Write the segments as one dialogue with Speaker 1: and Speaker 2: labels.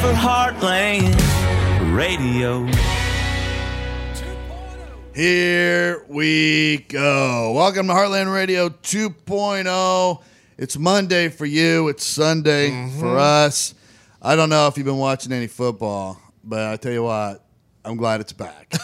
Speaker 1: for Heartland Radio.
Speaker 2: Here we go. Welcome to Heartland Radio 2.0. It's Monday for you, it's Sunday for us. I don't know if you've been watching any football, but I tell you what, I'm glad it's back.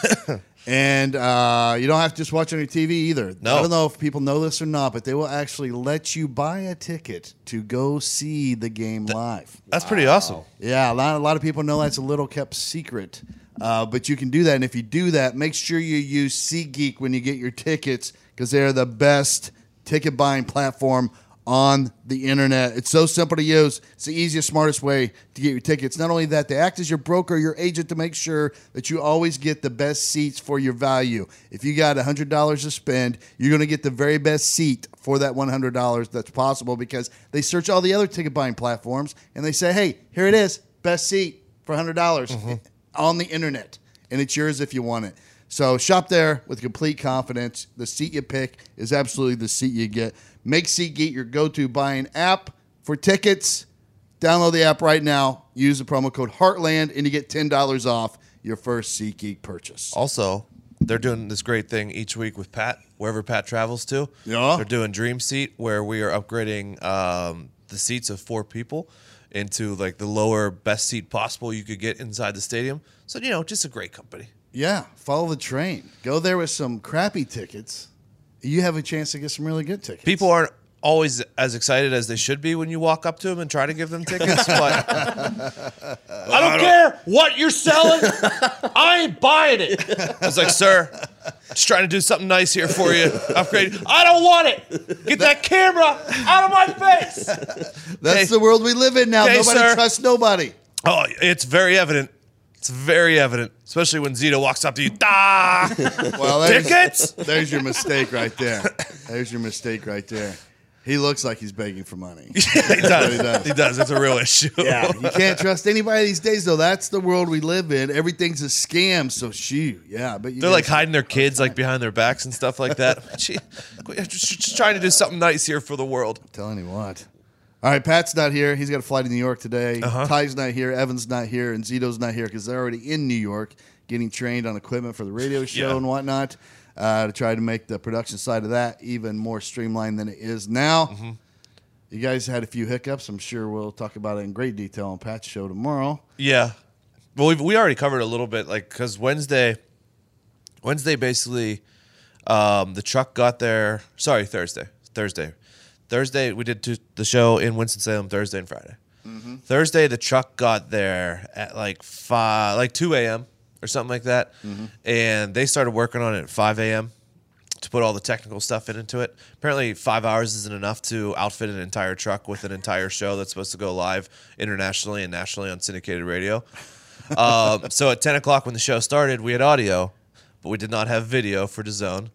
Speaker 2: and uh, you don't have to just watch on your TV either.
Speaker 3: No.
Speaker 2: I don't know if people know this or not, but they will actually let you buy a ticket to go see the game live.
Speaker 3: That's pretty awesome.
Speaker 2: Yeah, a lot, a lot of people know that's a little kept secret. Uh, but you can do that. And if you do that, make sure you use SeatGeek when you get your tickets because they're the best ticket buying platform on the internet. It's so simple to use. It's the easiest, smartest way to get your tickets. Not only that, they act as your broker, your agent to make sure that you always get the best seats for your value. If you got $100 to spend, you're going to get the very best seat for that $100 that's possible because they search all the other ticket buying platforms and they say, hey, here it is, best seat for $100 dollars on the internet. And it's yours if you want it. So shop there with complete confidence. The seat you pick is absolutely the seat you get. Make SeatGeek your go to buying app for tickets. Download the app right now. Use the promo code Heartland and you get $10 off your first SeatGeek purchase.
Speaker 3: Also, they're doing this great thing each week with Pat, wherever Pat travels to.
Speaker 2: Yeah.
Speaker 3: They're doing Dream Seat, where we are upgrading um, the seats of four people into like the lower best seat possible you could get inside the stadium. So you know, just a great company.
Speaker 2: Yeah, follow the train. Go there with some crappy tickets. You have a chance to get some really good tickets.
Speaker 3: People aren't always as excited as they should be when you walk up to them and try to give them tickets, but I don't care what you're selling. I ain't buying it. I was like, sir, just trying to do something nice here for you. Upgrade. I don't want it. Get that camera out of my face.
Speaker 2: That's
Speaker 3: Okay.
Speaker 2: the world we live in now.
Speaker 3: Okay,
Speaker 2: nobody
Speaker 3: sir.
Speaker 2: trusts nobody.
Speaker 3: Oh, it's very evident. It's very evident, especially when Zito walks up to you. Da!
Speaker 2: Well, there's,
Speaker 3: Tickets?
Speaker 2: there's your mistake right there. There's your mistake right there. He looks like he's begging for money.
Speaker 3: he
Speaker 2: does.
Speaker 3: does. He does. It's a real issue.
Speaker 2: Yeah, you can't trust anybody these days, though. That's the world we live in. Everything's a scam. So, shoo, yeah. But you
Speaker 3: They're
Speaker 2: guys-
Speaker 3: like hiding their kids like behind their backs and stuff like that. Gee, quit- just, just trying to do something nice here for the world.
Speaker 2: Telling you what. All right, Pat's not here. He's got to fly to New York today. Ty's not here. Evan's not here, and Zito's not here because they're already in New York getting trained on equipment for the radio show
Speaker 3: Yeah.
Speaker 2: and whatnot uh, to try to make the production side of that even more streamlined than it is now. You guys had a few hiccups. I'm sure we'll talk about it in great detail on Pat's show tomorrow.
Speaker 3: Yeah. Well, we've, we already covered a little bit, like because Wednesday, Wednesday basically, um, the truck got there. Sorry, Thursday, Thursday, Thursday. We did two, the show in Winston Salem Thursday and Friday. Thursday, the truck got there at like five, like two a.m. or something like that, and they started working on it at five a.m. to put all the technical stuff in into it. Apparently, five hours isn't enough to outfit an entire truck with an entire show that's supposed to go live internationally and nationally on syndicated radio. um, so at 10 o'clock when the show started, we had audio, but we did not have video for DAZN.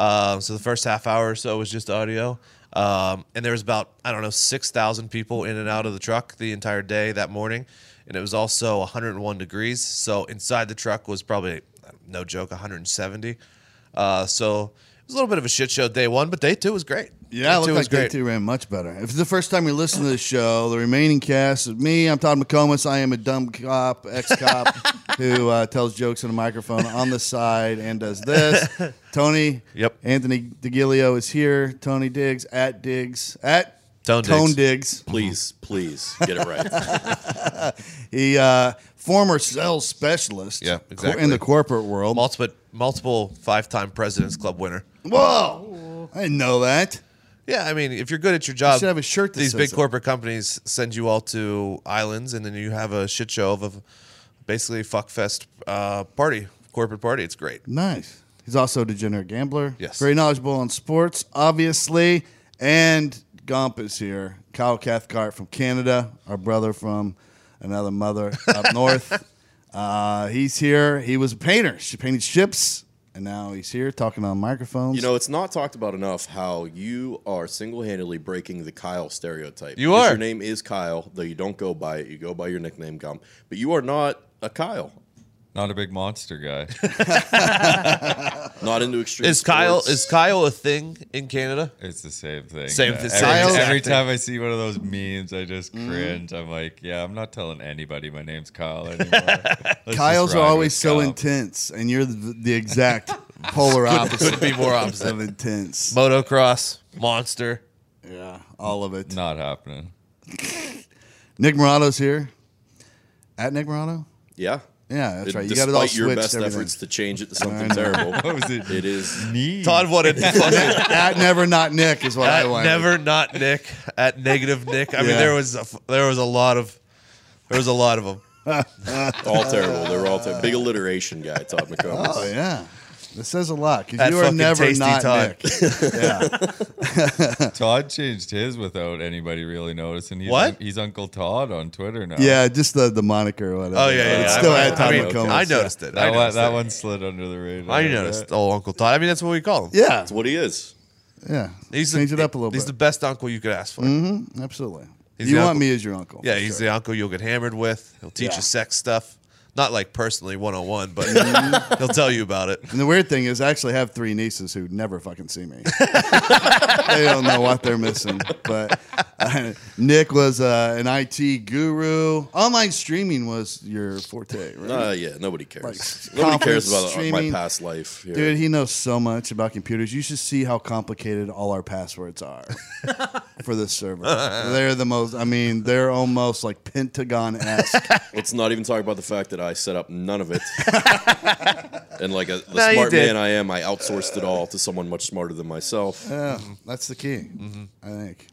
Speaker 3: Um, so the first half hour or so was just audio. Um, and there was about, I don't know, 6,000 people in and out of the truck the entire day that morning. And it was also 101 degrees. So inside the truck was probably, no joke, 170. Uh, so it was a little bit of a shit show day one, but day two was great.
Speaker 2: Yeah, it
Speaker 3: day
Speaker 2: looked
Speaker 3: two
Speaker 2: like day two ran much better. If it's the first time you listen to this show, the remaining cast is me. I'm Todd McComas. I am a dumb cop, ex cop, who uh, tells jokes in a microphone on the side and does this. Tony.
Speaker 3: Yep.
Speaker 2: Anthony DeGilio is here. Tony Diggs at Diggs at
Speaker 3: Tone Diggs.
Speaker 2: Diggs.
Speaker 4: Please, please get it right.
Speaker 2: He uh, former sales specialist.
Speaker 3: Yeah,
Speaker 2: co-
Speaker 3: exactly.
Speaker 2: In the corporate world.
Speaker 3: Multiple, multiple five time President's Club winner.
Speaker 2: Whoa! I didn't know that.
Speaker 3: Yeah, I mean, if you're good at your job,
Speaker 2: should have a shirt that
Speaker 3: these
Speaker 2: says
Speaker 3: big
Speaker 2: that.
Speaker 3: corporate companies send you all to islands, and then you have a shit show of a basically fuckfest uh, party, corporate party. It's great.
Speaker 2: Nice. He's also a degenerate gambler.
Speaker 3: Yes.
Speaker 2: Very knowledgeable on sports, obviously. And Gomp is here. Kyle Cathcart from Canada, our brother from another mother up north. Uh, he's here. He was a painter. She painted ships, and now he's here talking on microphones.
Speaker 4: You know, it's not talked about enough how you are single-handedly breaking the Kyle stereotype.
Speaker 3: You
Speaker 4: Because
Speaker 3: are.
Speaker 4: Your name is Kyle, though you don't go by it. You go by your nickname Gum, but you are not a Kyle.
Speaker 5: Not a big monster guy.
Speaker 4: Not into extreme.
Speaker 3: Is Kyle
Speaker 4: sports.
Speaker 3: is Kyle a thing in Canada?
Speaker 5: It's the same thing.
Speaker 3: Same
Speaker 5: Yeah.
Speaker 3: thing, Mm-hmm.
Speaker 5: Every,
Speaker 3: same exact
Speaker 5: every
Speaker 3: thing.
Speaker 5: time I see one of those memes, I just cringe. I'm like, yeah, I'm not telling anybody my name's Kyle anymore. Let's just
Speaker 2: Kyle's
Speaker 5: ride
Speaker 2: are
Speaker 5: with
Speaker 2: always so
Speaker 5: Kyle.
Speaker 2: intense, and you're the, the exact polar opposite.
Speaker 3: Couldn't be more opposite.
Speaker 2: of intense.
Speaker 3: Motocross monster.
Speaker 2: Yeah, all of it.
Speaker 5: Not happening.
Speaker 2: Nick Morato's here. At Nick Morato?
Speaker 4: Yeah.
Speaker 2: Yeah, that's
Speaker 4: And
Speaker 2: right. You got
Speaker 4: Despite
Speaker 2: it all
Speaker 4: your
Speaker 2: switched,
Speaker 4: best
Speaker 2: everything.
Speaker 4: efforts to change it to something terrible,
Speaker 5: What was it?
Speaker 4: it is
Speaker 5: Knee.
Speaker 3: Todd wanted fucking
Speaker 2: At never not Nick is what I
Speaker 3: at
Speaker 2: wanted.
Speaker 3: never not Nick at negative Nick. I mean,
Speaker 2: Yeah.
Speaker 3: there was a, f- there was a lot of there was a lot of them.
Speaker 4: all terrible. They were all ter- big alliteration guy, Todd McCombs.
Speaker 2: Oh yeah, this says a lot because
Speaker 3: That
Speaker 2: you are
Speaker 3: fucking
Speaker 2: never
Speaker 3: tasty Oh.
Speaker 2: not
Speaker 3: Todd.
Speaker 2: Nick. Yeah,
Speaker 5: Todd changed his without anybody really noticing. He's
Speaker 3: What?
Speaker 5: he's Uncle Todd on Twitter now.
Speaker 2: yeah, just the the moniker or whatever.
Speaker 3: Oh yeah,
Speaker 2: But
Speaker 3: yeah.
Speaker 2: It's
Speaker 3: yeah.
Speaker 2: still
Speaker 3: I,
Speaker 2: at Todd
Speaker 3: I, mean,
Speaker 2: McComas,
Speaker 3: I
Speaker 2: yeah.
Speaker 3: noticed it. I
Speaker 5: That, one,
Speaker 3: noticed
Speaker 5: that
Speaker 3: it.
Speaker 5: one slid under the radar.
Speaker 3: I noticed. Oh, Uncle Todd. I mean, that's what we call him.
Speaker 2: Yeah,
Speaker 4: That's what he is.
Speaker 2: yeah.
Speaker 3: He's
Speaker 2: Change
Speaker 3: the,
Speaker 2: it up a little
Speaker 3: He's the
Speaker 2: bit.
Speaker 3: best uncle you could ask for.
Speaker 2: Absolutely.
Speaker 3: He's
Speaker 2: you
Speaker 3: the
Speaker 2: want
Speaker 3: uncle.
Speaker 2: me as your uncle?
Speaker 3: Yeah,
Speaker 2: for
Speaker 3: he's
Speaker 2: sure.
Speaker 3: the uncle you'll get hammered with. He'll teach
Speaker 2: Yeah.
Speaker 3: you sex stuff. Not like personally one on one, but
Speaker 2: Mm-hmm.
Speaker 3: he'll tell you about it.
Speaker 2: And the weird thing is, I actually have three nieces who never fucking see me. they don't know what they're missing. But uh, Nick was uh, an IT guru. Online streaming was your forte, right?
Speaker 4: Uh, yeah, nobody cares.
Speaker 2: Like,
Speaker 4: nobody cares about uh,
Speaker 2: conference
Speaker 4: my
Speaker 2: streaming.
Speaker 4: past life. Here.
Speaker 2: Dude, he knows so much about computers. You should see how complicated all our passwords are for this server. They're the most, I mean, they're almost like Pentagon esque.
Speaker 4: Let's not even talk about the fact that I set up none of it. and like a, the
Speaker 3: No, you
Speaker 4: smart
Speaker 3: did.
Speaker 4: man I am, I outsourced it all to someone much smarter than myself.
Speaker 2: yeah, that's the key, I think.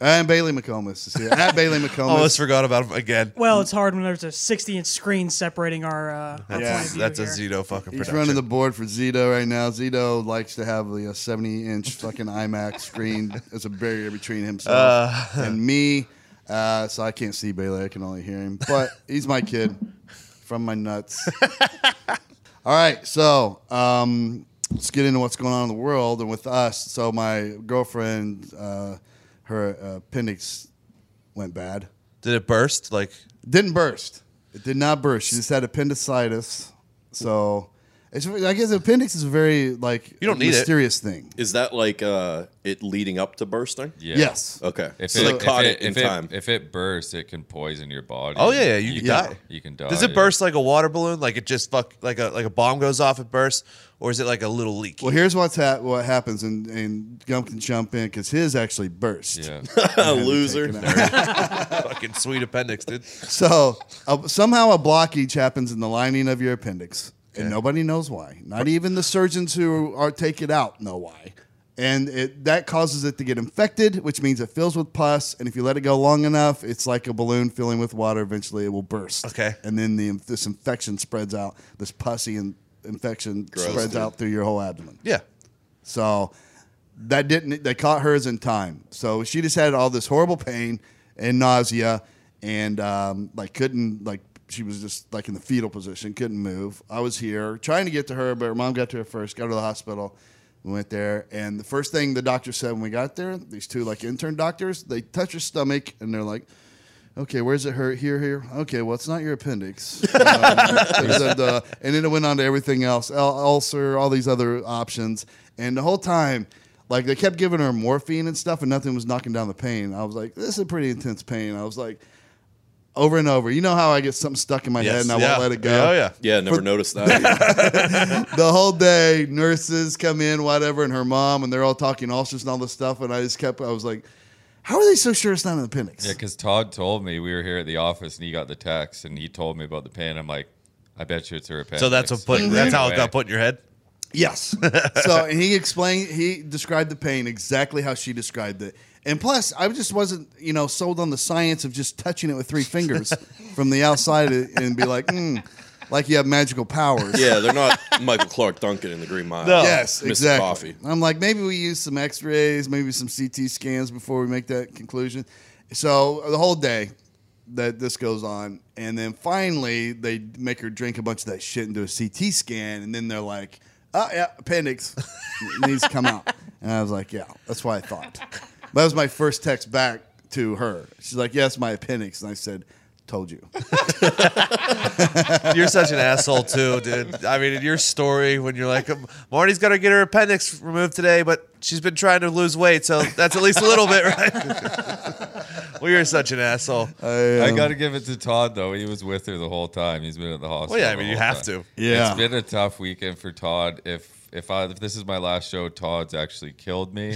Speaker 2: And Bailey McComas is here. At Bailey
Speaker 3: Almost
Speaker 2: McComas.
Speaker 3: forgot about him again.
Speaker 6: Well, it's hard when there's a 60 inch screen separating our. Uh, our
Speaker 2: Yeah.
Speaker 6: point of view
Speaker 3: That's a
Speaker 6: here.
Speaker 3: Zito fucking
Speaker 2: He's
Speaker 3: production.
Speaker 2: running the board for Zito right now. Zito likes to have the uh, 70 inch fucking IMAX screen as a barrier between himself and me. Uh, so I can't see Bailey. I can only hear him. But he's my kid from my nuts. All right. So um, let's get into what's going on in the world and with us. So my girlfriend, uh, her uh, appendix went bad.
Speaker 3: Did it burst? Like
Speaker 2: Didn't burst. It did not burst. She just had appendicitis. So it's, I guess appendix is a very like
Speaker 3: You don't need it.
Speaker 2: mysterious thing.
Speaker 4: Is that like uh, it leading up to bursting?
Speaker 5: Yeah.
Speaker 2: Yes.
Speaker 4: Okay.
Speaker 5: If
Speaker 4: so
Speaker 5: it,
Speaker 4: they caught
Speaker 5: if
Speaker 4: it,
Speaker 5: it,
Speaker 4: in
Speaker 5: if
Speaker 4: time.
Speaker 5: It, if it bursts, it can poison your body.
Speaker 3: Oh, yeah, yeah, you can die.
Speaker 5: You can die.
Speaker 3: Does it
Speaker 5: Oh, yeah.
Speaker 3: burst like a water balloon? Like it just fuck like a like a bomb goes off, it bursts, or is it like a little leak?
Speaker 2: Well, here's what's ha- what happens, and, and Gump can jump in because his actually burst.
Speaker 5: Yeah.
Speaker 4: a loser.
Speaker 3: fucking sweet appendix, dude.
Speaker 2: So uh, somehow a blockage happens in the lining of your appendix, and nobody knows why. Not even the surgeons who are take it out know why. And it, that causes it to get infected, which means it fills with pus. And if you let it go long enough, it's like a balloon filling with water. Eventually, it will burst.
Speaker 3: Okay.
Speaker 2: And then the, this infection spreads out. This pussy in, infection
Speaker 4: Gross,
Speaker 2: spreads
Speaker 4: dude.
Speaker 2: out through your whole abdomen.
Speaker 3: Yeah.
Speaker 2: So that didn't they caught hers in time. So she just had all this horrible pain and nausea and um, like couldn't like she was just like in the fetal position, couldn't move. I was here trying to get to her, but her mom got to her first, got her to the hospital. We went there, and the first thing the doctor said when we got there, these two like intern doctors, they touch her stomach and they're like, "Okay, where's it hurt? Here, here. Okay, well it's not your appendix." Um, they said, uh, and then it went on to everything else, ul- ulcer, all these other options, and the whole time, like they kept giving her morphine and stuff, and nothing was knocking down the pain. I was like, "This is a pretty intense pain." I was like. Over and over. You know how I get something stuck in my head
Speaker 3: Yes,
Speaker 2: and I
Speaker 3: yeah.
Speaker 2: won't let it go?
Speaker 3: Yeah, Oh yeah.
Speaker 4: Yeah, never noticed that.
Speaker 2: the whole day, nurses come in, whatever, and her mom, and they're all talking ulcers and all this stuff. And I just kept, I was like, how are they so sure it's not an appendix?
Speaker 5: Yeah, because Todd told me we were here at the office and he got the text and he told me about the pain. I'm like, I bet you it's her appendix.
Speaker 3: So that's what put
Speaker 5: Right
Speaker 3: that's how it
Speaker 5: away.
Speaker 3: got put in your head.
Speaker 2: Yes. so and he explained, he described the pain exactly how she described it. And plus, I just wasn't, you know, sold on the science of just touching it with three fingers from the outside and be like, mm, like you have magical powers.
Speaker 4: yeah, they're not Michael Clark Duncan in the Green Mile.
Speaker 5: Oh,
Speaker 3: No.
Speaker 2: Yes,
Speaker 4: Mr.
Speaker 2: exactly.
Speaker 4: Coffee.
Speaker 2: I'm like, maybe we use some X-rays, maybe some CT scans before we make that conclusion. So the whole day that this goes on, and then finally they make her drink a bunch of that shit and do a CT scan, and then they're like, "Oh yeah, appendix It needs to come out." And I was like, "Yeah, that's what I thought." That was my first text back to her. She's like, "Yes, my appendix," and I said, "Told you."
Speaker 3: you're such an asshole too, dude. I mean, in your story when you're like, Marty's got to get her appendix removed today, but she's been trying to lose weight, so that's at least a little bit, right? well, you're such an asshole.
Speaker 5: I
Speaker 2: Um,
Speaker 5: got to give it to Todd though. He was with her the whole time. He's been at the hospital.
Speaker 3: well, yeah, I
Speaker 5: the
Speaker 3: mean, you
Speaker 5: whole
Speaker 3: have
Speaker 5: time.
Speaker 3: to.
Speaker 2: Yeah.
Speaker 5: It's been a tough weekend for Todd. If if I if this is my last show, Todd's actually killed me.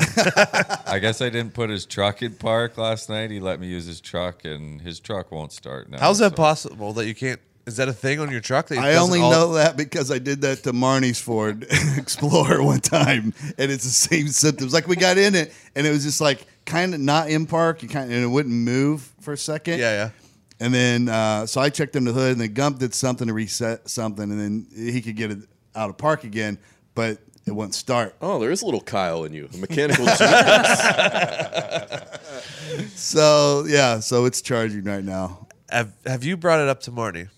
Speaker 5: I guess I didn't put his truck in park last night. He let me use his truck, and his truck won't start now.
Speaker 3: How's that
Speaker 5: so-
Speaker 3: possible that you can't? Is that a thing on your truck? That
Speaker 2: I
Speaker 3: doesn't
Speaker 2: only
Speaker 3: all-
Speaker 2: know that because I did that to Marnie's Ford Explorer one time, and it's the same symptoms. Like we got in it, and it was just like kind of not in park, you kind and it wouldn't move for a second.
Speaker 3: Yeah,
Speaker 2: And then uh, so I checked under the hood, and then Gump did something to reset something, and then he could get it out of park again, but it wouldn't start.
Speaker 4: Oh, there is a little Kyle in you, a mechanical genius.
Speaker 2: So yeah, so it's charging right now.
Speaker 3: yeah. Have Have you brought it up to Marnie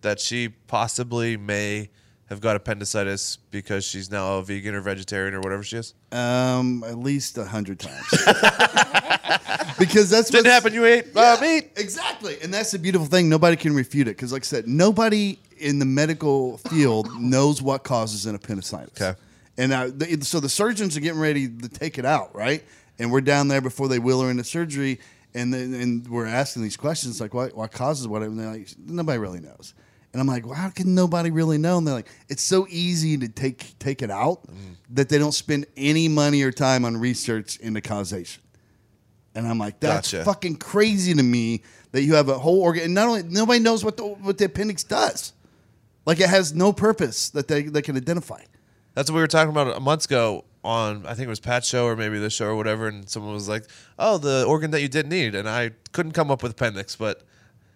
Speaker 3: that she possibly may have got appendicitis because she's now a vegan or vegetarian or whatever she is?
Speaker 2: Um, at least a hundred times. because that's
Speaker 3: Didn't
Speaker 2: what's-
Speaker 3: happen. You ate uh, meat.
Speaker 2: Exactly. And that's the beautiful thing. Nobody can refute it. Because, like I said, nobody in the medical field knows what causes an appendicitis.
Speaker 3: Okay.
Speaker 2: And uh, the, so the surgeons are getting ready to take it out, right? And we're down there before they wheel her into surgery. And then and we're asking these questions like, what, what causes what? And they're like, nobody really knows. And I'm like, well, how can nobody really know? And they're like, it's so easy to take take it out that they don't spend any money or time on research into causation. And I'm like, that's
Speaker 3: Gotcha.
Speaker 2: fucking crazy to me that you have a whole organ. And not only nobody knows what the what the appendix does. Like it has no purpose that they, they can identify.
Speaker 3: That's what we were talking about a month ago on I think it was Pat's show or maybe this show or whatever, and someone was like, "Oh, the organ that you didn't need," and I couldn't come up with appendix, but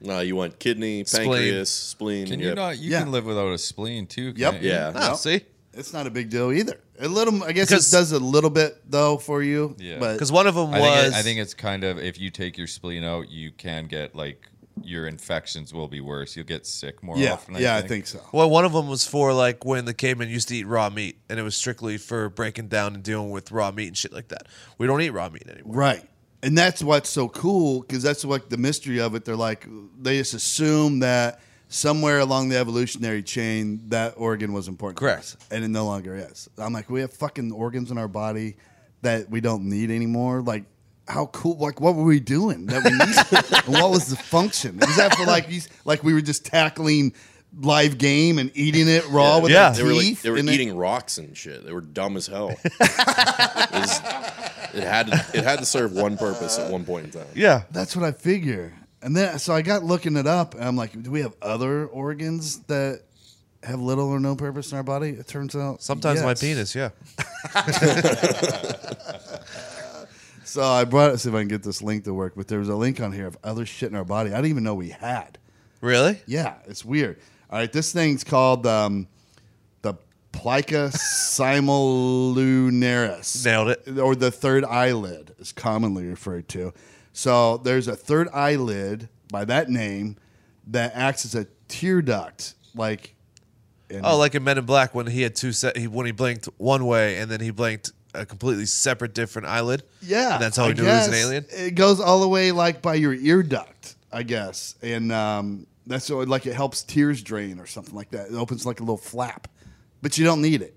Speaker 4: no, you want kidney,
Speaker 3: Spleen.
Speaker 4: pancreas, spleen.
Speaker 5: Can you
Speaker 4: yep.
Speaker 5: not? You
Speaker 2: Yeah.
Speaker 5: can live without a spleen too.
Speaker 2: Yep.
Speaker 5: can't you?
Speaker 4: Yeah.
Speaker 3: oh, see,
Speaker 2: It's not a big deal either. A little I guess
Speaker 3: Because-
Speaker 2: it does a little bit though for you.
Speaker 5: Yeah.
Speaker 2: But
Speaker 3: because one of them
Speaker 5: I
Speaker 3: was
Speaker 5: think, it, I think it's kind of if you take your spleen out, you can get like your infections will be worse. You'll get sick more
Speaker 2: yeah,
Speaker 5: often. I
Speaker 2: yeah,
Speaker 5: think.
Speaker 2: I think so.
Speaker 3: well, one of them was for like when the cavemen used to eat raw meat, and it was strictly for breaking down and dealing with raw meat and shit like that. We don't eat raw meat anymore.
Speaker 2: Right. And that's what's so cool because that's like the mystery of it. They're like, they just assume that somewhere along the evolutionary chain, that organ was important. to
Speaker 3: Correct.
Speaker 2: us, And it no longer is. I'm like, we have fucking organs in our body that we don't need anymore. Like, how cool! Like, what were we doing that we needed? and what was the function? Was that for like, these, like we were just tackling live game and eating it raw with
Speaker 3: Yeah.
Speaker 2: our
Speaker 4: They
Speaker 2: teeth?
Speaker 4: were like, they were
Speaker 2: and then-
Speaker 4: eating rocks and shit. They were dumb as hell. it, was- it had to, it had to serve one purpose at one point in time.
Speaker 3: Yeah,
Speaker 2: That's what I figure. And then so I got looking it up, and I'm like, do we have other organs that have little or no purpose in our body? It turns out
Speaker 3: sometimes my
Speaker 2: yes.
Speaker 3: penis. Yeah,
Speaker 2: So I brought it. See if I can get this link to work. But there was a link on here of other shit in our body. I didn't even know we had.
Speaker 3: really?
Speaker 2: Yeah, it's weird. All right, this thing's called um, the plica similunaris.
Speaker 3: Nailed it.
Speaker 2: Or the third eyelid is commonly referred to. So there's a third eyelid by that name that acts as a tear duct, like and
Speaker 3: Oh, like in Men in Black when he had two set. He when he blinked one way and then he blinked a completely separate, different eyelid.
Speaker 2: yeah,
Speaker 3: and that's how
Speaker 2: I
Speaker 3: he knew he was an
Speaker 2: guess.
Speaker 3: alien.
Speaker 2: It goes all the way like by your ear duct, I guess, and um, that's what, like it helps tears drain or something like that. It opens like a little flap, but you don't need it.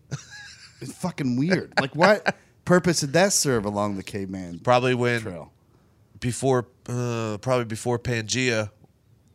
Speaker 2: it's fucking weird. Like what purpose did that serve along the caveman
Speaker 3: Probably when
Speaker 2: trail?
Speaker 3: before uh, probably before Pangea,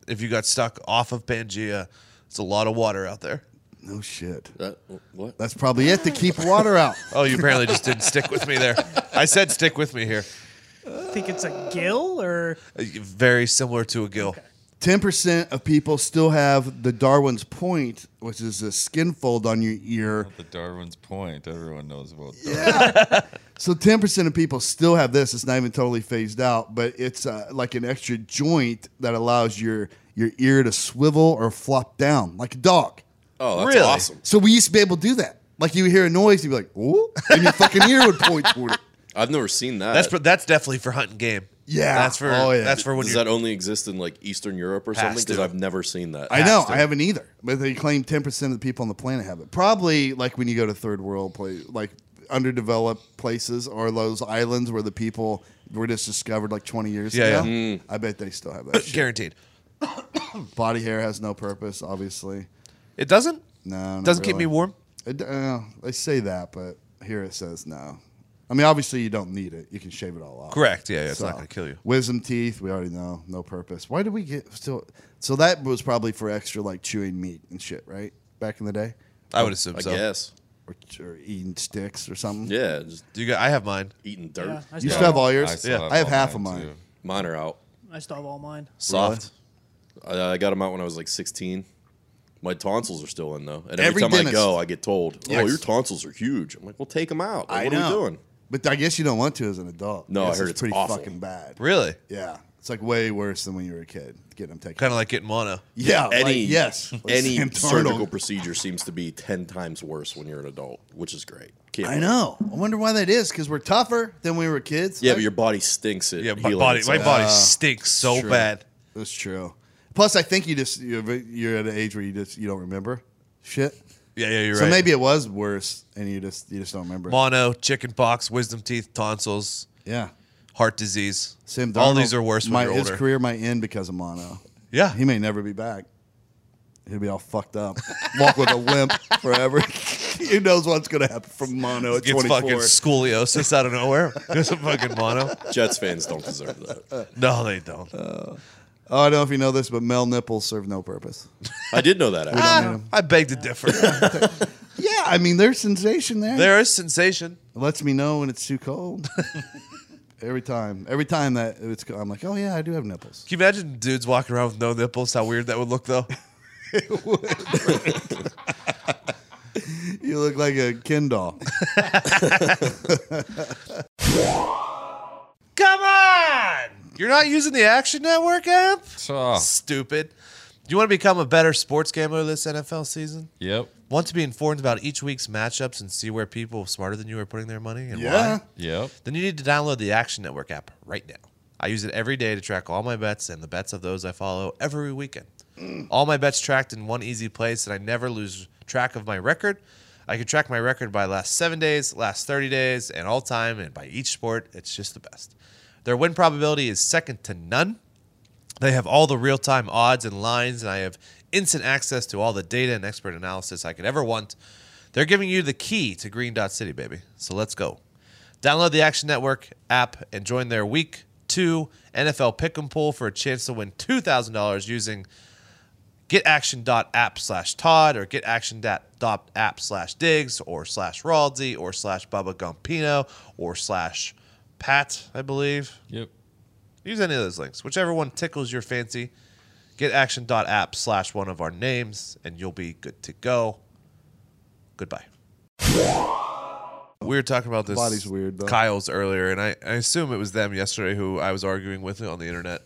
Speaker 3: if you got stuck off of Pangea, it's a lot of water out there.
Speaker 2: No shit.
Speaker 4: That, what?
Speaker 2: That's probably it to keep water out.
Speaker 3: Oh, you apparently just didn't stick with me there. I said stick with me here.
Speaker 6: think it's a gill or
Speaker 3: Uh, Very similar to a gill.
Speaker 2: Ten percent of people still have the Darwin's point, which is a skin fold on your ear.
Speaker 5: The Darwin's point. Everyone knows about Darwin.
Speaker 2: So ten percent of people still have this. It's not even totally phased out, but it's uh, like an extra joint that allows your your ear to swivel or flop down like a dog.
Speaker 4: Oh, that's
Speaker 3: Really?
Speaker 4: awesome.
Speaker 2: So we used to be able to do that. Like you would hear a noise, you'd be like, "Ooh," and your fucking ear would point toward it.
Speaker 4: I've never seen that.
Speaker 3: That's for, that's definitely for hunting game.
Speaker 2: Yeah.
Speaker 3: that's for
Speaker 2: Oh, yeah.
Speaker 3: that's for when
Speaker 4: Does
Speaker 3: you
Speaker 4: that only exist in like Eastern Europe or
Speaker 3: Has
Speaker 4: something? Because
Speaker 3: to.
Speaker 4: I've never seen that.
Speaker 2: I know.
Speaker 3: Has to.
Speaker 2: I haven't either. But they claim 10% of the people on the planet have it. Probably like when you go to third world play, like underdeveloped places or those islands where the people were just discovered like 20 years
Speaker 3: Yeah, Mm.
Speaker 2: ago. I bet they still have that shit.
Speaker 3: guaranteed.
Speaker 2: Body hair has no purpose, obviously.
Speaker 3: It doesn't.
Speaker 2: No, not
Speaker 3: doesn't keep
Speaker 2: really.
Speaker 3: me warm.
Speaker 2: It, d- uh, they say that, but here it says no. I mean, obviously you don't need it. You can shave it all off.
Speaker 3: Correct. Yeah, yeah it's not
Speaker 2: So,
Speaker 3: gonna kill you.
Speaker 2: Wisdom teeth, we already know, no purpose. Why did we get so? So that was probably for extra like chewing meat and shit, right? Back in the day,
Speaker 3: I would assume
Speaker 4: I
Speaker 3: so.
Speaker 4: guess.
Speaker 2: or, or eating sticks or something.
Speaker 4: Yeah, just
Speaker 3: Do you got, I have mine.
Speaker 4: eating dirt.
Speaker 6: Yeah, I
Speaker 2: You
Speaker 6: still
Speaker 2: still have all
Speaker 5: I
Speaker 2: yours.
Speaker 5: still
Speaker 2: I have
Speaker 5: all
Speaker 2: half of mine.
Speaker 5: too.
Speaker 4: Mine are out.
Speaker 6: I still have all mine.
Speaker 3: Soft.
Speaker 4: I, I got them out when I was like 16. My tonsils are still in though, and
Speaker 2: Every
Speaker 4: every, time I
Speaker 2: dentist-
Speaker 4: go, I get told, "Oh,
Speaker 2: Yes.
Speaker 4: your tonsils are huge." I'm like, "Well, take them out." Like, what are we doing?
Speaker 2: But I guess you don't want to as an adult.
Speaker 4: No, I
Speaker 2: Yes,
Speaker 4: heard
Speaker 2: it's
Speaker 4: it's
Speaker 2: pretty
Speaker 4: awful.
Speaker 2: fucking bad.
Speaker 3: Really?
Speaker 2: Yeah, it's like way worse than when you were a kid. Getting them taken.
Speaker 3: Kind of like getting mono.
Speaker 2: yeah, like,
Speaker 4: Any
Speaker 2: yes, like
Speaker 4: any
Speaker 2: Sam Darnold.
Speaker 4: surgical procedure seems to be ten times worse when you're an adult, which is great. Can't
Speaker 2: I
Speaker 4: wait.
Speaker 2: know. I wonder why that is. Because we're tougher than we were kids.
Speaker 4: Yeah, but your body stinks. It
Speaker 3: Yeah, my body, my body stinks so
Speaker 2: True.
Speaker 3: bad.
Speaker 2: That's true. Plus, I think you just you're, you're at an age where you just you don't remember shit.
Speaker 3: Yeah, yeah, you're
Speaker 2: so
Speaker 3: right.
Speaker 2: maybe it was worse, and you just you just don't remember. it.
Speaker 3: mono, chicken pox, wisdom teeth, tonsils,
Speaker 2: yeah,
Speaker 3: heart disease.
Speaker 2: Sam.
Speaker 3: All
Speaker 2: Darnold,
Speaker 3: these are worse when
Speaker 2: might-
Speaker 3: you're
Speaker 2: his
Speaker 3: older. Ah.
Speaker 2: career might end because of mono.
Speaker 3: yeah,
Speaker 2: He may never be back. He'll be all fucked up, walk with a limp forever. Who knows what's gonna happen from mono at
Speaker 3: gets
Speaker 2: twenty
Speaker 3: fucking
Speaker 2: four?
Speaker 3: scoliosis out of nowhere. There's a fucking mono.
Speaker 4: Jets fans don't deserve that.
Speaker 3: No, they don't.
Speaker 2: Oh, I don't know if you know this, but male nipples serve no purpose.
Speaker 4: I did know that. Actually.
Speaker 3: Ah, I beg to differ.
Speaker 2: Yeah, I mean there's sensation there.
Speaker 3: there is sensation.
Speaker 2: It lets me know when it's too cold. every time, every time that it's, co- I'm like, oh yeah, I do have nipples.
Speaker 3: Can you imagine dudes walking around with no nipples? How weird that would look, though.
Speaker 2: You look like a Ken doll.
Speaker 3: Come on! You're not using the Action Network app?
Speaker 5: So,
Speaker 3: Stupid. Do you want to become a better sports gambler this NFL season?
Speaker 5: yep.
Speaker 3: Want to be informed about each week's matchups and see where people smarter than you are putting their money and
Speaker 2: Yeah.
Speaker 3: why?
Speaker 5: Yep.
Speaker 3: Then you need to download the Action Network app right now. I use it every day to track all my bets and the bets of those I follow every weekend. All my bets tracked in one easy place, and I never lose track of my record. I can track my record by last seven days, last 30 days, and all time, and by each sport. It's just the best. Their win probability is second to none. They have all the real time odds and lines, and I have instant access to all the data and expert analysis I could ever want. They're giving you the key to Green Dot City, baby. So let's go. Download the Action Network app and join their week two NFL pick 'em pool for a chance to win $2,000 using getaction.app slash Todd or getaction.app slash Diggs or slash Raldi or slash Bubba Gumpino or slash Pat, I believe.
Speaker 5: Yep.
Speaker 3: Use any of those links, whichever one tickles your fancy. Getaction.app slash one of our names, and you'll be good to go. Goodbye. We were talking about this
Speaker 2: Body's weird, though.
Speaker 3: Kyle's earlier, and I, I assume it was them yesterday who I was arguing with on the internet.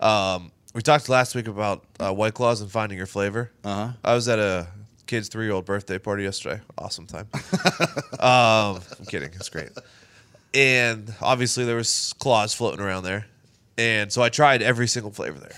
Speaker 3: Um, we talked last week about uh, White Claws and finding your flavor. Uh-huh. I was at a kid's three year old birthday party yesterday. Awesome time. um, I'm kidding. It's great and obviously there was claws floating around there, and so I tried every single flavor there.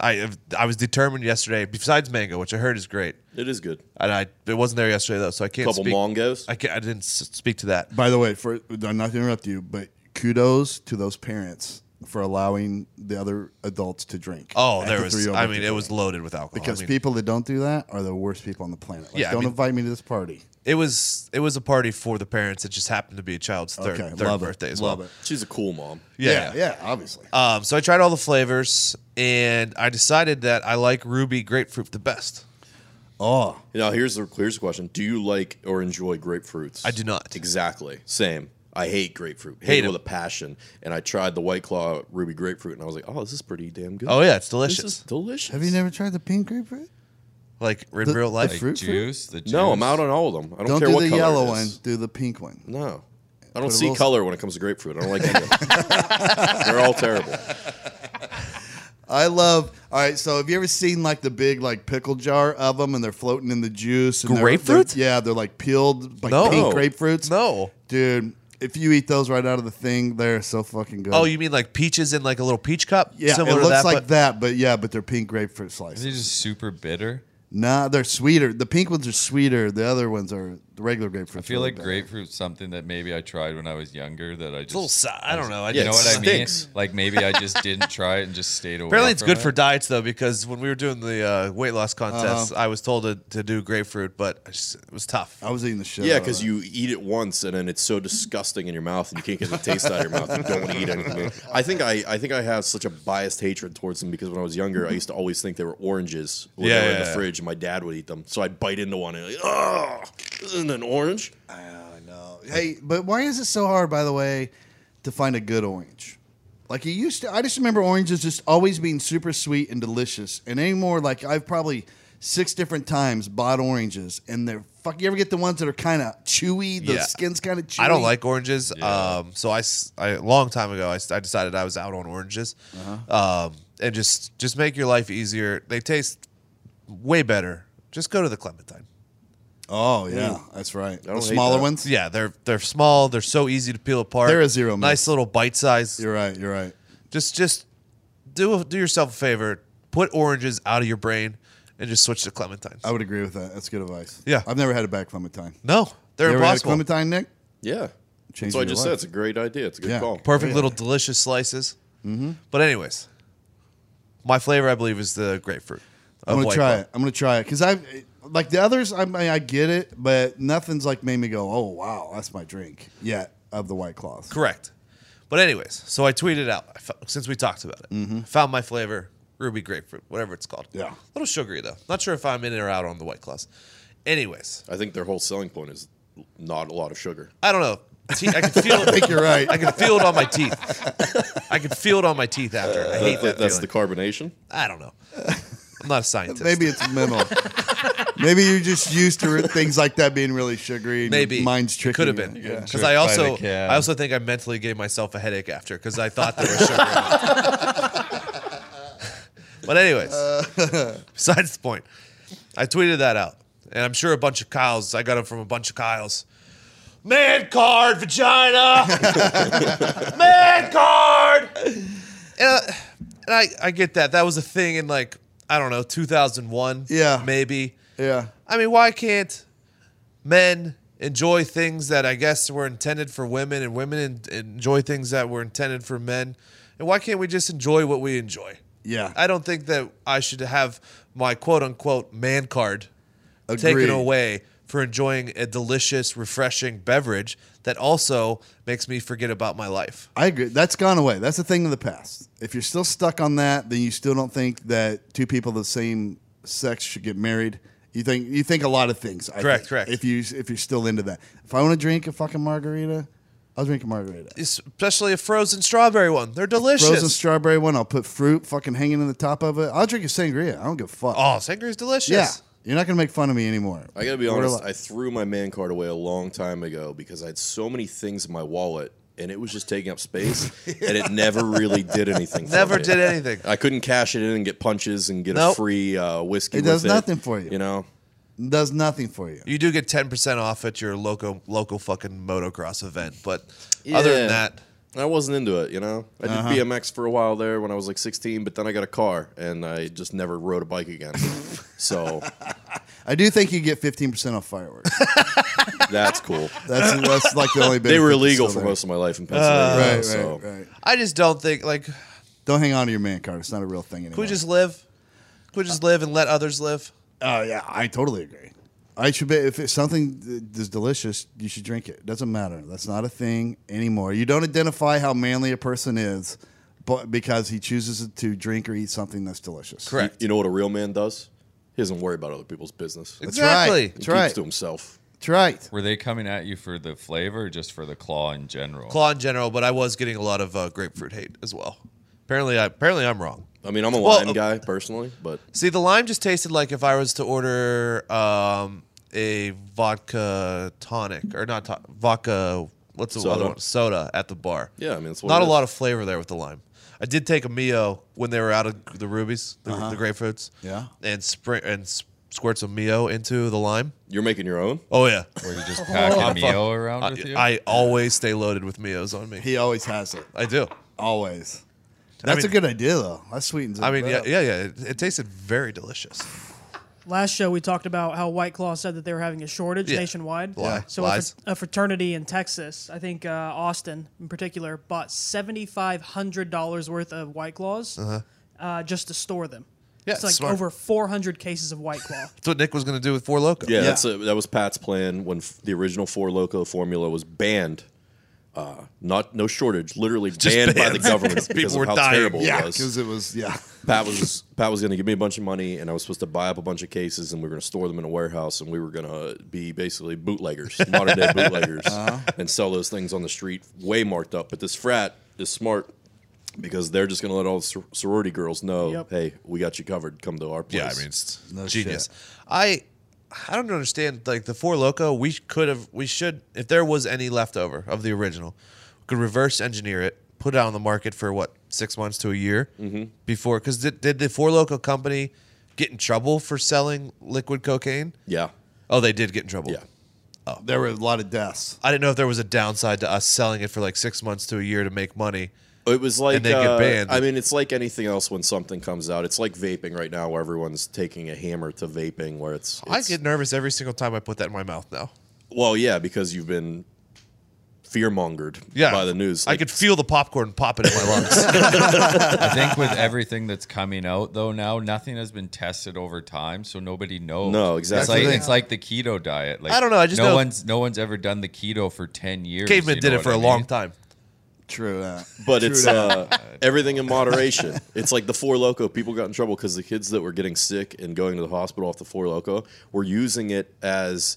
Speaker 3: I I was determined yesterday. Besides mango, which I heard is great,
Speaker 4: It is good.
Speaker 3: and I it wasn't there yesterday though, so I can't
Speaker 4: Couple
Speaker 3: speak.
Speaker 4: mongos.
Speaker 3: I, can't, I didn't s- speak to that.
Speaker 2: By the way, for I'm not to interrupt you, but kudos to those parents for allowing the other adults to drink.
Speaker 3: Oh,
Speaker 2: at
Speaker 3: there
Speaker 2: the
Speaker 3: was.
Speaker 2: three-year-old
Speaker 3: I mean,
Speaker 2: birthday
Speaker 3: it was
Speaker 2: party.
Speaker 3: loaded with alcohol.
Speaker 2: because
Speaker 3: I mean,
Speaker 2: people that don't do that are the worst people on the planet. Like,
Speaker 3: Yeah, I
Speaker 2: don't
Speaker 3: mean-
Speaker 2: invite me to this party.
Speaker 3: it was it was a party for the parents. It just happened to be a child's third,
Speaker 2: okay,
Speaker 3: third
Speaker 2: love
Speaker 3: birthday
Speaker 2: it.
Speaker 3: as
Speaker 2: love
Speaker 3: well.
Speaker 2: it.
Speaker 4: She's a cool mom.
Speaker 2: Yeah, yeah, obviously.
Speaker 3: Um, so I tried all the flavors, and I decided that I like ruby grapefruit the best.
Speaker 2: oh,
Speaker 4: Now here's the here's the question: Do you like or enjoy grapefruits?
Speaker 3: I do not.
Speaker 4: Exactly. Same. I hate grapefruit. Hate,
Speaker 3: Hate
Speaker 4: it
Speaker 3: 'em.
Speaker 4: with a passion. And I tried the White Claw Ruby Grapefruit, and I was like, "Oh, this is pretty damn good.
Speaker 3: Oh yeah, it's
Speaker 4: this
Speaker 3: delicious.
Speaker 4: is delicious."
Speaker 2: have you never tried the pink grapefruit?
Speaker 3: like in
Speaker 2: The-
Speaker 3: real
Speaker 2: the
Speaker 3: life,
Speaker 5: Like
Speaker 2: Fruit
Speaker 5: juice. The juice.
Speaker 4: No, I'm out on all of them. I don't,
Speaker 2: Don't
Speaker 4: care
Speaker 2: do
Speaker 4: what
Speaker 2: the
Speaker 4: color
Speaker 2: yellow
Speaker 4: it
Speaker 2: one.
Speaker 4: is.
Speaker 2: Do the pink one.
Speaker 4: No, I don't
Speaker 2: Put a
Speaker 4: see
Speaker 2: little-
Speaker 4: color when it comes to grapefruit. I don't like any of them. They're all terrible.
Speaker 3: Uh,
Speaker 2: I love. All right, so have you ever seen like the big like pickle jar of them, and they're floating in the juice? And they're-
Speaker 3: Grapefruit?
Speaker 2: they're- yeah, they're like peeled, like
Speaker 3: No.
Speaker 2: pink grapefruits.
Speaker 3: No.
Speaker 2: dude, if you eat those right out of the thing, they're so fucking good.
Speaker 3: Oh, you mean like peaches in like a little peach cup?
Speaker 2: yeah, it
Speaker 3: similar
Speaker 2: looks
Speaker 3: to that,
Speaker 2: like
Speaker 3: but-
Speaker 2: that, but yeah, but they're pink grapefruit
Speaker 5: Is it
Speaker 2: slices.
Speaker 5: just super bitter?
Speaker 2: Nah, they're sweeter. The pink ones are sweeter. The other ones are The regular grapefruit.
Speaker 5: I feel like grapefruit's something that maybe I tried when I was younger that I just
Speaker 3: It's a little. si- I don't know. I
Speaker 4: Yeah,
Speaker 5: You know
Speaker 4: it
Speaker 5: what
Speaker 3: stinks.
Speaker 5: I mean? Like maybe I just didn't try it and just stayed away.
Speaker 3: Apparently, it's
Speaker 5: from
Speaker 3: good
Speaker 5: it.
Speaker 3: for diets though, because when we were doing the uh, weight loss
Speaker 2: Uh-huh.
Speaker 3: contest, I was told to, to do grapefruit, but I just, it was tough.
Speaker 2: I was eating the shit.
Speaker 4: Yeah,
Speaker 2: out of
Speaker 4: because
Speaker 2: it.
Speaker 4: you eat it once and then it's so disgusting in your mouth and you can't get the taste out of your mouth. You don't want to eat anything. I think I, I think I have such a biased hatred towards them because when I was younger, I used to always think they were oranges when
Speaker 3: Yeah,
Speaker 4: they were in
Speaker 3: yeah,
Speaker 4: the
Speaker 3: yeah.
Speaker 4: fridge and my dad would eat them. So I'd bite into one and like, oh, isn't it an orange?
Speaker 2: Hey, but why is it so hard, by the way, to find a good orange? Like it used to, I just remember oranges just always being super sweet and delicious. And anymore, like I've probably six different times bought oranges, and they're fuck. You ever get the ones that are kind of chewy? The
Speaker 3: Yeah.
Speaker 2: skin's kind of chewy.
Speaker 3: I don't like oranges.
Speaker 5: Yeah.
Speaker 3: Um, so I, s- I- a long time ago, I, s- I decided I was out on oranges,
Speaker 2: Uh-huh.
Speaker 3: um, and just just make your life easier. They taste way better. Just go to the clementine.
Speaker 2: Oh yeah, that's right.
Speaker 4: don't
Speaker 2: The
Speaker 4: hate
Speaker 2: smaller
Speaker 4: that.
Speaker 2: ones.
Speaker 3: Yeah, they're they're small. They're so easy to peel apart.
Speaker 2: They're a zero miss.
Speaker 3: Nice little bite size.
Speaker 2: You're right. You're right.
Speaker 3: Just just do do yourself a favor. Put oranges out of your brain and just switch to clementines.
Speaker 2: I would agree with that. That's good advice.
Speaker 3: Yeah.
Speaker 2: I've never had a back clementine.
Speaker 3: no, they're
Speaker 2: you ever had a
Speaker 3: impossible.
Speaker 2: clementine, Nick?
Speaker 4: Yeah.
Speaker 2: Changing
Speaker 4: so I
Speaker 2: your
Speaker 4: just
Speaker 2: life.
Speaker 4: said it's a great idea. It's a good
Speaker 2: Oh, Yeah. Mm-hmm.
Speaker 4: call.
Speaker 3: Perfect little delicious slices. But anyways, my flavor I believe is the grapefruit.
Speaker 2: I'm
Speaker 3: of
Speaker 2: gonna
Speaker 3: White
Speaker 2: try
Speaker 3: Claw.
Speaker 2: it. I'm gonna try it because I like the others. I mean, I get it, but nothing's like made me go, "Oh wow, that's my drink." Yet of the white claws.
Speaker 3: Correct. But anyways, so I tweeted out I fo- since we talked about it. I found my flavor, ruby grapefruit, whatever it's called.
Speaker 2: Mm-hmm. Yeah.
Speaker 3: a little sugary though. Not sure if I'm in or out on the white claws. Anyways,
Speaker 4: I think their whole selling point is not a lot of sugar.
Speaker 3: I don't know. Te- I can feel. I
Speaker 2: think you're right.
Speaker 3: I can feel it on my teeth. I can feel it on my teeth after. I hate that.
Speaker 4: that's
Speaker 3: feeling.
Speaker 4: the carbonation.
Speaker 3: I don't know. I'm not a scientist.
Speaker 2: Maybe it's mental. Maybe you're just used to things like that being really sugary. And
Speaker 3: Maybe
Speaker 2: your mind's tricky.
Speaker 3: Could have been because
Speaker 5: Tricked by
Speaker 3: I
Speaker 5: the
Speaker 3: also
Speaker 5: cab.
Speaker 3: I also think I mentally gave myself a headache after because I thought there was sugar. in it. but anyways, besides the point, I tweeted that out, and I'm sure a bunch of Kyles. I got it from a bunch of Kyles. Man card, vagina. Man card. And, uh, and I I get that. That was a thing in like I don't know 2001.
Speaker 2: Yeah.
Speaker 3: maybe.
Speaker 2: Yeah.
Speaker 3: I mean, why can't men enjoy things that I guess were intended for women and women en- enjoy things that were intended for men? And why can't we just enjoy what we enjoy?
Speaker 2: Yeah.
Speaker 3: I don't think that I should have my quote unquote man card
Speaker 2: Agreed.
Speaker 3: taken away for enjoying a delicious, refreshing beverage that also makes me forget about my life.
Speaker 2: I agree. That's gone away. That's a thing of the past. If you're still stuck on that, then you still don't think that two people of the same sex should get married. You think you think a lot of things. I
Speaker 3: Correct,
Speaker 2: think,
Speaker 3: correct.
Speaker 2: If you if you're still into that, if I want to drink a fucking margarita, I'll drink a margarita.
Speaker 3: Especially a frozen strawberry one. They're delicious.
Speaker 2: Frozen strawberry one, I'll put fruit fucking hanging in the top of it. I'll drink a sangria. I don't give a fuck.
Speaker 3: oh, sangria is delicious.
Speaker 2: yeah, you're not gonna make fun of me anymore.
Speaker 4: I gotta be
Speaker 2: We're
Speaker 4: honest.
Speaker 2: li-
Speaker 4: I threw my man card away a long time ago because I had so many things in my wallet, and it was just taking up space, and it never really did anything. for
Speaker 3: Never
Speaker 4: me.
Speaker 3: did anything.
Speaker 4: I couldn't cash it in and get punches and get
Speaker 3: Nope.
Speaker 4: a free uh, whiskey.
Speaker 2: It does
Speaker 4: with
Speaker 2: nothing for you.
Speaker 4: You know,
Speaker 2: does nothing for you.
Speaker 3: You do get ten percent off at your local local fucking motocross event, but other than
Speaker 4: Yeah.
Speaker 3: that,
Speaker 4: I wasn't into it. You know, I
Speaker 2: Uh-huh.
Speaker 4: did BMX for a while there when I was like 16, but then I got a car, and I just never rode a bike again. so
Speaker 2: I do think you get 15% off fireworks.
Speaker 4: that's cool.
Speaker 2: That's that's like the only.
Speaker 4: They were
Speaker 2: benefit still
Speaker 4: illegal for
Speaker 2: there.
Speaker 4: most of my life in Pennsylvania.
Speaker 2: Uh, Right,
Speaker 4: so.
Speaker 2: right, right.
Speaker 3: I just don't think like could
Speaker 2: Don't hang on to your man card. It's not a real thing anymore.
Speaker 3: we just live, could we just live and let others live.
Speaker 2: Oh
Speaker 3: uh,
Speaker 2: yeah, I totally agree. I should be if it's something th- is delicious, you should drink it. Doesn't matter. That's not a thing anymore. You don't identify how manly a person is, but because he chooses to drink or eat something that's delicious.
Speaker 3: Correct.
Speaker 4: You know what a real man does? He doesn't worry about other people's business. He
Speaker 2: That's
Speaker 3: Exactly.
Speaker 2: right.
Speaker 4: keeps
Speaker 2: That's right.
Speaker 4: to himself.
Speaker 2: That's right.
Speaker 5: Were they coming at you for the flavor or just for the claw in general?
Speaker 3: Claw in general, but I was getting a lot of uh, grapefruit hate as well. Apparently, I apparently I'm wrong.
Speaker 4: I mean, I'm a
Speaker 3: Well,
Speaker 4: lime
Speaker 3: uh,
Speaker 4: guy personally, but
Speaker 3: See, the lime just tasted like if I was to order um, a vodka tonic or not to- vodka. What's the other
Speaker 4: Soda.
Speaker 3: one? Soda at the bar.
Speaker 4: Yeah, I mean, that's what
Speaker 3: not
Speaker 4: it
Speaker 3: a
Speaker 4: is.
Speaker 3: lot of flavor there with the lime. I did take a mio when they were out of the rubies, the,
Speaker 5: Uh-huh.
Speaker 3: the grapefruits.
Speaker 2: Yeah.
Speaker 3: and spring and s- squirt some mio into the lime.
Speaker 4: you're making your own.
Speaker 3: Oh yeah,
Speaker 5: Were you just packing meal around
Speaker 3: I,
Speaker 5: with you?
Speaker 3: I always stay loaded with mios on me.
Speaker 2: He always has it.
Speaker 3: I do.
Speaker 2: Always. That's
Speaker 3: mean-
Speaker 2: a good idea though. That sweetens. It
Speaker 3: I mean,
Speaker 2: right
Speaker 3: yeah,
Speaker 2: up.
Speaker 3: yeah, yeah. It, it tasted very delicious.
Speaker 6: last show we talked about how White Claw said that they were having a shortage
Speaker 3: Yeah.
Speaker 6: nationwide.
Speaker 3: Lie.
Speaker 6: So a,
Speaker 3: Lies.
Speaker 6: fr- a fraternity in Texas, I think uh, Austin in particular, bought seventy five hundred dollars worth of White Claws uh just to store them.
Speaker 3: Uh-huh. Yeah,
Speaker 6: it's like
Speaker 3: smart.
Speaker 6: over four hundred cases of White Claw.
Speaker 3: That's what Nick was going to do with Four Loco.
Speaker 4: Yeah, that's a, that was Pat's plan when f- the original Four Loco formula was banned. Uh, not no shortage, literally banned, by
Speaker 3: banned
Speaker 4: the government
Speaker 3: because people
Speaker 4: because, of
Speaker 3: were
Speaker 4: how
Speaker 3: dying.
Speaker 4: terrible
Speaker 2: Yeah,
Speaker 4: it was.
Speaker 2: because it was yeah.
Speaker 4: Pat was Pat was going to give me a bunch of money, and I was supposed to buy up a bunch of cases, and we were going to store them in a warehouse, and we were going to be basically bootleggers, modern day bootleggers, and sell those things on the street, way marked up. But this frat is smart because they're just going to let all the sor- sorority girls know,
Speaker 6: Yep.
Speaker 4: hey, we got you covered. Come to our place.
Speaker 3: Yeah, I mean, it's
Speaker 2: No
Speaker 3: genius.
Speaker 2: shit.
Speaker 3: I I don't understand like the four loco. We could have, we should, if there was any leftover of the original, could reverse engineer it, put it out on the market for what six months to a year before. Because did, did the four loco company get in trouble for selling liquid cocaine?
Speaker 4: yeah,
Speaker 3: Oh, they did get in trouble.
Speaker 4: yeah.
Speaker 3: Oh.
Speaker 2: There were a lot of deaths.
Speaker 3: I didn't know if there was a downside to us selling it for like six months to a year to make money.
Speaker 4: It was like
Speaker 3: And they get
Speaker 4: uh,
Speaker 3: banned.
Speaker 4: I mean, it's like anything else when something comes out. It's like vaping right now, where everyone's taking a hammer to vaping, where it's,
Speaker 3: I
Speaker 4: it's-
Speaker 3: get nervous every single time I put that in my mouth now.
Speaker 4: well, yeah, because you've been fear mongered
Speaker 3: Yeah,
Speaker 4: by the news.
Speaker 3: I could feel the popcorn popping in my lungs.
Speaker 5: I think with everything that's coming out though now, nothing has been tested over time, so nobody knows.
Speaker 4: No,
Speaker 5: It's
Speaker 4: exactly.
Speaker 5: like, it's like the keto diet. Like
Speaker 3: I don't know, I just
Speaker 5: no
Speaker 3: know-
Speaker 5: one's no one's ever done the keto for ten years.
Speaker 3: Caveman
Speaker 5: you
Speaker 3: did
Speaker 5: know
Speaker 3: it for
Speaker 5: what
Speaker 3: a
Speaker 5: I
Speaker 3: long
Speaker 5: mean?
Speaker 3: time.
Speaker 2: True that.
Speaker 4: but
Speaker 2: True
Speaker 4: it's
Speaker 2: that.
Speaker 4: uh, everything in moderation. It's like the four loco people got in trouble because the kids that were getting sick and going to the hospital off the four loco were using it as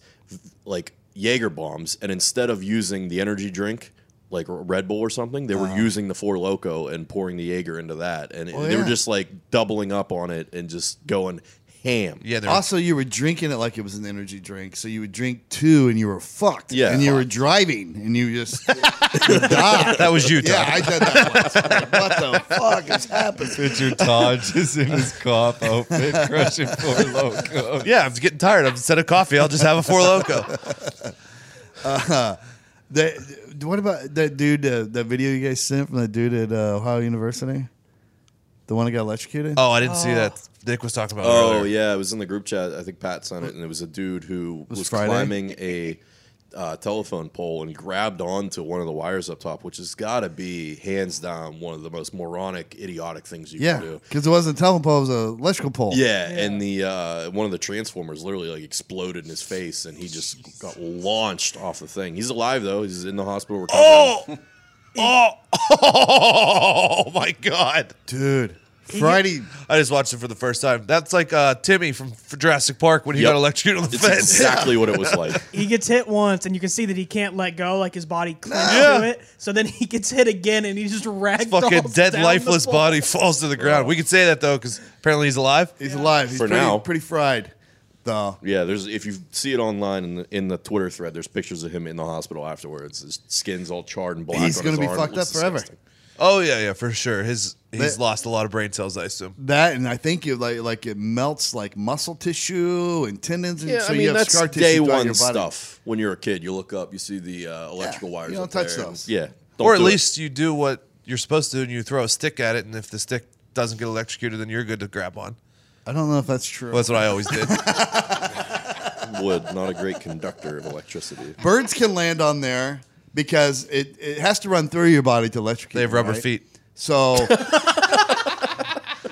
Speaker 4: like Jaeger bombs, and instead of using the energy drink like Red Bull or something, they
Speaker 3: Uh-huh.
Speaker 4: were using the four loco and pouring the Jaeger into that, and they were
Speaker 2: yeah.
Speaker 4: just like doubling up on it and just going ham.
Speaker 3: Yeah, they're
Speaker 2: also you were drinking it like it was an energy drink, so you would drink two and you were fucked.
Speaker 4: Yeah.
Speaker 2: and you were driving and you just you died.
Speaker 3: That was you, Todd.
Speaker 2: Yeah, I did that once. Like, what the fuck is happening?
Speaker 5: Picture Todd just in his cop outfit crushing four loco.
Speaker 3: Oh, Yeah, I'm getting tired. Instead of coffee, I'll just have a four loco.
Speaker 2: The, what about that dude? Uh, that video you guys sent from that dude at uh, Ohio University, the one that got electrocuted.
Speaker 3: Oh, I didn't see that. Nick was talking about.
Speaker 4: Oh
Speaker 3: Oh, yeah.
Speaker 4: yeah, it was in the group chat. I think Pat sent it, and it was a dude who was,
Speaker 2: was Friday?
Speaker 4: climbing a uh, telephone pole and grabbed onto one of the wires up top, which has got to be hands down one of the most moronic, idiotic things you
Speaker 2: yeah,
Speaker 4: can do.
Speaker 2: because it wasn't a telephone pole; it was an electrical pole.
Speaker 4: Yeah, and the uh, one of the transformers literally like exploded in his face, and he just got launched off the thing. He's alive though; he's in the hospital.
Speaker 3: Oh,
Speaker 4: Recovering.
Speaker 3: oh, oh my god!
Speaker 2: dude. Friday,
Speaker 3: I just watched it for the first time. That's like uh, Timmy from Jurassic Park when he
Speaker 4: Yep.
Speaker 3: got electrocuted on the
Speaker 4: it's
Speaker 3: fence.
Speaker 4: exactly what it was like.
Speaker 6: he gets hit once, and you can see that he can't let go, like his body clings
Speaker 3: Yeah.
Speaker 6: to it. So then he gets hit again, and he just ragged
Speaker 3: Fucking dead, lifeless body falls to the ground. We could say that though, because apparently he's alive.
Speaker 2: he's alive. He's
Speaker 4: For
Speaker 2: pretty,
Speaker 4: now.
Speaker 2: pretty fried. Though
Speaker 4: Yeah, there's if you see it online in the, in the Twitter thread, there's pictures of him in the hospital afterwards. His skin's all charred and black.
Speaker 2: He's
Speaker 4: on
Speaker 2: gonna
Speaker 4: his
Speaker 2: be
Speaker 4: arm. It
Speaker 2: fucked
Speaker 4: looks
Speaker 2: up forever.
Speaker 4: disgusting.
Speaker 3: Oh yeah, yeah, for sure. His he's
Speaker 2: That-
Speaker 3: lost a lot of brain cells, I assume.
Speaker 2: that, and I think you like like it melts like muscle tissue and tendons, and
Speaker 4: Yeah,
Speaker 2: so
Speaker 4: I mean
Speaker 2: you have
Speaker 4: that's
Speaker 2: scar tissue
Speaker 4: day
Speaker 2: throughout
Speaker 4: one
Speaker 2: your body.
Speaker 4: stuff. When you're a kid, you look up, you see the uh, electrical
Speaker 2: Yeah,
Speaker 4: wires.
Speaker 2: you don't
Speaker 4: up
Speaker 2: touch
Speaker 4: there, and-
Speaker 2: those.
Speaker 4: Yeah,
Speaker 3: or at
Speaker 4: don't do it.
Speaker 3: least you do what you're supposed to, and you throw a stick at it, and if the stick doesn't get electrocuted, then you're good to grab on.
Speaker 2: I don't know if that's true.
Speaker 3: Well, that's what I always did.
Speaker 4: wood, not a great conductor of electricity.
Speaker 2: Birds can land on there because it, it has to run through your body to electrocute.
Speaker 3: They have
Speaker 2: you,
Speaker 3: rubber
Speaker 2: right?
Speaker 3: feet.
Speaker 2: So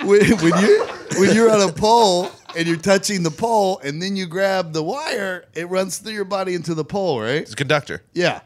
Speaker 2: when, when you when you're on a pole and you're touching the pole and then you grab the wire, it runs through your body into the pole, right?
Speaker 3: It's a conductor.
Speaker 2: Yeah.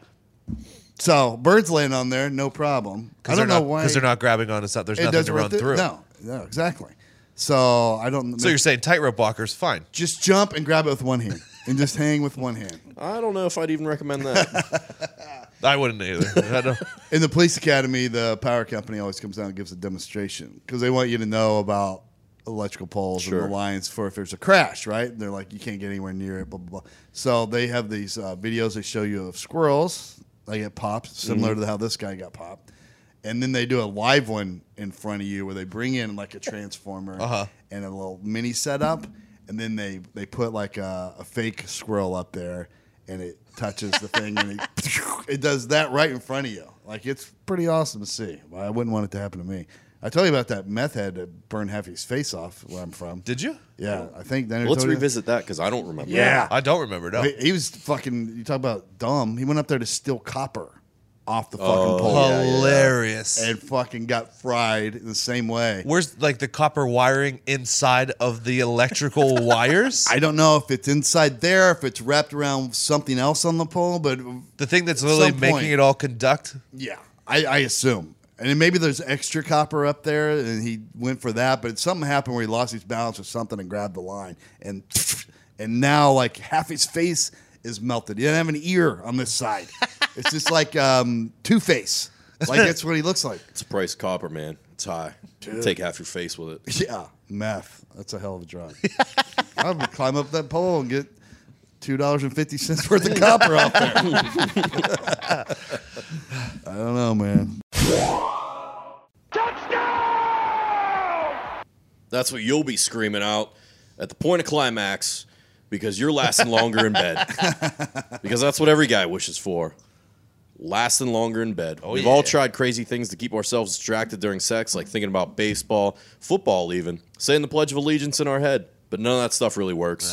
Speaker 2: So birds land on there, no problem. I
Speaker 3: they're
Speaker 2: don't know
Speaker 3: not,
Speaker 2: why
Speaker 3: Because they're not grabbing on. It's not, there's nothing to
Speaker 2: doesn't
Speaker 3: run through.
Speaker 2: No, no, exactly. So I don't.
Speaker 3: So you're saying tightrope walkers, fine.
Speaker 2: just jump and grab it with one hand and just hang with one hand.
Speaker 4: I don't know if I'd even recommend that.
Speaker 3: I wouldn't either. I don't-
Speaker 2: In the police academy, the power company always comes down and gives a demonstration because they want you to know about electrical poles
Speaker 4: Sure.
Speaker 2: and the lines for if there's a crash, right? And they're like, you can't get anywhere near it, blah, blah, blah. So they have these uh, videos they show you of squirrels. They get popped, similar to how this guy got popped. And then they do a live one in front of you where they bring in like a transformer and a little mini setup. And then they, they put like a, a fake squirrel up there and it touches the thing and it, it does that right in front of you. Like it's pretty awesome to see. I wouldn't want it to happen to me. I told you about that meth head that burned half his face off where I'm from.
Speaker 3: Did you?
Speaker 2: yeah, I think then I
Speaker 4: Let's
Speaker 2: told you-
Speaker 4: revisit that because I don't remember.
Speaker 2: Yeah,
Speaker 3: I don't remember. No.
Speaker 2: He- He was fucking. You talk about dumb. He went up there to steal copper off the fucking
Speaker 4: Oh.
Speaker 2: pole
Speaker 3: Hilarious.
Speaker 2: and fucking got fried in the same way.
Speaker 3: Where's like the copper wiring inside of the electrical wires?
Speaker 2: I don't know if it's inside there, if it's wrapped around something else on the pole, but
Speaker 3: the thing that's literally
Speaker 2: some
Speaker 3: making
Speaker 2: point-
Speaker 3: it all conduct.
Speaker 2: yeah, I, I assume. And then maybe there's extra copper up there, and he went for that. But something happened where he lost his balance or something and grabbed the line, and and now like half his face is melted. He doesn't have an ear on this side. it's just like um, Two Face. Like that's what he looks like.
Speaker 4: It's price copper, man. It's high. Take half your face with it.
Speaker 2: Yeah, Ah, meth. That's a hell of a drug. I would climb up that pole and get two dollars and fifty cents worth of copper off there. I don't know, man.
Speaker 4: That's what you'll be screaming out at the point of climax because you're lasting longer in bed. Because that's what every guy wishes for. Lasting longer in bed. We've all tried crazy things to keep ourselves distracted during sex, like thinking about baseball, football, even saying the Pledge of Allegiance in our head. But none of that stuff really works.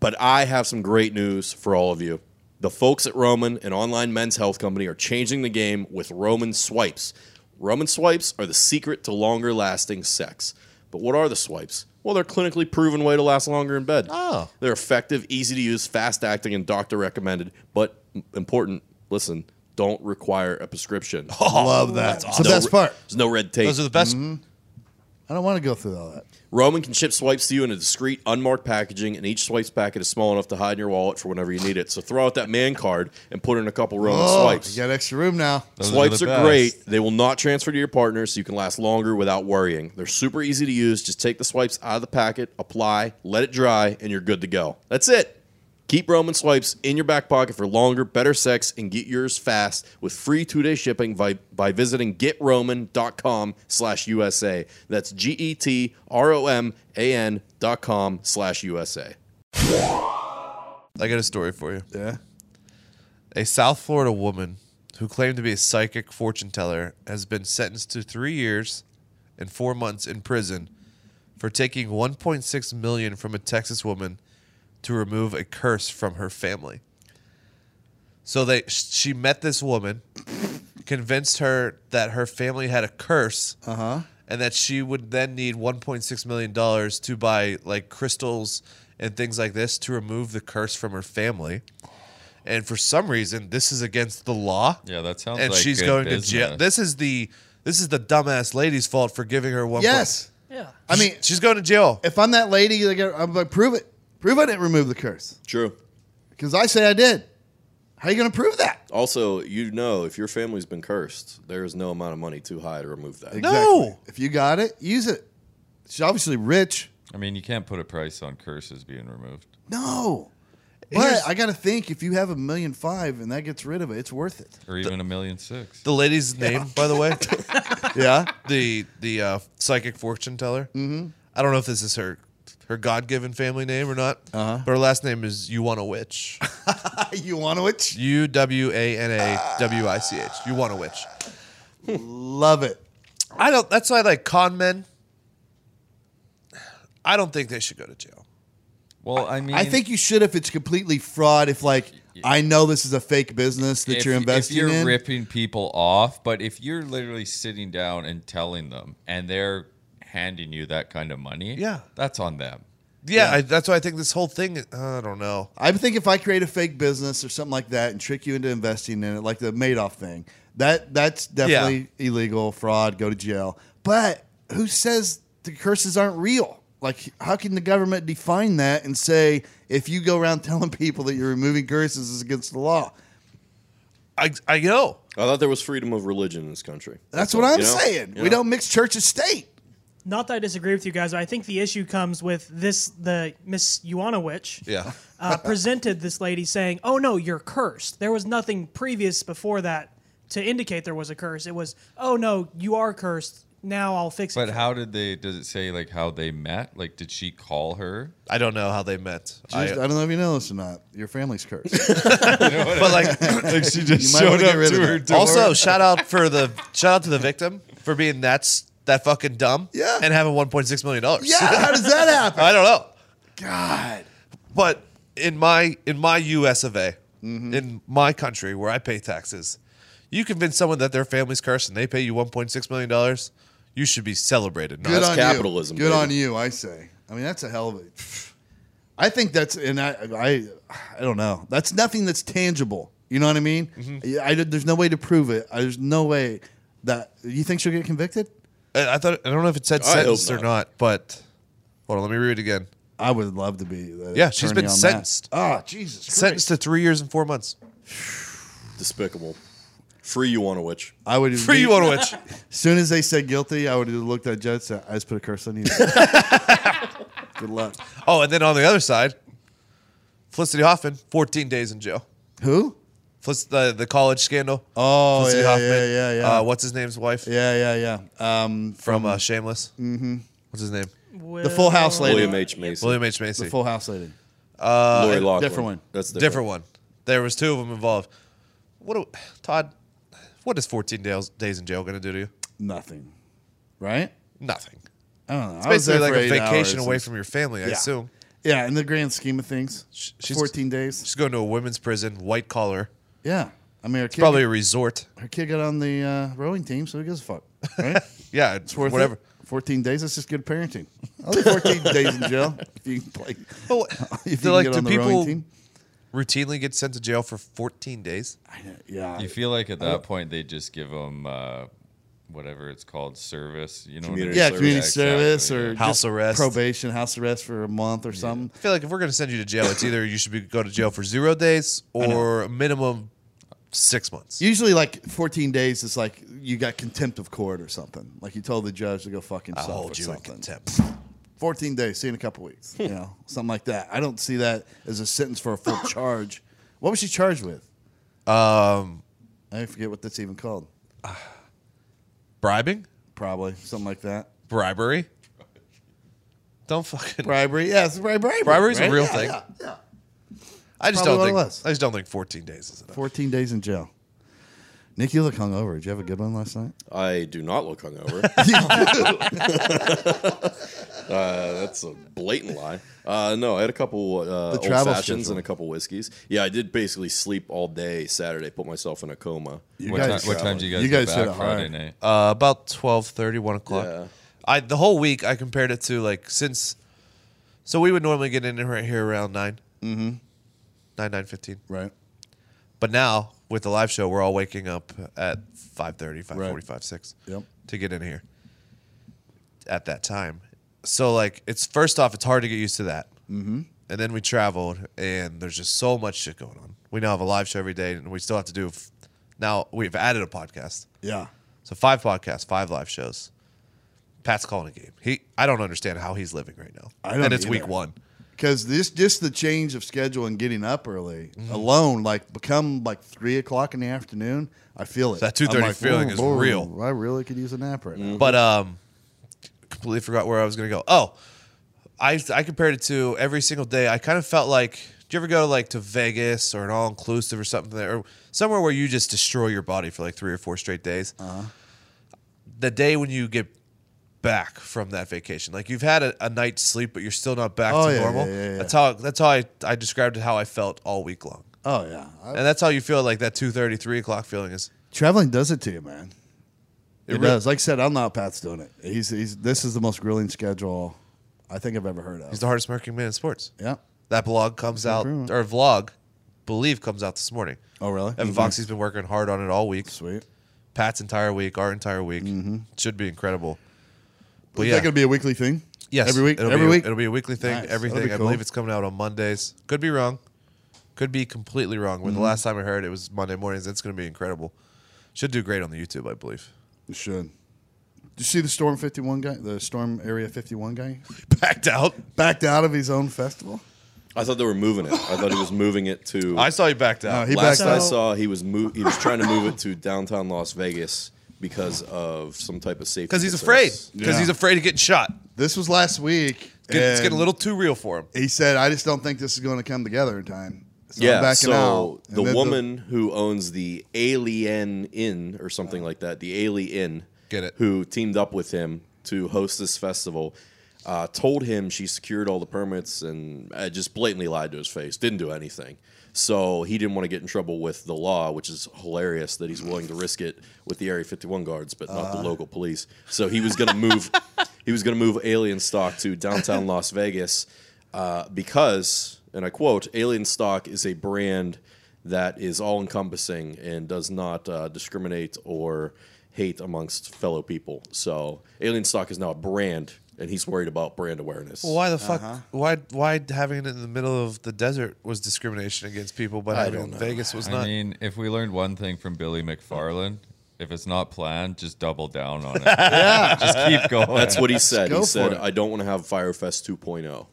Speaker 4: But I have some great news for all of you. The folks at Roman, an online men's health company, are changing the game with Roman swipes. Roman swipes are the secret to longer lasting sex. But what are the swipes? Well, they're clinically proven way to last longer in bed. Oh. They're effective, easy to use, fast acting, and doctor recommended. But m- important, listen, don't require a prescription.
Speaker 2: Love that. It's the best part.
Speaker 4: There's no red tape.
Speaker 3: Those are the best.
Speaker 2: Mm-hmm. I don't want to go through all that.
Speaker 4: Roman can ship swipes to you in a discreet, unmarked packaging, and each swipes packet is small enough to hide in your wallet for whenever you need it. So throw out that man card and put in a couple Roman
Speaker 2: Oh,
Speaker 4: swipes.
Speaker 2: you got extra room now.
Speaker 5: Those
Speaker 4: Swipes
Speaker 5: the
Speaker 4: are
Speaker 5: best.
Speaker 4: great. They will not transfer to your partner, so you can last longer without worrying. They're super easy to use. Just take the swipes out of the packet, apply, let it dry, and you're good to go. That's it. Keep Roman swipes in your back pocket for longer, better sex, and get yours fast with free two-day shipping by, by visiting getroman.com slash USA. That's E G-E-T-R-O-M-A-N dot com slash USA.
Speaker 3: I got a story for you.
Speaker 2: Yeah.
Speaker 3: A South Florida woman who claimed to be a psychic fortune teller has been sentenced to three years and four months in prison for taking 1.6 million from a Texas woman to remove a curse from her family. So they she met this woman, convinced her that her family had a curse, uh-huh. and that she would then need 1.6 million dollars to buy like crystals and things like this to remove the curse from her family. And for some reason, this is against the law.
Speaker 5: Yeah, that sounds
Speaker 3: And
Speaker 5: like
Speaker 3: she's
Speaker 5: good
Speaker 3: going to
Speaker 5: business.
Speaker 3: jail. This is the this is the dumbass lady's fault for giving her one.
Speaker 2: Yes.
Speaker 6: Yeah.
Speaker 2: I mean,
Speaker 3: she's going to jail.
Speaker 2: if I'm that lady, like, I'm like, prove it. Prove I didn't remove the curse
Speaker 4: True.
Speaker 2: because I say I did. How you going to prove that?
Speaker 4: Also, you know, if your family's been cursed, there is no amount of money too high to remove that.
Speaker 3: No.
Speaker 2: If you got it, use it. She's obviously rich.
Speaker 5: I mean, you can't put a price on curses being removed.
Speaker 2: No. But
Speaker 3: Here's-
Speaker 2: I got to think if you have a million five and that gets rid of it, it's worth it.
Speaker 5: Or even a million six.
Speaker 3: The lady's name, by the way,
Speaker 2: Yeah.
Speaker 3: the the uh, psychic fortune teller. Mm-hmm. I don't know if this is her her God given family name or not, uh-huh. but her last name is You Want a Witch.
Speaker 2: you want to which?
Speaker 3: U W A N A W I C H. You Want a Witch.
Speaker 2: Love it.
Speaker 3: I don't. That's why I like con men. I don't think they should go to jail.
Speaker 5: Well, I mean,
Speaker 2: I think you should if it's completely fraud. If like I know this is a fake business that
Speaker 5: if,
Speaker 2: you're investing
Speaker 5: if you're
Speaker 2: in.
Speaker 5: ripping people off, but if you're literally sitting down and telling them, and they're handing you that kind of money,
Speaker 3: Yeah.
Speaker 5: that's on them.
Speaker 3: Yeah, I, that's why I think this whole thing. I don't know.
Speaker 2: I think if I create a fake business or something like that and trick you into investing in it, like the Madoff thing, that that's definitely illegal, fraud, go to jail. But who says the curses aren't real? Like, how can the government define that and say if you go around telling people that you're removing curses is against the law?
Speaker 3: I I know.
Speaker 4: I thought there was freedom of religion in this country.
Speaker 2: That's what I'm
Speaker 4: You know?
Speaker 2: saying.
Speaker 4: You
Speaker 2: We
Speaker 4: know?
Speaker 2: don't mix church and state.
Speaker 6: Not that I disagree with you guys, but I think the issue comes with this the Miss Yuanowicz
Speaker 3: Yeah.
Speaker 6: uh, presented this lady saying, "Oh no, you're cursed." There was nothing previous before that to indicate there was a curse. It was, "Oh no, you are cursed. Now I'll fix it."
Speaker 5: But how did they? Does it say like how they met? Like, did she call her?
Speaker 3: I don't know how they met.
Speaker 2: Just- I,
Speaker 3: I,
Speaker 2: don't know if you know this or not. Your family's cursed.
Speaker 3: but like,
Speaker 5: she just
Speaker 2: You might wanna get rid of that.
Speaker 3: also shout out for the shout out to the victim for being that s- that fucking dumb
Speaker 2: Yeah.
Speaker 3: and having 1.6 million dollars.
Speaker 2: Yeah, how does that happen?
Speaker 3: I don't know.
Speaker 2: God.
Speaker 3: But in my in my US of A, in my country where I pay taxes, you convince someone that their family's cursed and they pay you 1.6 million dollars, you should be celebrated. not-
Speaker 2: Good
Speaker 4: that's
Speaker 2: on
Speaker 4: capitalism,
Speaker 2: You. Good
Speaker 4: baby.
Speaker 2: on you, I say. I mean, that's a hell of a. I think that's and I I I don't know. That's nothing that's tangible. You know what I mean? Yeah, I, did- there's no way to prove it. I, there's no way that you think she'll get convicted.
Speaker 3: I, I thought I don't know if it said
Speaker 4: I hope
Speaker 3: sentenced or
Speaker 4: not.
Speaker 3: not, but hold on, let me read it again.
Speaker 2: I would love to be. The
Speaker 3: Yeah, she's
Speaker 2: attorney
Speaker 3: been
Speaker 2: on that.
Speaker 3: sentenced.
Speaker 2: Ah, Jesus Christ.
Speaker 3: Sentenced to three years and four months.
Speaker 4: Despicable. Free you want a witch.
Speaker 2: I would
Speaker 3: Free you on a witch.
Speaker 2: As soon as they said guilty, I would have looked at judge. Said, I just put a curse on you. Good luck.
Speaker 3: Oh, and then on the other side, Felicity Hoffman, 14 days in jail.
Speaker 2: Who?
Speaker 3: Felic- the, the college scandal.
Speaker 2: Oh, yeah, yeah, yeah, yeah.
Speaker 3: Uh, what's his name's wife
Speaker 2: Yeah, yeah, yeah. Um,
Speaker 3: from uh, Shameless? Mm-hmm. What's his name?
Speaker 2: The Full House lady.
Speaker 4: William H. Mason.
Speaker 3: William H. Macy.
Speaker 2: the Full House lady.
Speaker 4: Lori Loughlin.
Speaker 2: different one.
Speaker 4: That's different.
Speaker 3: Different one. There was two of them involved. What do, Todd, what is 14 days, days in jail going to do to you?
Speaker 2: Nothing. Right?
Speaker 3: Nothing.
Speaker 2: I don't know.
Speaker 3: It's
Speaker 2: I was
Speaker 3: basically
Speaker 2: there
Speaker 3: like
Speaker 2: for
Speaker 3: a
Speaker 2: eight
Speaker 3: vacation
Speaker 2: hours.
Speaker 3: away from your family, I assume.
Speaker 2: Yeah, in the grand scheme of things,
Speaker 3: Sh- she's-
Speaker 2: 14 days.
Speaker 3: She's going to a women's prison, white collar,
Speaker 2: Yeah. I mean, her kid,
Speaker 3: probably a resort.
Speaker 2: her kid got on the uh, rowing team, so who gives a fuck? Right?
Speaker 3: Yeah, it's
Speaker 2: It's worth
Speaker 3: whatever.
Speaker 2: it. 14 days, that's just good parenting. Only 14 days in jail if you can play.
Speaker 3: But what-
Speaker 2: If you
Speaker 3: they're
Speaker 2: can
Speaker 3: like,
Speaker 2: get
Speaker 3: do
Speaker 2: on the rowing
Speaker 3: people
Speaker 2: team.
Speaker 3: routinely get sent to jail for 14 days?
Speaker 2: I know, yeah.
Speaker 5: You feel like at that point they just give them uh, whatever it's called service. You know, what I mean?
Speaker 4: Community
Speaker 2: yeah,
Speaker 4: service.
Speaker 2: community
Speaker 5: Exactly,
Speaker 2: service
Speaker 5: yeah.
Speaker 2: or
Speaker 3: House
Speaker 2: just
Speaker 3: arrest.
Speaker 2: probation, house arrest for a month or something.
Speaker 3: I feel like if we're going to send you to jail, it's either you should be go to jail for zero days or a minimum six months.
Speaker 2: Usually, like 14 days is like you got contempt of court or something. Like you told the judge to go fuck
Speaker 3: I
Speaker 2: himself. or
Speaker 3: hold you in
Speaker 2: something.
Speaker 3: contempt.
Speaker 2: 14 days, see you in a couple weeks. you know, something like that. I don't see that as a sentence for a full charge. What was she charged with? Um, I forget what that's even called.
Speaker 3: Bribing?
Speaker 2: Probably something like that.
Speaker 3: Bribery? Don't fucking.
Speaker 2: Bribery, yes, bri- bribery.
Speaker 3: Bribery's a
Speaker 2: right?
Speaker 3: real
Speaker 2: Yeah,
Speaker 3: thing.
Speaker 2: yeah, yeah.
Speaker 3: I just
Speaker 2: probably
Speaker 3: don't think.
Speaker 2: what it was.
Speaker 3: I just don't think 14 days is enough.
Speaker 2: 14 days in jail. Nick, you look hungover. Did you have a good one last night?
Speaker 4: I do not look hungover. uh, that's a blatant lie. Uh, no, I had a couple uh, old
Speaker 2: travel
Speaker 4: fashions
Speaker 2: schedule.
Speaker 4: and a couple whiskeys. Yeah, I did basally sleep all day Saturday. Put myself in a coma.
Speaker 2: You
Speaker 5: What,
Speaker 2: guys-
Speaker 5: ti- what time do you guys,
Speaker 2: You guys
Speaker 5: get
Speaker 2: hit
Speaker 5: back
Speaker 2: it
Speaker 5: Friday
Speaker 2: hard.
Speaker 5: night?
Speaker 3: Uh, about 12:30, 1 o'clock.
Speaker 4: Yeah.
Speaker 3: I the whole week I compared it to like since. So we would normally get in right here around nine. Mm-hmm. Nine nine fifteen.
Speaker 2: Right.
Speaker 3: But now with the live show, we're all waking up at 5.30, 5.45, 6
Speaker 2: Yep.
Speaker 3: to get in here at that time. So like it's first off, it's hard to get used to that. Mm-hmm. And then we traveled, and there's just so much shit going on. We now have a live show every day, and we still have to do. f- Now we've added a podcast,
Speaker 2: Yeah.
Speaker 3: so five podcasts, five live shows. Pat's calling a game. He, I don't understand how he's living right now.
Speaker 2: I don't
Speaker 3: and it's week
Speaker 2: either.
Speaker 3: one.
Speaker 2: Because this just the change of schedule and getting up early
Speaker 3: Mm-hmm.
Speaker 2: alone, like become like three o'clock in the afternoon. I feel it.
Speaker 3: That 2:30
Speaker 2: I'm like,
Speaker 3: feeling
Speaker 2: "Whoa,
Speaker 3: is
Speaker 2: whoa,
Speaker 3: real."
Speaker 2: I really could use a nap right now.
Speaker 3: But um, completely forgot where I was gonna go. Oh, I I compared it to every single day. I kind of felt like. Do you ever go like to Vegas or an all inclusive or something there, or somewhere where you just destroy your body for like three or four straight days?
Speaker 2: Uh-huh.
Speaker 3: The day when you get back from that vacation, like you've had a, a night's sleep, but you're still not back
Speaker 2: Oh,
Speaker 3: to
Speaker 2: yeah,
Speaker 3: normal.
Speaker 2: yeah, yeah, yeah.
Speaker 3: That's how that's how I, I described how I felt all week long,
Speaker 2: Oh yeah, I-
Speaker 3: and that's how you feel like that 2.30, 3 o'clock feeling is.
Speaker 2: traveling does it to you, man. It,
Speaker 3: really-
Speaker 2: does. Like I said, I'm not Pat's doing it. He's he's. This is the most grueling schedule I think I've ever heard of.
Speaker 3: He's the hardest working man in sports.
Speaker 2: yeah.
Speaker 3: That blog comes out
Speaker 2: improvement.
Speaker 3: or vlog, believe comes out this morning.
Speaker 2: Oh really?
Speaker 3: And Voxy's been working hard on it all week.
Speaker 2: Sweet.
Speaker 3: Pat's entire week, our entire week.
Speaker 2: Mm-hmm.
Speaker 3: Should be incredible. But
Speaker 2: is
Speaker 3: yeah.
Speaker 2: that going to be a weekly thing?
Speaker 3: Yes.
Speaker 2: Every week.
Speaker 3: It'll
Speaker 2: Every
Speaker 3: be, a-
Speaker 2: week.
Speaker 3: It'll be a weekly thing.
Speaker 2: Nice. That'll
Speaker 3: Everything.
Speaker 2: be
Speaker 3: I
Speaker 2: cool.
Speaker 3: believe it's coming out on Mondays. Could be wrong. Could be completely wrong.
Speaker 2: Mm-hmm.
Speaker 3: When the last time I heard it was Monday mornings, it's gonna be incredible. Should do great on the YouTube, I believe.
Speaker 2: it should. Did you see the Storm 51 guy? The Storm Area 51 guy
Speaker 3: Backed out.
Speaker 2: backed out of his own festival.
Speaker 4: I thought they were moving it. I thought he was moving it to.
Speaker 3: I saw you backed out.
Speaker 2: No, he
Speaker 4: Last
Speaker 2: backed
Speaker 6: out.
Speaker 4: I saw, he was mo- he was trying to move it to downtown Las Vegas because of some type of safety.
Speaker 3: because he's afraid.
Speaker 4: concerns.
Speaker 3: Because
Speaker 2: Yeah.
Speaker 3: he's afraid of getting shot.
Speaker 2: This was last week.
Speaker 3: Get- it's
Speaker 2: and
Speaker 3: getting a little too real for him.
Speaker 2: He said, "I just don't think this is going to come together in time." So I'm
Speaker 4: yeah,
Speaker 2: backing
Speaker 4: so
Speaker 2: out. And
Speaker 4: the
Speaker 2: then
Speaker 4: woman who owns the Alien Inn or something like that, the Alien Inn,
Speaker 3: Get it.
Speaker 4: who teamed up with him to host this festival, uh, told him she secured all the permits and uh, just blatantly lied to his face, didn't do anything. So he didn't want to get in trouble with the law, which is hilarious that he's willing to risk it with the Area 51 guards, but not
Speaker 3: Uh.
Speaker 4: the local police. So he was going to move. he was going to move alien stock to downtown Las Vegas uh, because, and I quote, "Alien stock is a brand." that is all encompassing and does not uh, discriminate or hate amongst fellow people. So Alien Stock is now a brand, and he's worried about brand awareness.
Speaker 3: Why the fuck? Why why having it in the middle of the desert was discrimination against people, but having it
Speaker 4: don't
Speaker 3: in
Speaker 4: know.
Speaker 3: Vegas was
Speaker 5: I
Speaker 3: not?
Speaker 5: mean, if we learned one thing from Billy McFarland, if it's not planned, just double down on it. just keep going.
Speaker 4: That's what he said.
Speaker 2: go
Speaker 4: He
Speaker 2: for
Speaker 4: said,
Speaker 2: it.
Speaker 4: "I don't want to have Firefest oh." 2.0."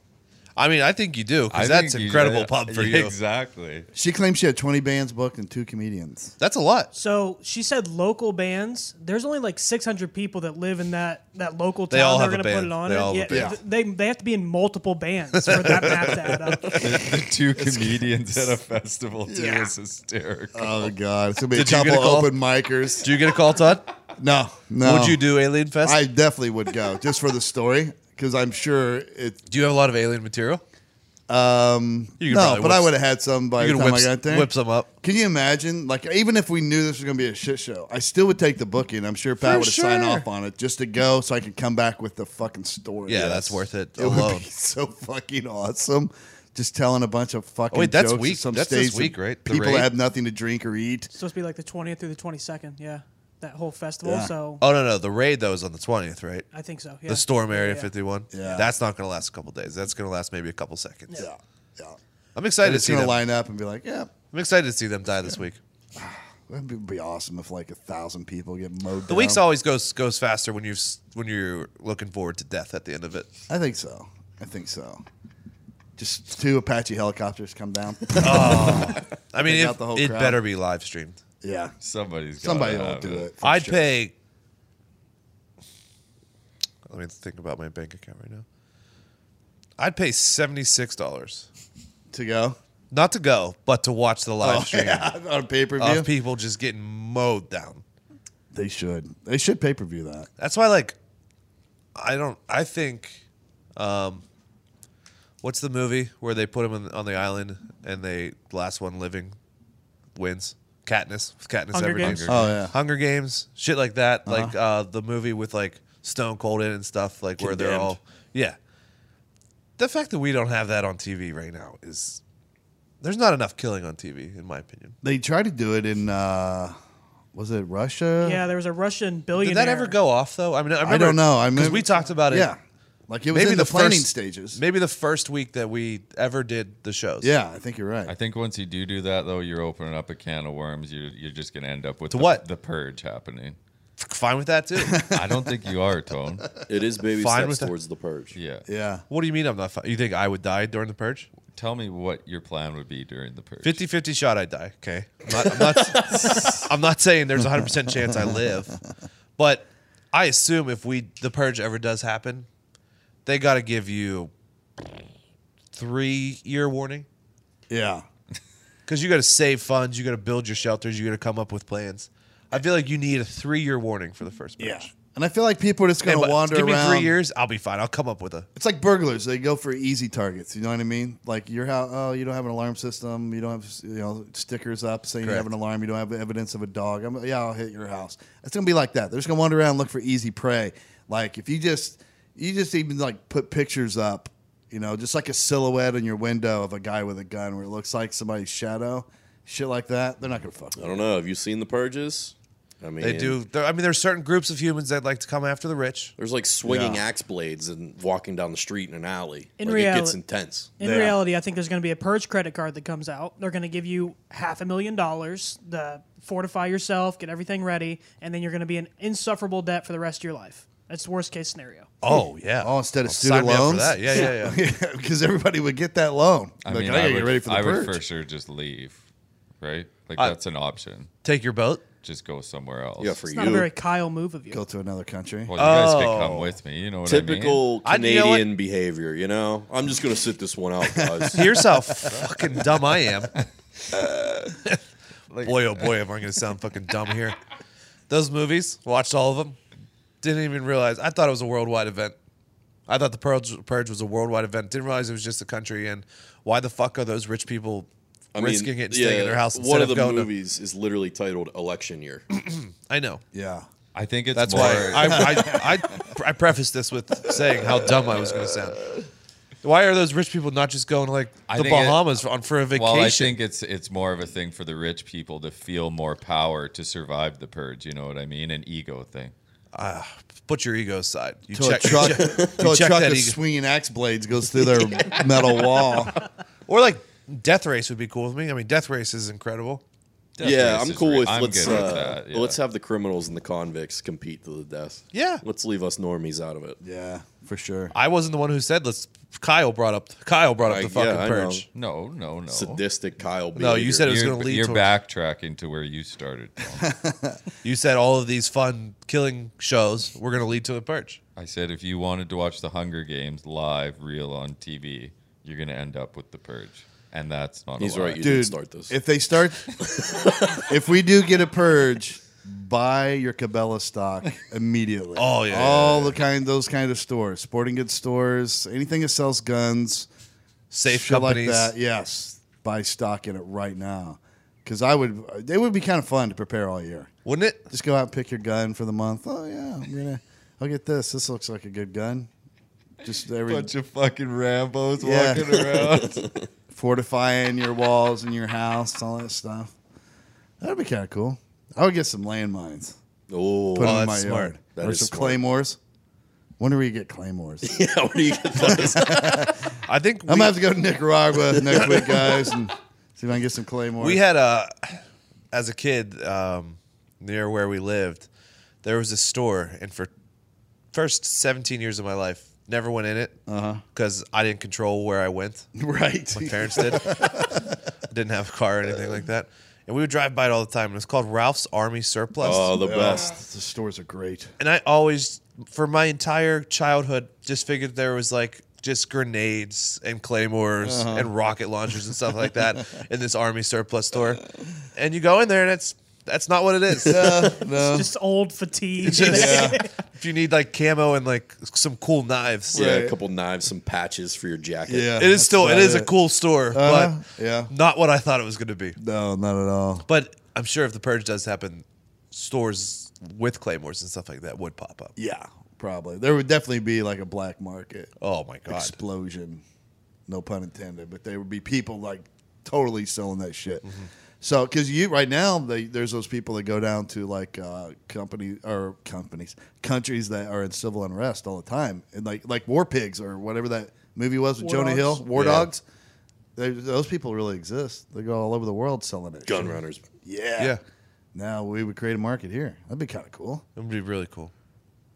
Speaker 3: I mean, I think you do
Speaker 5: I
Speaker 3: because that's
Speaker 5: think you-
Speaker 3: incredible pub for you.
Speaker 5: Exactly.
Speaker 2: She claims she had 20 bands booked and two comedians.
Speaker 3: That's a lot.
Speaker 6: So she said local bands. There's only like 600 people that live in that that local town.
Speaker 3: They all
Speaker 6: that are
Speaker 3: have a
Speaker 6: gonna put
Speaker 3: band.
Speaker 6: it on.
Speaker 3: They
Speaker 6: it.
Speaker 3: all
Speaker 6: yeah,
Speaker 3: have a band.
Speaker 6: th- They, they have to be in multiple bands for that map to add up.
Speaker 5: The two comedians at a festival too
Speaker 2: Yeah.
Speaker 5: is hysterical.
Speaker 2: Oh God, it's gonna be
Speaker 3: Did
Speaker 2: a
Speaker 3: you get
Speaker 2: couple
Speaker 3: a call?
Speaker 2: open micers.
Speaker 3: Do you get a call, Todd?
Speaker 2: No, no.
Speaker 3: Would you do Alien Fest?
Speaker 2: I definitely would go just for the story because I'm sure it.
Speaker 3: do you have a lot of alien material?
Speaker 2: Um,
Speaker 3: You could
Speaker 2: no,
Speaker 3: probably
Speaker 2: but I
Speaker 3: whip-
Speaker 2: would have had some by the
Speaker 3: You
Speaker 2: time
Speaker 3: can whip,
Speaker 2: I got there.
Speaker 3: whip some up.
Speaker 2: Can you imagine? Like, even if we knew this was going to be a shit show, I still would take the booking. I'm sure Pat
Speaker 3: For
Speaker 2: would have signed
Speaker 3: sure.
Speaker 2: off on it just to go so I could come back with the fucking story.
Speaker 3: Yeah, that's worth it
Speaker 2: It
Speaker 3: alone.
Speaker 2: would be so fucking awesome. Just telling a bunch of fucking
Speaker 3: Oh, wait, that's
Speaker 2: jokes at
Speaker 3: week-
Speaker 2: some
Speaker 3: that's
Speaker 2: stage
Speaker 3: this
Speaker 2: to
Speaker 3: week, right? The
Speaker 2: People
Speaker 3: raid?
Speaker 2: that have nothing to drink or eat.
Speaker 6: It's supposed to be like the 20th through the 22nd. Yeah, that whole festival.
Speaker 2: Yeah.
Speaker 6: So
Speaker 3: Oh no, no, the raid that was on the twentieth, right?
Speaker 6: I think so. Yeah.
Speaker 3: The storm area
Speaker 6: Yeah.
Speaker 3: fifty one.
Speaker 2: Yeah.
Speaker 3: That's not going to last a couple days. That's going to last maybe a couple seconds.
Speaker 2: Yeah, yeah.
Speaker 3: I'm excited to
Speaker 2: It's
Speaker 3: see
Speaker 2: going to
Speaker 3: them.
Speaker 2: line up and be like, yeah,
Speaker 3: I'm excited to see them die this week.
Speaker 2: It'd be- be awesome if like a thousand people get mowed.
Speaker 3: The
Speaker 2: down.
Speaker 3: week's always goes goes faster when you when you're looking forward to death at the end of it.
Speaker 2: I think so. I think so. Just two Apache helicopters come down.
Speaker 3: I mean,
Speaker 2: Take out
Speaker 3: if-
Speaker 2: the whole
Speaker 3: it
Speaker 2: crowd.
Speaker 3: better be live streamed.
Speaker 2: yeah,
Speaker 5: Somebody's gotta
Speaker 2: somebody will
Speaker 5: have
Speaker 2: do it. for
Speaker 3: I'd
Speaker 2: sure.
Speaker 3: pay. Let me think about my bank account right now. I'd pay seventy six dollars
Speaker 2: to go
Speaker 3: not to go, but to watch the
Speaker 2: Oh,
Speaker 3: live stream
Speaker 2: on pay per view.
Speaker 3: of people just getting mowed down.
Speaker 2: they should. They should pay per view that.
Speaker 3: That's why, like, I don't. I think, um, what's the movie where they put him in, on the island and they the last one living wins? Katniss, with Katniss
Speaker 6: Hunger
Speaker 3: Everdeen.
Speaker 6: Games?
Speaker 2: Oh, yeah. Uh-huh.
Speaker 3: Hunger Games, shit like that. Like uh, the movie with like Stone Cold in and stuff. Like where they're all,
Speaker 4: Condemned.
Speaker 3: yeah. The fact that we don't have that on TV right now is there's not enough killing on TV, in my opinion.
Speaker 2: They tried to do it in uh was it Russia?
Speaker 6: Yeah, there was a Russian
Speaker 3: Did
Speaker 6: billionaire.
Speaker 3: that ever go off though? I mean, I, remember,
Speaker 2: I don't know. I
Speaker 3: because
Speaker 2: mean,
Speaker 3: we talked about it.
Speaker 2: Yeah, like it was
Speaker 3: maybe
Speaker 2: in
Speaker 3: the,
Speaker 2: the, planning
Speaker 3: first,
Speaker 2: stages.
Speaker 3: Maybe the first week that we ever did the shows.
Speaker 2: Yeah, I think you're right.
Speaker 5: I think once you do do that, though, you're opening up a can of worms. You're you're just gonna end up with
Speaker 3: To
Speaker 5: the,
Speaker 3: what?
Speaker 5: the purge happening.
Speaker 3: fine with that too.
Speaker 5: I don't think you are, Tone.
Speaker 4: It is baby
Speaker 3: Fine with
Speaker 4: steps
Speaker 3: that.
Speaker 4: towards the purge.
Speaker 5: Yeah.
Speaker 2: yeah,
Speaker 3: what do you mean I'm not? Fine? You think I would die during the purge?
Speaker 5: Tell me what your plan would be during the purge.
Speaker 3: 50-50 shot I die. Okay, I'm not, I'm not, I'm not saying there's a hundred percent chance I live, but I assume if we the purge ever does happen, they got to give you three year warning
Speaker 2: yeah.
Speaker 3: because you got to save funds, you got to build your shelters, you got to come up with plans. I feel like you need a three year warning for the first purge.
Speaker 2: Yeah. And I feel like people are just
Speaker 3: Hey,
Speaker 2: going to
Speaker 3: but
Speaker 2: wander
Speaker 3: give
Speaker 2: around.
Speaker 3: me three years, I'll be fine. I'll come up with a.
Speaker 2: It's like burglars. They go for easy targets. You know what I mean? Like your house. Oh, you don't have an alarm system. You don't have you know stickers up saying you have an
Speaker 3: Correct.
Speaker 2: alarm. You don't have evidence of a dog. I'm, yeah, I'll hit your house. It's gonna be like that. They're just gonna wander around and look for easy prey. Like if you just you just even like put pictures up, you know, just like a silhouette in your window of a guy with a gun where it looks like somebody's shadow, shit like that. They're not gonna fuck.
Speaker 4: I
Speaker 3: Oh,
Speaker 2: With it.
Speaker 4: don't know. Have you seen the purges? I mean,
Speaker 3: They do. There, I mean, there's certain groups of humans that like to come after the rich.
Speaker 4: There's like swinging
Speaker 2: Yeah.
Speaker 4: axe blades and walking down the street in an alley.
Speaker 6: In
Speaker 4: like, it gets
Speaker 6: reali-
Speaker 4: intense.
Speaker 6: In
Speaker 2: Yeah.
Speaker 6: reality, I think there's going to be a purge credit card that comes out. They're going to give you half a million dollars to fortify yourself, get everything ready, and then you're going to be in insufferable debt for the rest of your life. That's the worst case scenario.
Speaker 3: Oh yeah.
Speaker 2: Oh, instead of
Speaker 3: Sign
Speaker 2: student
Speaker 3: me up for
Speaker 2: loans,
Speaker 3: that. Yeah, yeah, yeah.
Speaker 2: because everybody would get that loan.
Speaker 5: I
Speaker 2: Like,
Speaker 5: mean,
Speaker 2: I gotta
Speaker 5: I,
Speaker 2: get
Speaker 5: would,
Speaker 2: ready for the
Speaker 5: I would
Speaker 2: purge.
Speaker 5: for sure just leave, right? Like
Speaker 3: I-
Speaker 5: that's an option.
Speaker 3: Take your boat.
Speaker 5: Just go somewhere else.
Speaker 4: Yeah, for
Speaker 6: It's
Speaker 4: you.
Speaker 6: not a very Kyle move of you.
Speaker 2: Go to another country.
Speaker 5: Well, you guys could
Speaker 3: Oh.
Speaker 5: come with me. You know what I mean?
Speaker 4: Typical
Speaker 3: I- you know
Speaker 4: Canadian
Speaker 3: what?
Speaker 4: behavior, you know? I'm just going to sit this one out, guys.
Speaker 3: Here's how fucking dumb I am. boy, oh boy, am I going to sound fucking dumb here? Those movies, watched all of them. Didn't even realize. I thought it was a worldwide event. I thought the purge, purge was a worldwide event. Didn't realize it was just a country. And why the fuck are those rich people
Speaker 4: I mean,
Speaker 3: risking it and staying in their house instead
Speaker 4: One of
Speaker 3: of,
Speaker 4: the
Speaker 3: going
Speaker 4: movies is literally titled Election Year.
Speaker 3: to? I know.
Speaker 2: Yeah.
Speaker 5: I think it's
Speaker 3: That's
Speaker 5: more,
Speaker 3: why I, I, I, I prefaced this with saying how dumb I was going to sound. Why are those rich people not just going to like
Speaker 5: I
Speaker 3: the
Speaker 5: think it-
Speaker 3: Bahamas on for a vacation?
Speaker 5: Well, I think it's it's more of a thing for the rich people to feel more power to survive the purge. You know what I mean? An ego thing.
Speaker 3: Put your ego aside. You
Speaker 2: Till a
Speaker 3: check,
Speaker 2: truck,
Speaker 3: you check,
Speaker 2: till
Speaker 3: you
Speaker 2: a
Speaker 3: check
Speaker 2: truck
Speaker 3: that
Speaker 2: of
Speaker 3: ego.
Speaker 2: swinging axe blades goes through their metal wall.
Speaker 3: Or like Death Race would be cool with me. I mean, Death Race is incredible.
Speaker 5: Death
Speaker 4: yeah,
Speaker 5: race
Speaker 4: I'm
Speaker 5: is
Speaker 4: cool
Speaker 5: real.
Speaker 4: with
Speaker 5: I'm
Speaker 4: let's
Speaker 5: good with
Speaker 4: uh,
Speaker 5: that, yeah.
Speaker 4: let's have the criminals and the convicts compete to the death.
Speaker 3: Yeah.
Speaker 4: let's leave us normies out of it.
Speaker 2: Yeah, for sure.
Speaker 3: I wasn't the one who said let's. Kyle brought up Kyle brought up
Speaker 4: I-
Speaker 3: the fucking
Speaker 4: yeah, I know.
Speaker 3: purge.
Speaker 5: no, no, no.
Speaker 4: Sadistic Kyle.
Speaker 3: No, you
Speaker 4: behavior.
Speaker 3: said it was
Speaker 5: You're,
Speaker 3: going to lead.
Speaker 5: you're
Speaker 3: towards-
Speaker 5: backtracking to where you started. Tom.
Speaker 3: You said all of these fun killing shows were going to lead to the purge.
Speaker 5: I said if you wanted to watch the Hunger Games live, real on TV, you're going to end up with the purge, and that's not.
Speaker 4: He's
Speaker 5: a lie.
Speaker 4: right. You
Speaker 2: Dude,
Speaker 4: did start this.
Speaker 2: if they start, if we do get a purge, buy your Cabela stock immediately.
Speaker 3: Oh, yeah,
Speaker 2: all the kind those kind of stores, sporting goods stores, anything that sells guns,
Speaker 3: Safe
Speaker 2: shit
Speaker 3: companies.
Speaker 2: like that. Yes, buy stock in it right now, because I would. It would be kind of fun to prepare all year.
Speaker 3: Wouldn't it?
Speaker 2: Just go out and pick your gun for the month. Oh yeah, I'm gonna. I'll get this. This looks like a good gun. Just every
Speaker 5: Bunch of fucking Rambo's
Speaker 2: Yeah.
Speaker 5: walking around.
Speaker 2: fortifying your walls and your house, all that stuff. That'd be kind of cool. I would get some landmines,
Speaker 4: oh,
Speaker 2: put them
Speaker 3: Oh,
Speaker 2: in my
Speaker 3: that's smart.
Speaker 2: yard,
Speaker 4: That
Speaker 2: or
Speaker 4: is
Speaker 2: some
Speaker 4: smart.
Speaker 2: claymores. Wonder where you get claymores.
Speaker 4: yeah, where do you get those?
Speaker 3: I think
Speaker 2: I'm
Speaker 3: we-
Speaker 2: gonna have to go to Nicaragua next week, guys, and see if I can get some claymores.
Speaker 3: We had a, as a kid, um, near where we lived, there was a store, and for first 17 years of my life, never went in it because I didn't control where I went.
Speaker 2: right.
Speaker 3: My parents did. didn't have a car or anything like that, and we would drive by it all the time. And it was called Ralph's Army Surplus.
Speaker 4: Oh, the best.
Speaker 2: The stores are great.
Speaker 3: and I always, for my entire childhood, just figured there was like just grenades and claymores
Speaker 2: Uh-huh.
Speaker 3: and rocket launchers and stuff like that in this army surplus store. And you go in there and it's that's not what it is.
Speaker 2: No,
Speaker 6: Just old fatigue.
Speaker 3: It's just- If you need like camo and like some cool knives,
Speaker 4: Yeah,
Speaker 2: Right.
Speaker 4: a couple knives, some patches for your jacket.
Speaker 2: Yeah.
Speaker 3: it is still it
Speaker 2: That's
Speaker 3: is a
Speaker 2: about it.
Speaker 3: cool store,
Speaker 2: Uh-huh.
Speaker 3: but
Speaker 2: Yeah.
Speaker 3: not what I thought it was going to be.
Speaker 2: no, not at all.
Speaker 3: But I'm sure if the purge does happen, stores with claymores and stuff like that would pop up.
Speaker 2: Yeah, probably. There would definitely be like a black market.
Speaker 3: Oh my god!
Speaker 2: explosion. No pun intended, but there would be people like totally selling that shit. So, because you right now, they, there's those people that go down to like uh, company or companies, countries that are in civil unrest all the time, and like like war pigs or whatever that movie was with
Speaker 6: War
Speaker 2: Jonah
Speaker 6: dogs.
Speaker 2: Hill, War
Speaker 4: Yeah.
Speaker 2: Dogs. They, those people really exist. They go all over the world selling it.
Speaker 4: Gun runners.
Speaker 2: Yeah.
Speaker 3: Yeah,
Speaker 2: Now we would create a market here. That'd be kind of cool.
Speaker 3: it would be really cool.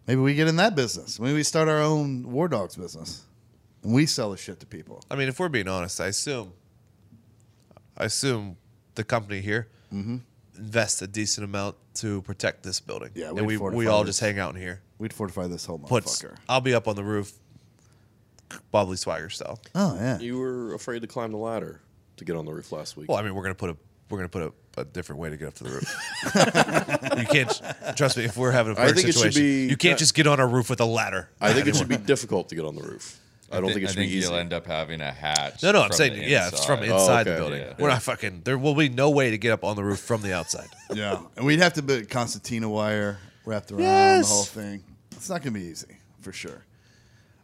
Speaker 2: Maybe we get in that business. Maybe we start our own War Dogs business, and we sell the shit to people.
Speaker 3: I mean, if we're being honest, I assume, I assume the company here invests a decent amount to protect this building.
Speaker 2: Yeah,
Speaker 3: and
Speaker 2: we'd
Speaker 3: we we
Speaker 2: fortify
Speaker 3: all
Speaker 2: this.
Speaker 3: just hang out in here.
Speaker 2: We'd fortify this whole
Speaker 3: Put
Speaker 2: motherfucker.
Speaker 3: I'll be up on the roof, Bobbly Swagger style.
Speaker 2: Oh yeah.
Speaker 4: You were afraid to climb the ladder to get on the roof last week.
Speaker 3: Well, I mean, we're gonna put a we're gonna put a, a different way to get up to the roof. you can't trust me. If we're having a
Speaker 4: I
Speaker 3: purge
Speaker 4: think it should
Speaker 3: situation,
Speaker 4: be-
Speaker 3: you can't just get on a roof with a ladder.
Speaker 4: I think it should be difficult to get on the roof. I don't think it should be easy.
Speaker 5: you'll end up having a hatch.
Speaker 3: No, no, I'm
Speaker 5: from
Speaker 3: saying
Speaker 5: the
Speaker 3: yeah, it's from
Speaker 5: inside.
Speaker 3: inside the
Speaker 4: okay.
Speaker 3: building.
Speaker 5: Yeah.
Speaker 3: We're not fucking. There will be no way to get up on the roof from the outside.
Speaker 2: Yeah, and we'd have to put Constantina wire wrapped around
Speaker 3: Yes.
Speaker 2: the whole thing. It's not going to be easy for sure.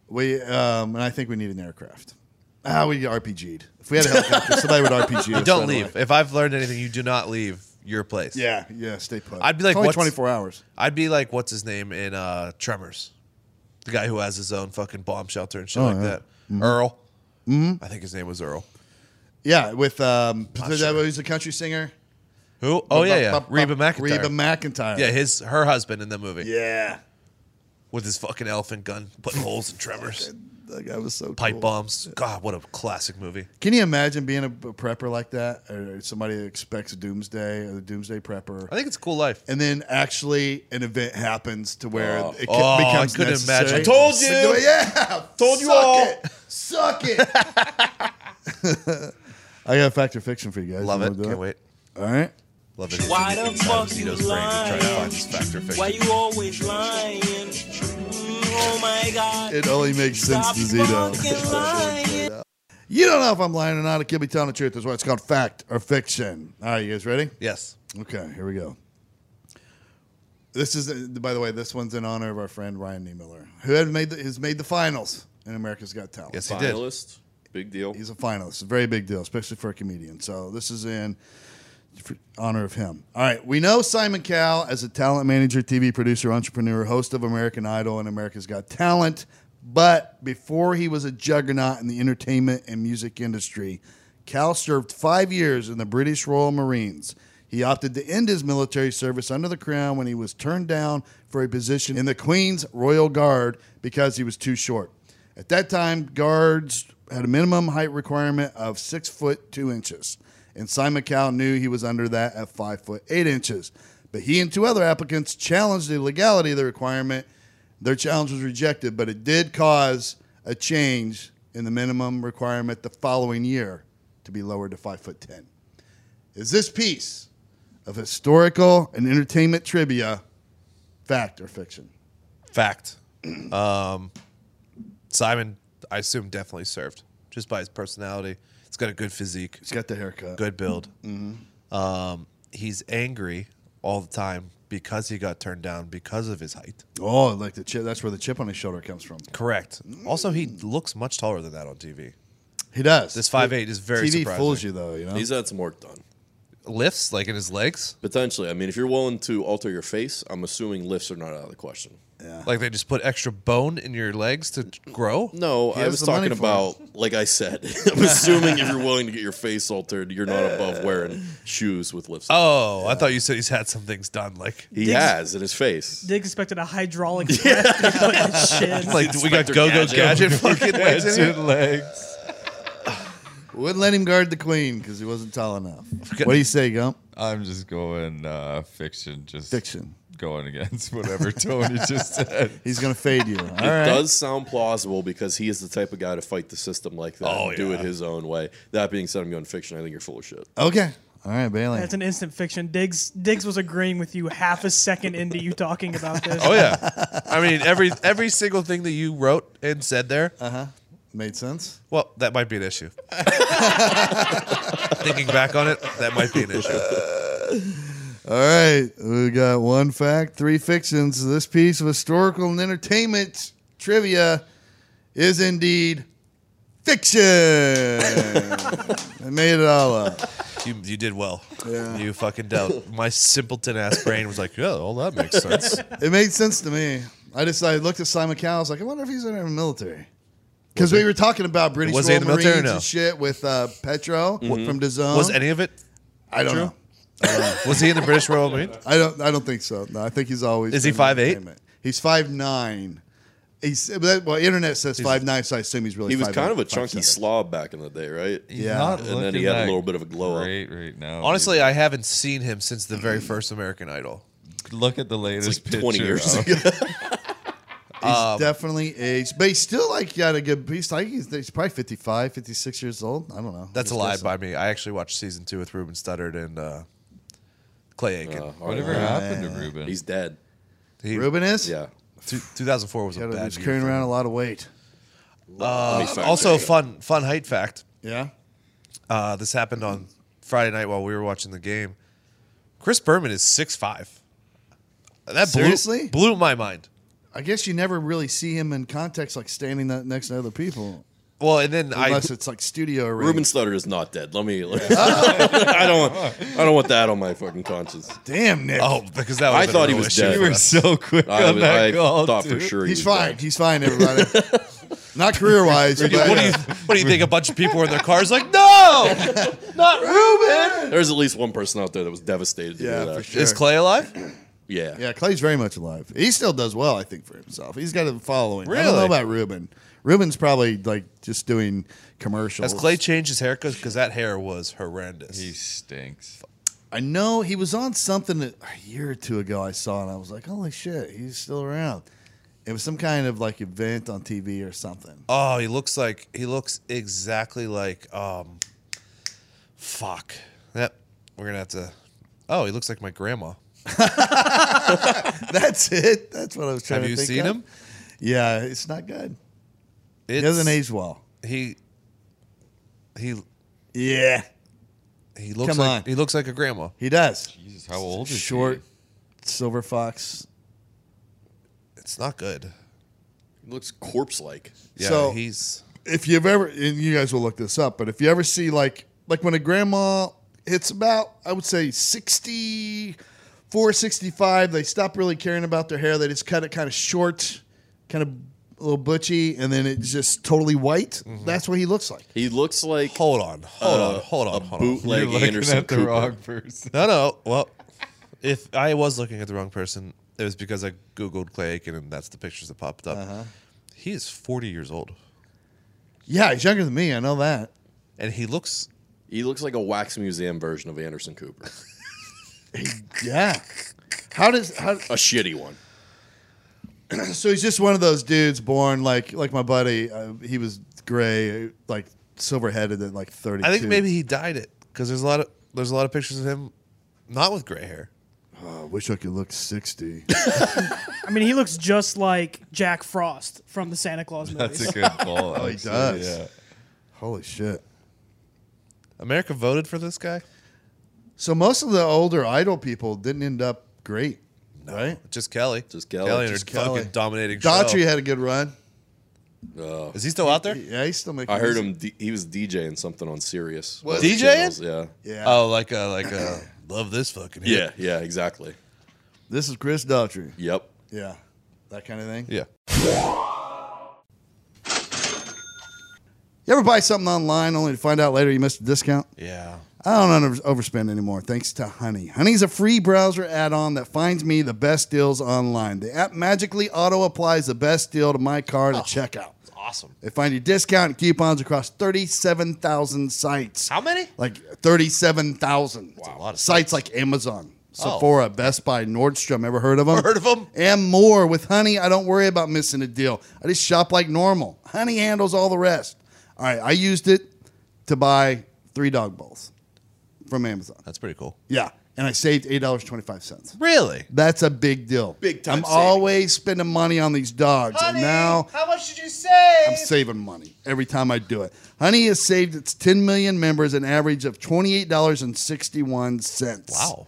Speaker 2: We um, and I think we need an aircraft. Ah, we RPG'd. If we had a helicopter, somebody would RPG. us
Speaker 3: don't
Speaker 2: right
Speaker 3: leave.
Speaker 2: away.
Speaker 3: If I've learned anything, you do not leave your place.
Speaker 2: Yeah, yeah. Stay put.
Speaker 3: I'd be like,
Speaker 2: it's only
Speaker 3: what's-
Speaker 2: twenty four hours.
Speaker 3: I'd be like, what's his name in uh, Tremors, the guy who has his own fucking bomb shelter and shit like
Speaker 2: Oh, yeah. Mm-hmm.
Speaker 3: that. Earl, I think his name was Earl.
Speaker 2: Yeah, with um, that
Speaker 3: sure.
Speaker 2: who's a country singer.
Speaker 3: Who? Ah, Oh yeah, yeah.
Speaker 2: Ba- ba- ba-
Speaker 3: Reba McIntyre.
Speaker 2: Reba McIntyre.
Speaker 3: yeah, his her husband in the movie.
Speaker 2: yeah.
Speaker 3: with his fucking elephant gun, putting holes in tremors,
Speaker 2: That guy was so
Speaker 3: pipe
Speaker 2: cool.
Speaker 3: bombs. God, what a classic movie.
Speaker 2: Can you imagine being a b- prepper like that, or somebody that expects doomsday, or the doomsday prepper?
Speaker 3: I think it's a cool life.
Speaker 2: and then actually an event happens to where
Speaker 4: Oh.
Speaker 2: it ca-
Speaker 3: Oh, I
Speaker 2: becomes
Speaker 3: couldn't
Speaker 2: necessary.
Speaker 3: imagine. Told
Speaker 4: you.
Speaker 2: yeah,
Speaker 4: Told you
Speaker 2: Suck
Speaker 4: all.
Speaker 2: It. Suck it. I got fact or fiction for you guys.
Speaker 3: Love
Speaker 2: You
Speaker 3: it.
Speaker 2: wanna do
Speaker 3: Can't wait.
Speaker 2: All right.
Speaker 3: Love it.
Speaker 7: Why the
Speaker 3: Inside
Speaker 7: fuck
Speaker 3: of
Speaker 7: you
Speaker 3: Zito's brain to try to
Speaker 7: lying?
Speaker 3: find this factor
Speaker 7: Why
Speaker 3: fiction.
Speaker 7: you always lying? Mm,
Speaker 1: Oh my God.
Speaker 2: It only makes sense to Zito.
Speaker 1: Fucking lying.
Speaker 2: You don't know if I'm lying or not. It could be telling the truth. That's why it's called fact or fiction. All right, you guys ready?
Speaker 3: Yes.
Speaker 2: Okay, here we go. This is, by the way, this onene's in honor of our friend Ryan Niemiller, who had made the, has made the finals in America's Got Talent.
Speaker 3: Yes, he did.
Speaker 4: Finalist, big deal.
Speaker 2: He's a finalist. A very big deal, especially for a comedian. So this is in for honor of him. All right. We know Simon Cowell as a talent manager, TV producer, entrepreneur, host of American Idol and America's Got Talent. But before he was a juggernaut in the entertainment and music industry, Cal served five years in the British Royal Marines. He opted to end his military service under the crown when he was turned down for a position in the Queen's Royal Guard because he was too short. At that time, guards had a minimum height requirement of six foot two inches, and Simon Cowell knew he was under that at five foot eight inches. But he and two other applicants challenged the legality of the requirement. Their challenge was rejected, but it did cause a change in the minimum requirement the following year to be lowered to five foot ten. Is this piece of historical and entertainment trivia fact or fiction?
Speaker 3: Fact. Um, Simon, I assume, definitely served just by his personality. He's got a good physique,
Speaker 2: He's got the haircut.
Speaker 3: good build. Um, he's angry all the time because he got turned down because of his height.
Speaker 2: Oh, like the chip. That's where the chip on his shoulder comes from.
Speaker 3: Correct. Also, he looks much taller than that on TV.
Speaker 2: He does.
Speaker 3: This 5'8 is very
Speaker 2: TV
Speaker 3: surprising.
Speaker 2: fools you though, you know.
Speaker 4: He's had some work done.
Speaker 3: Lifts, like in his legs,
Speaker 4: Potentially. I mean, if you're willing to alter your face, I'm assuming lifts are not out of the question.
Speaker 3: like they just put extra bone in your legs to t- grow.
Speaker 4: No, I
Speaker 2: has
Speaker 4: was
Speaker 2: the money
Speaker 4: talking
Speaker 2: for
Speaker 4: about, like I said, I'm assuming if you're willing to get your face altered, you're not above wearing shoes with lifts.
Speaker 3: Oh, I thought you said he's had some things done. Like,
Speaker 4: he
Speaker 6: Diggs-
Speaker 4: has in his face.
Speaker 6: Dig expected a hydraulic breath to go in his shin.
Speaker 3: like we got Go Go Gadget
Speaker 4: Oh.
Speaker 3: fucking legs in here.
Speaker 5: Gadget legs.
Speaker 2: Wouldn't let him guard the queen because he wasn't tall enough. What do you say, Gump?
Speaker 5: I'm just going uh, fiction. Just
Speaker 2: Fiction.
Speaker 5: Going against whatever Tony just said.
Speaker 2: He's gonna fade you. All
Speaker 4: It
Speaker 2: right.
Speaker 4: does sound plausible because he is the type of guy to fight the system like that
Speaker 3: Oh,
Speaker 4: and do
Speaker 3: yeah.
Speaker 4: it his own way. That being said, I'm going fiction. I think you're full of shit.
Speaker 2: Okay. All right, Bailey.
Speaker 6: That's an instant fiction. Diggs Diggs was agreeing with you half a second into you talking about this.
Speaker 3: Oh yeah, I mean every every single thing that you wrote and said there.
Speaker 2: Uh-huh. Made sense.
Speaker 3: Well, that might be an issue. Thinking back on it, that might be an issue.
Speaker 2: All right. We got one fact, three fictions. This piece of historical and entertainment trivia is indeed fiction. I made it all up.
Speaker 3: You, you did well. You fucking dealt. My simpleton ass brain was like, yeah, all that makes sense.
Speaker 2: It made sense to me. I just I looked at Simon Cowell. I was like, I wonder if he's in the military. Because we were talking about British
Speaker 3: Was he
Speaker 2: Royal
Speaker 3: in the military or
Speaker 2: Marines
Speaker 3: no? Mm-hmm.
Speaker 2: and shit with uh, Petro from DAZN.
Speaker 3: Was any of it?
Speaker 2: I don't know.
Speaker 3: Was he in the British Royal Marine?
Speaker 2: I don't. I don't think so. No, I think he's always.
Speaker 3: Is he
Speaker 2: been in
Speaker 3: 5'8"?
Speaker 2: entertainment. He's five nine. He's well. Internet says five nine, so I assume he's really.
Speaker 4: He was
Speaker 2: 5'8",
Speaker 4: kind of a chunky
Speaker 2: 5'7".
Speaker 4: slob back in the day, right?
Speaker 2: Yeah.
Speaker 4: And then he had a little bit of a glow up.
Speaker 5: Great right now.
Speaker 3: Honestly, I haven't seen him since the very first American Idol.
Speaker 5: look at the latest picture.
Speaker 4: 20 years
Speaker 5: of-
Speaker 4: ago.
Speaker 2: He's
Speaker 3: um,
Speaker 2: definitely aged, but he's still like got a good. He's like he's, he's probably 55, 56 years old. I don't know.
Speaker 3: That's a
Speaker 2: Just
Speaker 3: lie
Speaker 2: guessing.
Speaker 3: by me. I actually watched season two with Ruben Studdard and uh, Clay Aiken.
Speaker 5: Uh, Whatever happened to Ruben?
Speaker 4: He's dead.
Speaker 3: He-
Speaker 2: Uh, Ruben is.
Speaker 4: Yeah.
Speaker 3: two- 2004 was a
Speaker 2: Got a-
Speaker 3: bad
Speaker 2: he's
Speaker 3: year
Speaker 2: carrying
Speaker 3: for
Speaker 2: around
Speaker 3: him.
Speaker 2: a lot of weight.
Speaker 4: Let me fact
Speaker 3: Also, a
Speaker 4: check it.
Speaker 3: fun fun height fact.
Speaker 2: Yeah.
Speaker 3: Uh, this happened on Friday night while we were watching the game. Chris Berman is six five. That blew-
Speaker 2: Seriously?
Speaker 3: blew, my mind.
Speaker 2: I guess you never really see him in context like standing that next to other people,
Speaker 3: Well, and then I
Speaker 2: unless it's like studio. Arena.
Speaker 4: Ruben Studdard is not dead. Let me. I don't. I don't want that on my fucking conscience.
Speaker 2: damn Nick,
Speaker 3: oh because that
Speaker 4: I
Speaker 3: would've been
Speaker 4: thought he
Speaker 3: a real
Speaker 4: was
Speaker 3: issue
Speaker 4: dead.
Speaker 5: you
Speaker 3: for
Speaker 5: were
Speaker 3: us.
Speaker 5: so quick
Speaker 4: I,
Speaker 5: on that
Speaker 4: I
Speaker 5: call.
Speaker 4: thought for
Speaker 5: dude.
Speaker 4: sure he
Speaker 2: he's
Speaker 4: was
Speaker 2: fine.
Speaker 4: dead.
Speaker 2: He's fine, everybody. Not uh, career wise.
Speaker 3: What do you What do you think? A bunch of people were in their cars like, no, not Ruben.
Speaker 4: There's at least one person out there that was devastated. To
Speaker 2: Yeah,
Speaker 4: hear that.
Speaker 2: for sure.
Speaker 3: Is Clay alive?
Speaker 4: Yeah.
Speaker 2: Yeah, Clay's very much alive. He still does well, I think, for himself. He's got a following. I don't know
Speaker 3: Really?
Speaker 2: about Ruben. Ruben's probably like just doing commercials.
Speaker 3: Has Clay changed his haircut? Because that hair was horrendous.
Speaker 5: He stinks.
Speaker 2: I know he was on something that a year or two ago I saw, and I was like, holy shit, he's still around. It was some kind of like event on TV or something.
Speaker 3: oh, he looks like he looks exactly like um, fuck. That we're gonna have to. Oh, he looks like my grandma.
Speaker 2: That's it. That's what I was trying
Speaker 3: Have
Speaker 2: to
Speaker 3: you
Speaker 2: think
Speaker 3: seen
Speaker 2: of.
Speaker 3: him?
Speaker 2: Yeah, it's not good.
Speaker 3: It's,
Speaker 2: It doesn't age well.
Speaker 3: He he
Speaker 2: Yeah,
Speaker 3: he looks
Speaker 2: Come
Speaker 3: like
Speaker 2: on.
Speaker 3: he looks like a grandma.
Speaker 2: he does.
Speaker 5: Jesus, how old is
Speaker 2: Short, silver fox.
Speaker 3: It's not good.
Speaker 4: He looks corpse like.
Speaker 3: Yeah,
Speaker 2: So-
Speaker 3: he's
Speaker 2: If you've ever, and you guys will look this up, but if you ever see like like when a grandma hits about, I would say 64, 65, they stop really caring about their hair. They just cut it kind of short, kind of a little butchy, and then it's just totally white.
Speaker 3: Mm-hmm.
Speaker 2: That's what he looks like.
Speaker 4: He looks like
Speaker 3: hold on, hold
Speaker 4: uh,
Speaker 3: on, hold on,
Speaker 4: a
Speaker 3: hold on.
Speaker 5: he?
Speaker 4: bootleg
Speaker 5: You're looking
Speaker 4: Anderson
Speaker 5: at the
Speaker 4: Cooper.
Speaker 5: wrong person.
Speaker 3: No, no. Well, if I was looking at the wrong person, it was because I googled Clay Aiken, and that's the pictures that popped up. He is forty years old,
Speaker 2: Yeah, he's younger than me. I know that.
Speaker 3: and he looks.
Speaker 4: He looks like a wax museum version of Anderson Cooper.
Speaker 2: Yeah. How does how?
Speaker 4: a shitty one.
Speaker 2: So he's just one of those dudes born like like my buddy. Uh, he was gray, uh, like silver headed at like thirty.
Speaker 3: I think maybe he dyed it because there's a lot of there's a lot of pictures of him not with gray hair.
Speaker 2: I wish I could look sixty.
Speaker 6: I mean, he looks just like Jack Frost from the Santa Claus movies.
Speaker 5: That's a good call.
Speaker 2: Oh, he
Speaker 5: actually,
Speaker 2: does.
Speaker 5: Yeah.
Speaker 2: Holy shit!
Speaker 3: America voted for this guy.
Speaker 2: So most of the older idol people didn't end up great, right?
Speaker 3: Just Kelly.
Speaker 4: Just Kelly.
Speaker 3: Kelly and
Speaker 4: Just
Speaker 3: her
Speaker 2: Kelly.
Speaker 3: fucking dominating
Speaker 2: Daughtry
Speaker 3: show.
Speaker 2: had a good run.
Speaker 4: Uh,
Speaker 3: Is he still out there?
Speaker 2: Yeah, he's still making.
Speaker 4: I heard
Speaker 2: music.
Speaker 4: him. D- he was DJing something on Sirius.
Speaker 2: Was-
Speaker 4: One of the
Speaker 3: DJing?
Speaker 4: channels, Yeah.
Speaker 2: Yeah.
Speaker 3: Oh, like a like a love this fucking hit.
Speaker 4: Yeah. Yeah. Exactly.
Speaker 2: This is Chris Daughtry.
Speaker 4: Yep.
Speaker 2: Yeah, that kind of thing.
Speaker 3: yeah.
Speaker 2: You ever buy something online only to find out later you missed a discount?
Speaker 3: Yeah.
Speaker 2: I don't under, overspend anymore thanks to Honey. Honey's a free browser add-on that finds me the best deals online. The app magically auto-applies the best deal to my card at checkout.
Speaker 3: Awesome.
Speaker 2: They find your discount and coupons across 37,000 sites.
Speaker 3: How many?
Speaker 2: Like 37,000.
Speaker 3: That's a lot of
Speaker 2: sites like Amazon,
Speaker 3: Oh.
Speaker 2: Sephora, Best Buy, Nordstrom. Ever heard of them?
Speaker 3: Heard of 'em.
Speaker 2: And more. With Honey, I don't worry about missing a deal. I just shop like normal. Honey handles all the rest. All right, I used it to buy three dog bowls from Amazon.
Speaker 3: That's pretty cool.
Speaker 2: Yeah, and I saved $8.25.
Speaker 3: Really?
Speaker 2: That's a big deal. Big time. I'm always spending money on these dogs. and now
Speaker 3: how much did you say?
Speaker 2: I'm saving money every time I do it. Honey has saved its 10 million members an average of $28.61.
Speaker 3: Wow.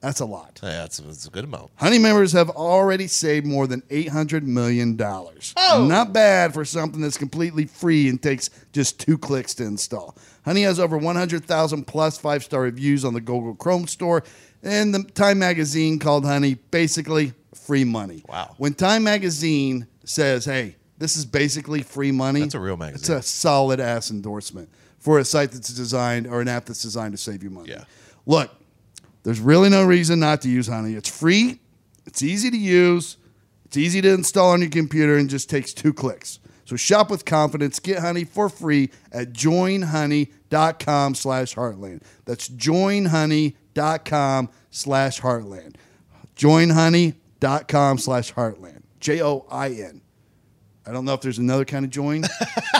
Speaker 2: That's a lot.
Speaker 3: Yeah, that's, that's a good amount.
Speaker 2: Honey members have already saved more than $800 million. Oh. Not bad for something that's completely free and takes just two clicks to install. Honey has over 100,000 plus five star reviews on the Google Chrome store, and the Time Magazine called Honey basically free money.
Speaker 3: Wow.
Speaker 2: When Time Magazine says, hey, this is basically free money,
Speaker 3: That's a real magazine.
Speaker 2: It's a solid ass endorsement for a site that's designed or an app that's designed to save you money.
Speaker 3: Yeah.
Speaker 2: Look, there's really no reason not to use Honey. It's free, it's easy to use, it's easy to install on your computer, and just takes two clicks. So shop with confidence. Get Honey for free at joinhoney.com slash heartland. That's joinhoney.com slash heartland. Joinhoney.com slash heartland. J O I N. I don't know if there's another kind of join,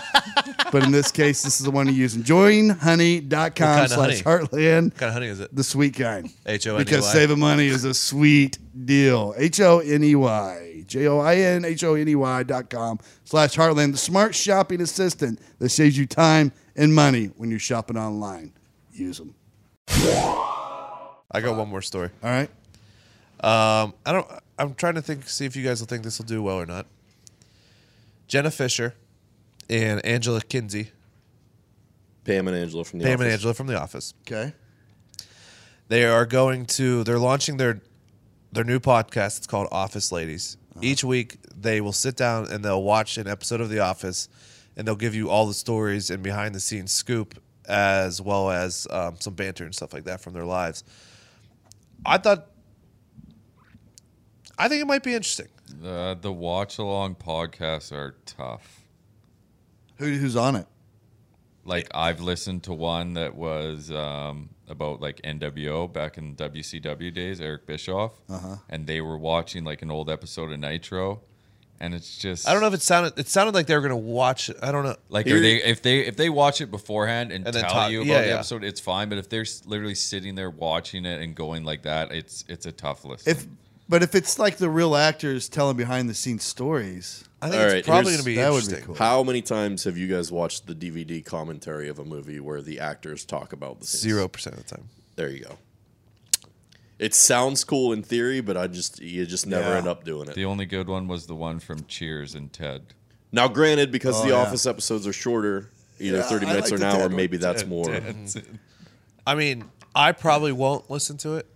Speaker 2: but in this case, this is the one you're using. Joinhoney.com
Speaker 3: What kind of
Speaker 2: slash
Speaker 3: honey?
Speaker 2: heartland
Speaker 3: What kind of honey is it?
Speaker 2: the sweet kind.
Speaker 3: H-O-N-E-Y.
Speaker 2: Because saving money is a sweet deal. H O N E Y. J O I N H O N E Y dot com slash Heartland. The smart shopping assistant that saves you time and money when you're shopping online. Use them.
Speaker 3: I got one more story.
Speaker 2: All right.
Speaker 3: Um, I don't. I'm trying to think, see if you guys will think this will do well or not. Jenna Fisher and Angela Kinsey,
Speaker 4: Pam and Angela from the
Speaker 3: Pam and
Speaker 4: Office.
Speaker 3: Angela from The Office.
Speaker 2: Okay.
Speaker 3: They are going to. They're launching their their new podcast. It's called Office Ladies.
Speaker 4: Uh-huh.
Speaker 3: Each week, they will sit down and they'll watch an episode of The Office, and they'll give you all the stories and behind the scenes scoop, as well as um, some banter and stuff like that from their lives. I thought. I think it might be interesting.
Speaker 5: Uh, the watch along podcasts are tough.
Speaker 2: Who, who's on it?
Speaker 5: Like I've listened to one that was um, about like NWO back in WCW days, Eric Bischoff,
Speaker 3: Uh-huh.
Speaker 5: and they were watching like an old episode of Nitro, and it's just
Speaker 3: I don't know if it sounded. It sounded like they were gonna watch. I don't know.
Speaker 5: Like
Speaker 4: Here-
Speaker 5: are they if they if they watch it beforehand and,
Speaker 3: And then
Speaker 5: tell
Speaker 3: talk-
Speaker 5: you about
Speaker 3: yeah,
Speaker 5: the
Speaker 3: yeah.
Speaker 5: episode, it's fine. But if they're s- literally sitting there watching it and going like that, it's it's a tough listen.
Speaker 2: If But if it's like the real actors telling behind the scenes stories,
Speaker 3: I think
Speaker 4: All
Speaker 3: it's
Speaker 4: right,
Speaker 3: probably
Speaker 4: here's-
Speaker 3: going to be
Speaker 2: that would be
Speaker 3: interesting.
Speaker 2: cool.
Speaker 4: How many times have you guys watched the DVD commentary of a movie where the actors talk about the scenes?
Speaker 3: Zero percent of the time.
Speaker 4: There you go. It sounds cool in theory, but I just you just never
Speaker 2: Yeah.
Speaker 4: end up doing it.
Speaker 5: The only good one was the one from Cheers and Ted.
Speaker 4: Now, granted, because
Speaker 2: Oh,
Speaker 4: the
Speaker 2: yeah.
Speaker 4: Office episodes are shorter, either
Speaker 2: Yeah,
Speaker 4: thirty
Speaker 2: I
Speaker 4: minutes
Speaker 2: like
Speaker 4: or
Speaker 2: the
Speaker 4: an hour,
Speaker 2: dad one.
Speaker 4: maybe that's more.
Speaker 3: I mean, I probably won't listen to it.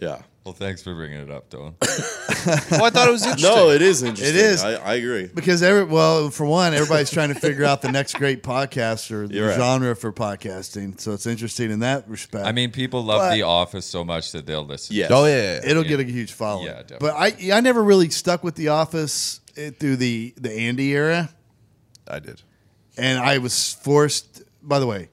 Speaker 4: Yeah.
Speaker 5: Well, thanks for bringing it up, Dylan.
Speaker 3: Well, Oh, I thought it was interesting.
Speaker 4: No, it is interesting.
Speaker 2: It is.
Speaker 4: I, I agree.
Speaker 2: because every well, for one, everybody's trying to figure out the next great podcast or the
Speaker 4: You're right.
Speaker 2: genre for podcasting. So it's interesting in that respect.
Speaker 5: I mean, people love
Speaker 2: But-
Speaker 5: The Office so much that they'll listen.
Speaker 4: Yes.
Speaker 3: Oh yeah.
Speaker 2: it'll get a huge following.
Speaker 5: Yeah, definitely.
Speaker 2: but I I never really stuck with The Office eh, through the the Andy era.
Speaker 3: I did.
Speaker 2: and I was forced. By the way,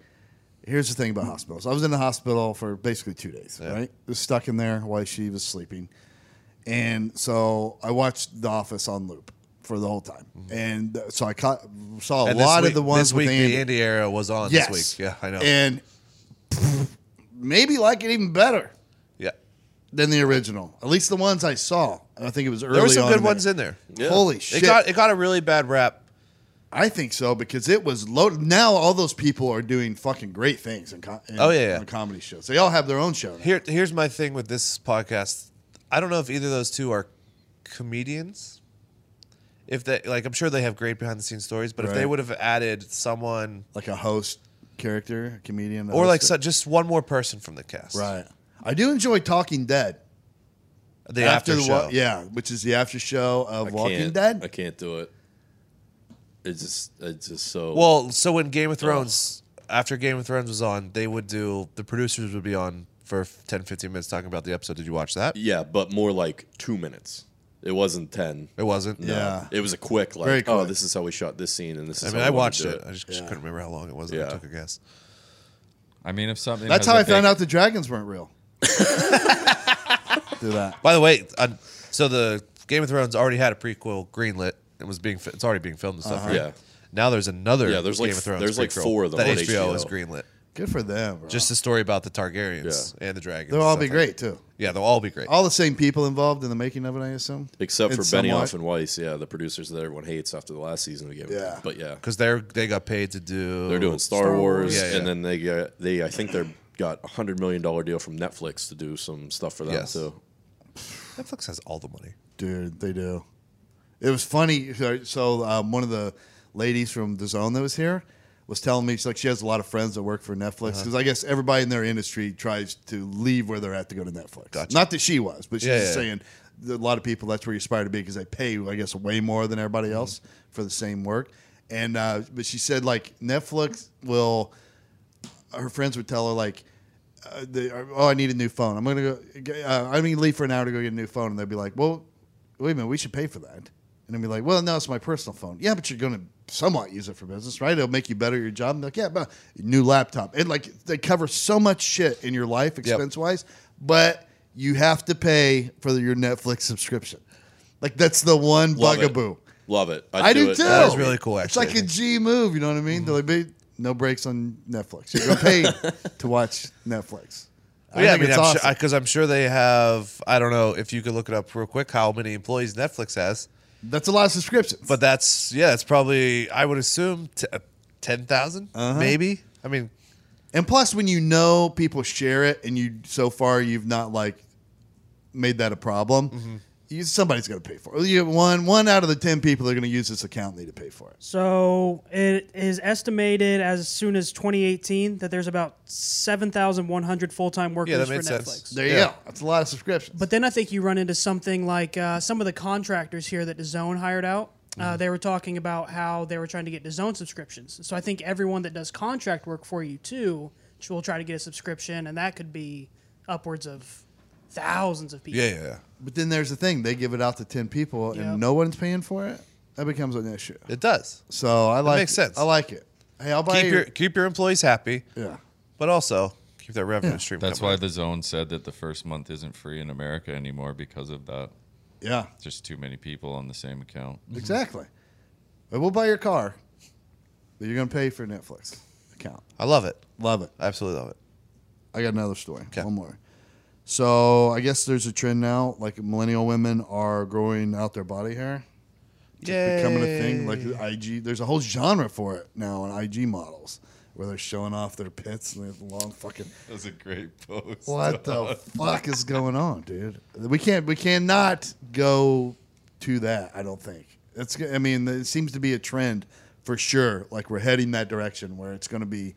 Speaker 2: here's the thing about hospitals. I was in the hospital for basically two days. Right, was stuck in there while she was sleeping, and so I watched The Office on loop for the whole time. And th- so I caught saw a
Speaker 3: Mm-hmm. And this
Speaker 2: lot
Speaker 3: week-
Speaker 2: of the ones
Speaker 3: this week,
Speaker 2: with Andy.
Speaker 3: the Andy era was on
Speaker 2: yes,
Speaker 3: this week. Yeah, I know.
Speaker 2: And maybe like it even better
Speaker 3: yeah,
Speaker 2: than the original. At least the ones I saw. I think it was early.
Speaker 3: there were some
Speaker 2: on
Speaker 3: good
Speaker 2: in
Speaker 3: ones in there.
Speaker 4: Yeah.
Speaker 2: Holy
Speaker 3: It
Speaker 2: shit!
Speaker 3: got it got a really bad rap.
Speaker 2: I think so because it was low. Now all those people are doing fucking great things in, co- in
Speaker 3: Oh, yeah, yeah.
Speaker 2: on comedy shows. They all have their own show. now.
Speaker 3: Here, here's my thing with this podcast. I don't know if either of those two are comedians. If they like, I'm sure they have great behind the scenes stories. But if they
Speaker 2: Right.
Speaker 3: would have added someone
Speaker 2: like a host character, a comedian, a
Speaker 3: or
Speaker 2: host
Speaker 3: like
Speaker 2: that-
Speaker 3: so, just one more person from the cast,
Speaker 2: right. I do enjoy Talking Dead
Speaker 3: The after,
Speaker 2: the
Speaker 3: show,
Speaker 2: wa- yeah, which is the after show of
Speaker 4: I
Speaker 2: Walking
Speaker 4: can't,
Speaker 2: Dead.
Speaker 4: I can't do it. It's just it's just so
Speaker 3: Well, so when Game of Thrones, after Game of Thrones was on, they would do, the producers would be on for 10, 15 minutes talking about the episode. Did you watch that?
Speaker 4: yeah, but more like two minutes. It wasn't ten.
Speaker 3: It wasn't.
Speaker 4: No.
Speaker 2: Yeah.
Speaker 4: It was a quick like
Speaker 2: Very
Speaker 4: oh,
Speaker 2: quick.
Speaker 4: this is how we shot this scene and this
Speaker 3: I
Speaker 4: is
Speaker 3: mean,
Speaker 4: how
Speaker 3: I
Speaker 4: we wanna
Speaker 3: watched
Speaker 4: do
Speaker 3: it. I just, just couldn't remember how long it was.
Speaker 4: Yeah.
Speaker 3: I took a guess.
Speaker 5: I mean, if something.
Speaker 2: That's
Speaker 5: has
Speaker 2: how
Speaker 5: a
Speaker 2: I found
Speaker 5: big-
Speaker 2: out the dragons weren't real. do that.
Speaker 3: By the way, I, so the Game of Thrones already had a prequel greenlit. It was being, fi- it's already being filmed and
Speaker 2: Uh-huh.
Speaker 3: stuff, right?
Speaker 4: Yeah.
Speaker 3: Now there's another
Speaker 4: Yeah, there's
Speaker 3: Game
Speaker 4: like
Speaker 3: of
Speaker 4: f-
Speaker 3: Thrones
Speaker 4: there's like
Speaker 3: prequel
Speaker 4: four of them
Speaker 3: that
Speaker 4: on
Speaker 3: HBO, is
Speaker 4: HBO.
Speaker 3: greenlit.
Speaker 2: Good for them. Bro.
Speaker 3: Just
Speaker 2: Just
Speaker 3: the story about the Targaryens and the dragons.
Speaker 2: they'll
Speaker 3: and
Speaker 2: all
Speaker 3: stuff
Speaker 2: be
Speaker 3: like
Speaker 2: great
Speaker 3: that.
Speaker 2: too.
Speaker 3: Yeah, they'll all be great.
Speaker 2: All the same people involved in the making of it, I assume.
Speaker 4: Except
Speaker 2: In
Speaker 4: for
Speaker 2: some
Speaker 4: Benioff
Speaker 2: way.
Speaker 4: and Weiss, yeah, the producers that everyone hates after the last season of the game.
Speaker 2: Yeah.
Speaker 4: But yeah.
Speaker 3: Because they're they got paid to do
Speaker 4: They're doing Star,
Speaker 6: Star
Speaker 4: Wars,
Speaker 6: Wars.
Speaker 3: Yeah, yeah.
Speaker 4: and then they got they I think they're got a hundred million dollar deal from Netflix to do some stuff for them
Speaker 3: Yes.
Speaker 4: too.
Speaker 3: Netflix has all the money.
Speaker 2: Dude, they do. It was funny. So- So um, one of the ladies from the zone that was here was telling me she's like she has a lot of friends that work for
Speaker 3: Uh-huh.
Speaker 2: Netflix because I guess everybody in their industry tries to leave where they're at to go to Netflix. Not that she was, but she's
Speaker 3: Yeah,
Speaker 2: just
Speaker 3: yeah.
Speaker 2: saying that a lot of people that's where you aspire to be because they pay I guess way more than everybody
Speaker 3: Mm-hmm.
Speaker 2: else for the same work. And uh, but she said like Netflix will her friends would tell her like, uh, they, "Oh, I need a new phone. I'm gonna go. Uh, I'm gonna leave for an hour to go get a new phone." And they'd be like, "Well, wait a minute. We should pay for that." And I'd be like, "Well, no, it's my personal phone. Yeah, but you're gonna somewhat use it for business, right? It'll make you better at your job." And they're like, "Yeah, but new laptop." And like they cover so much shit in your life expense wise, but you have to pay for your Netflix subscription. Like that's the one
Speaker 4: Love it.
Speaker 2: bugaboo.
Speaker 4: Love it.
Speaker 2: I do
Speaker 4: it.
Speaker 2: too.
Speaker 3: That is really cool,
Speaker 2: it's
Speaker 3: actually, Mm-hmm.
Speaker 2: like
Speaker 3: I
Speaker 2: a G move. You know what I mean? They're like, "Babe, no breaks on Netflix. You're gonna pay to watch Netflix. I
Speaker 3: yeah, I
Speaker 2: think
Speaker 3: mean,
Speaker 2: it's
Speaker 3: I'm
Speaker 2: awesome.
Speaker 3: sure because I'm sure they have. I don't know if you could look it up real quick how many employees Netflix has,
Speaker 2: That's a lot of subscriptions.
Speaker 3: but that's yeah, it's probably I would assume t- uh, ten thousand,
Speaker 2: Uh-huh.
Speaker 3: maybe. I mean,
Speaker 2: and plus, when you know people share it, and you so far you've not like made that a problem,
Speaker 3: Mm-hmm.
Speaker 2: you, somebody's gonna pay for it. You have one one out of the ten people that are gonna use this account need to pay for it.
Speaker 6: So it is estimated as soon as 2018 that there's about 7,100 full-time workers
Speaker 3: that
Speaker 6: for
Speaker 3: made sense.
Speaker 6: Netflix.
Speaker 2: There you
Speaker 3: Yeah.
Speaker 2: go. That's a lot of subscriptions.
Speaker 6: But then I think you run into something like uh, some of the contractors here that DAZN hired out.
Speaker 3: Mm-hmm.
Speaker 6: Uh, they were talking about how they were trying to get DAZN subscriptions. So I think everyone that does contract work for you too will try to get a subscription, and that could be upwards of thousands of people.
Speaker 3: yeah, yeah, yeah.
Speaker 2: But then there's the thing: they give it out to ten people,
Speaker 6: Yep.
Speaker 2: and no one's paying for it. That becomes an issue.
Speaker 3: it does.
Speaker 2: So I like
Speaker 3: makes
Speaker 2: it.
Speaker 3: sense.
Speaker 2: I like it. Hey, I'll buy
Speaker 3: Keep your keep your employees happy,
Speaker 2: yeah.
Speaker 3: but also keep their revenue stream.
Speaker 5: That's
Speaker 3: coming.
Speaker 5: why the zone said that the first month isn't free in America anymore because of that.
Speaker 2: Yeah,
Speaker 5: Just too many people on the same account.
Speaker 2: exactly. But we'll buy your car, but you're going to pay for your Netflix account.
Speaker 3: I love it.
Speaker 2: Love it.
Speaker 3: I absolutely love it.
Speaker 2: I got another story.
Speaker 3: Okay.
Speaker 2: One more. So I guess there's a trend now, like millennial women are growing out their body hair,
Speaker 3: Yeah.
Speaker 2: becoming a thing. Like the IG, there's a whole genre for it now on IG models, where they're showing off their pits and they have long fucking.
Speaker 5: That was a great post.
Speaker 2: What the fuck is going on, dude? We can't, we cannot go to that. I don't think it's. I mean, it seems to be a trend for sure. Like we're heading that direction where it's going to be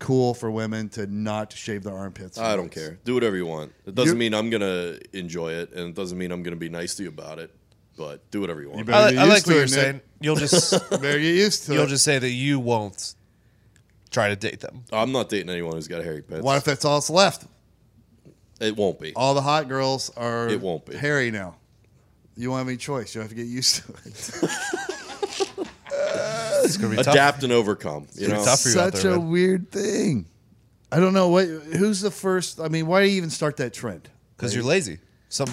Speaker 2: cool for women to not shave their armpits.
Speaker 4: I don't care. Do whatever you want. It doesn't
Speaker 2: You're-
Speaker 4: mean I'm gonna enjoy it, and it doesn't mean I'm gonna be nice to you about it. But do whatever you want.
Speaker 2: You
Speaker 3: I, li- I
Speaker 2: Used
Speaker 3: like
Speaker 2: to it,
Speaker 3: what you're
Speaker 2: Nick.
Speaker 3: saying. You'll just
Speaker 2: Very used to
Speaker 3: you'll
Speaker 2: it.
Speaker 3: just say that you won't try to date them.
Speaker 4: I'm not dating anyone who's got hairy pits.
Speaker 2: What if that's all that's left?
Speaker 4: It won't be.
Speaker 2: All the hot girls are
Speaker 4: It won't be.
Speaker 2: hairy now. You won't have any choice. You have to get used to it.
Speaker 3: It's gonna be tough.
Speaker 4: Adapt and overcome. You know,
Speaker 3: It's tough for you out
Speaker 2: Such
Speaker 3: there,
Speaker 2: a
Speaker 3: man.
Speaker 2: weird thing. I don't know what. Who's the first? I mean, why do you even start that trend?
Speaker 3: because you're lazy. Some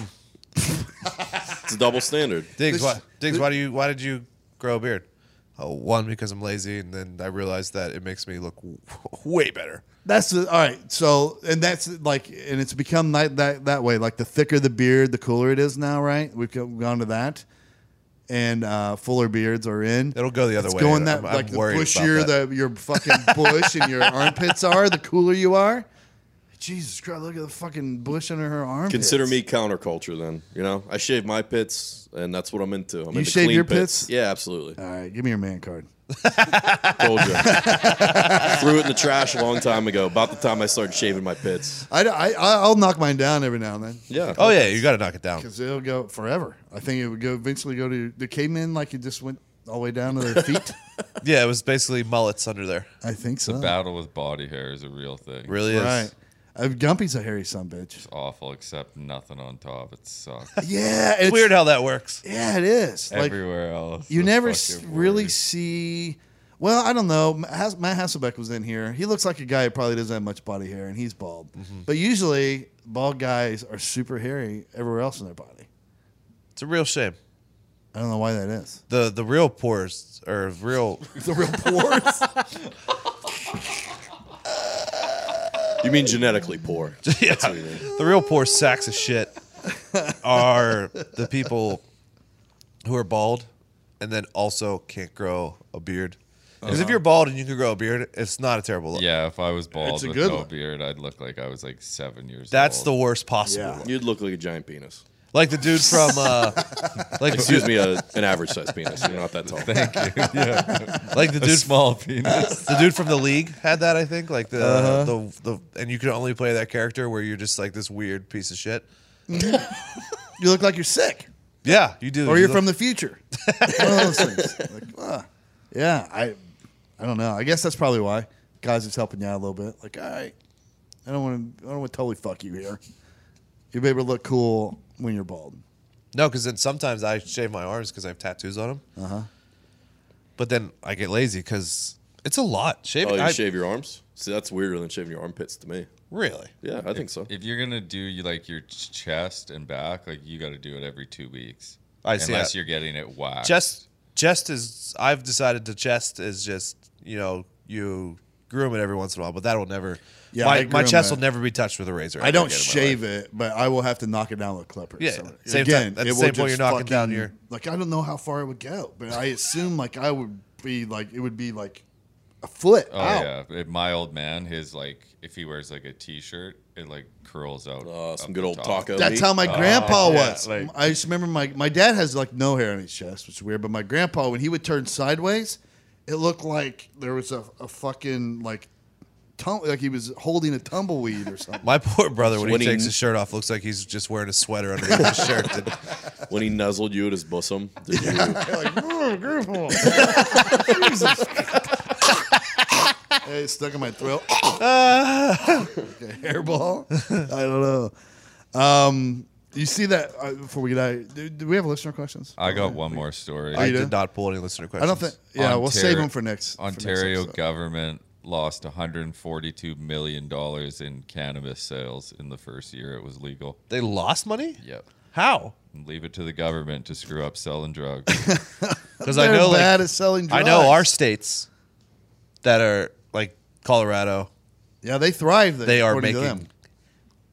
Speaker 4: it's a double standard.
Speaker 3: Diggs,
Speaker 2: This-
Speaker 3: why, Diggs, why do you? Why did you grow a beard? Oh, one because I'm lazy, and then I realized that it makes me look w- way better.
Speaker 2: That's the, all right. So, and that's like, and it's become that, that that way. Like the thicker the beard, the cooler it is now, right? We've go- gone to that, and uh, fuller beards are in.
Speaker 3: It'll go the other
Speaker 2: it's
Speaker 3: way.
Speaker 2: going that
Speaker 3: I'm- I'm
Speaker 2: like the
Speaker 3: worried about
Speaker 2: bushier
Speaker 3: that.
Speaker 2: the your fucking bush and your armpits are, the cooler you are. Jesus Christ! Look at the fucking bush under her arm.
Speaker 4: Consider me counterculture then. You know, I shave my pits, and that's what I'm into. I'm
Speaker 2: You
Speaker 4: into
Speaker 2: shave
Speaker 4: clean
Speaker 2: your pits?
Speaker 4: Yeah, absolutely.
Speaker 2: All right, give me your man card.
Speaker 4: Told you. Threw it in the trash a long time ago. About the time I started shaving my pits.
Speaker 2: I, I I'll knock mine down every now and then
Speaker 4: Yeah.
Speaker 3: Oh yeah, you got to knock it down.
Speaker 2: because it'll go forever. I think it would go eventually go to the cavemen like it just went all the way down to their feet.
Speaker 3: Yeah, it was basically mullets under there.
Speaker 2: I think so.
Speaker 5: The battle with body hair is a real thing.
Speaker 3: Really is.
Speaker 2: Right. Uh, Gumpy's a hairy son bitch.
Speaker 5: It's awful, except nothing on top. It sucks.
Speaker 2: Yeah, it's
Speaker 3: Weird how that works.
Speaker 2: Yeah, it is. Like
Speaker 5: Everywhere else,
Speaker 2: you
Speaker 5: the
Speaker 2: never
Speaker 5: fucking
Speaker 2: s- really
Speaker 5: worst.
Speaker 2: see. Well, I don't know. Has, Matt Hasselbeck was in here. He looks like a guy who probably doesn't have much body hair, and he's bald. But usually, bald guys are super hairy everywhere else in their body.
Speaker 3: It's a real shame.
Speaker 2: I don't know why that is.
Speaker 3: The the real pores or real
Speaker 2: The real pores.
Speaker 4: You mean genetically poor?
Speaker 3: yeah, the real poor sacks of shit are the people who are bald and then also can't grow a beard. Because
Speaker 2: Uh-huh.
Speaker 3: if you're bald and you can grow a beard, it's not a terrible look.
Speaker 5: Yeah, if I was bald
Speaker 2: It's a
Speaker 5: with
Speaker 2: good
Speaker 5: no
Speaker 2: one.
Speaker 5: beard, I'd look like I was like seven years
Speaker 3: That's
Speaker 5: old.
Speaker 3: the worst possible
Speaker 2: Yeah.
Speaker 3: look.
Speaker 4: You'd look like a giant penis.
Speaker 3: Like the dude from uh like the
Speaker 4: Excuse
Speaker 3: dude-
Speaker 4: me, a, an average sized penis. You're not that tall.
Speaker 3: like the
Speaker 5: a
Speaker 3: dude
Speaker 5: small penis.
Speaker 3: the dude from the league had that I think like the
Speaker 2: Uh-huh.
Speaker 3: the the and you can only play that character where you're just like this weird piece of shit.
Speaker 2: you look like you're sick,
Speaker 3: Yeah, you do.
Speaker 2: or
Speaker 3: You
Speaker 2: you're
Speaker 3: look-
Speaker 2: from the future. One of those things. Like, ah. Yeah, I, I don't know. I guess that's probably why. Guys, it's helping you out a little bit. Like, all right, I don't want to. I don't want to totally fuck you here. You'll be able to look cool when you're bald.
Speaker 3: No, because then sometimes I shave my arms because I have tattoos on them. Uh huh.
Speaker 2: Uh-huh.
Speaker 3: But then I get lazy because it's a lot shaving.
Speaker 4: Oh, you
Speaker 3: I,
Speaker 4: shave your arms? See, that's weirder than shaving your armpits to me.
Speaker 3: Really?
Speaker 4: Yeah, I think so.
Speaker 5: If you're gonna do you like your ch- chest and back, like you got to do it every two weeks.
Speaker 3: I see
Speaker 5: Unless
Speaker 3: that.
Speaker 5: you're getting it waxed.
Speaker 3: Chest, chest is. I've decided to chest is just you know you groom it every once in a while, but that'll never.
Speaker 2: Yeah, I
Speaker 3: my, my
Speaker 2: groom
Speaker 3: chest
Speaker 2: it.
Speaker 3: will never be touched with a razor.
Speaker 2: I don't
Speaker 3: ever again in my
Speaker 2: shave it, but I will have to knock it down with clippers.
Speaker 3: Yeah,
Speaker 2: So,
Speaker 3: same
Speaker 2: again,
Speaker 3: time- at
Speaker 2: it
Speaker 3: the
Speaker 2: will
Speaker 3: same point
Speaker 2: just
Speaker 3: you're knocking down
Speaker 2: fucking-
Speaker 3: your-
Speaker 2: Like I don't know how far it would go, but I assume like I would be like it would be like a foot
Speaker 5: Oh
Speaker 2: out.
Speaker 5: yeah, It- my old man, his like if he wears like a t-shirt, it like curls out.
Speaker 4: Uh, some
Speaker 5: up
Speaker 4: good
Speaker 5: the
Speaker 4: old
Speaker 5: top.
Speaker 4: taco.
Speaker 2: That's
Speaker 4: meat.
Speaker 2: how my grandpa
Speaker 5: Oh, yeah,
Speaker 2: was.
Speaker 5: like-
Speaker 2: I just remember my my dad has like no hair on his chest, which is weird. But my grandpa, when he would turn sideways, it looked like there was a, a fucking like tum- like he was holding a tumbleweed or something.
Speaker 3: My poor brother, when,
Speaker 4: When
Speaker 3: he,
Speaker 4: he
Speaker 3: takes
Speaker 4: kn-
Speaker 3: his shirt off, looks like he's just wearing a sweater underneath his shirt.
Speaker 4: when he nuzzled you at his bosom. Did you,
Speaker 2: like, "Oh, grandpa. Jesus. Hey, it's stuck in my throat. Like a hairball. I don't know. Um, you see that uh, before we get out? Do, do we have listener questions?
Speaker 5: I got one more story.
Speaker 3: I
Speaker 2: do?
Speaker 3: did not pull any listener
Speaker 2: I
Speaker 3: questions.
Speaker 2: don't think. Yeah, we'll save them for next. for next
Speaker 5: Ontario
Speaker 2: episode.
Speaker 5: government lost 142 million dollars in cannabis sales in the first year it was legal.
Speaker 3: they lost money.
Speaker 5: Yep.
Speaker 3: How?
Speaker 5: And leave it to the government to screw up selling drugs.
Speaker 3: Because I
Speaker 2: They're
Speaker 3: know like,
Speaker 2: bad at selling.
Speaker 3: I
Speaker 2: Drugs.
Speaker 3: know our states that are like Colorado.
Speaker 2: Yeah, they thrive.
Speaker 3: They are
Speaker 2: according to
Speaker 3: making
Speaker 2: them.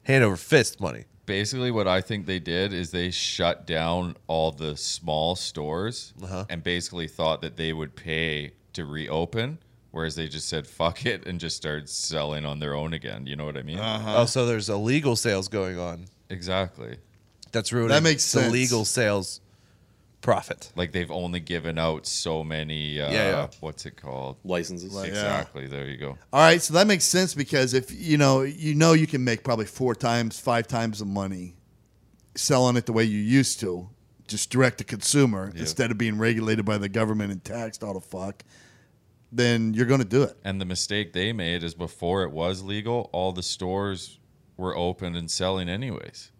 Speaker 3: hand over fist money.
Speaker 5: basically what I think they did is they shut down all the small stores
Speaker 3: Uh-huh.
Speaker 5: and basically thought that they would pay to reopen, whereas they just said fuck it and just started selling on their own again. You know what I mean?
Speaker 3: Oh, so there's illegal sales going on.
Speaker 5: Exactly.
Speaker 3: That's ruining
Speaker 2: That makes
Speaker 3: the
Speaker 2: sense.
Speaker 3: legal sales profit.
Speaker 5: Like they've only given out so many. Uh,
Speaker 3: Yeah, yeah.
Speaker 5: What's it called?
Speaker 4: licenses.
Speaker 5: Exactly. There you go.
Speaker 2: All right, so that makes sense because if you know, you know, you can make probably four times, five times the money selling it the way you used to, just direct to consumer instead of being regulated by the government and taxed all the fuck. Then you're going to do it.
Speaker 5: And the mistake they made is before it was legal, all the stores were open and selling anyways.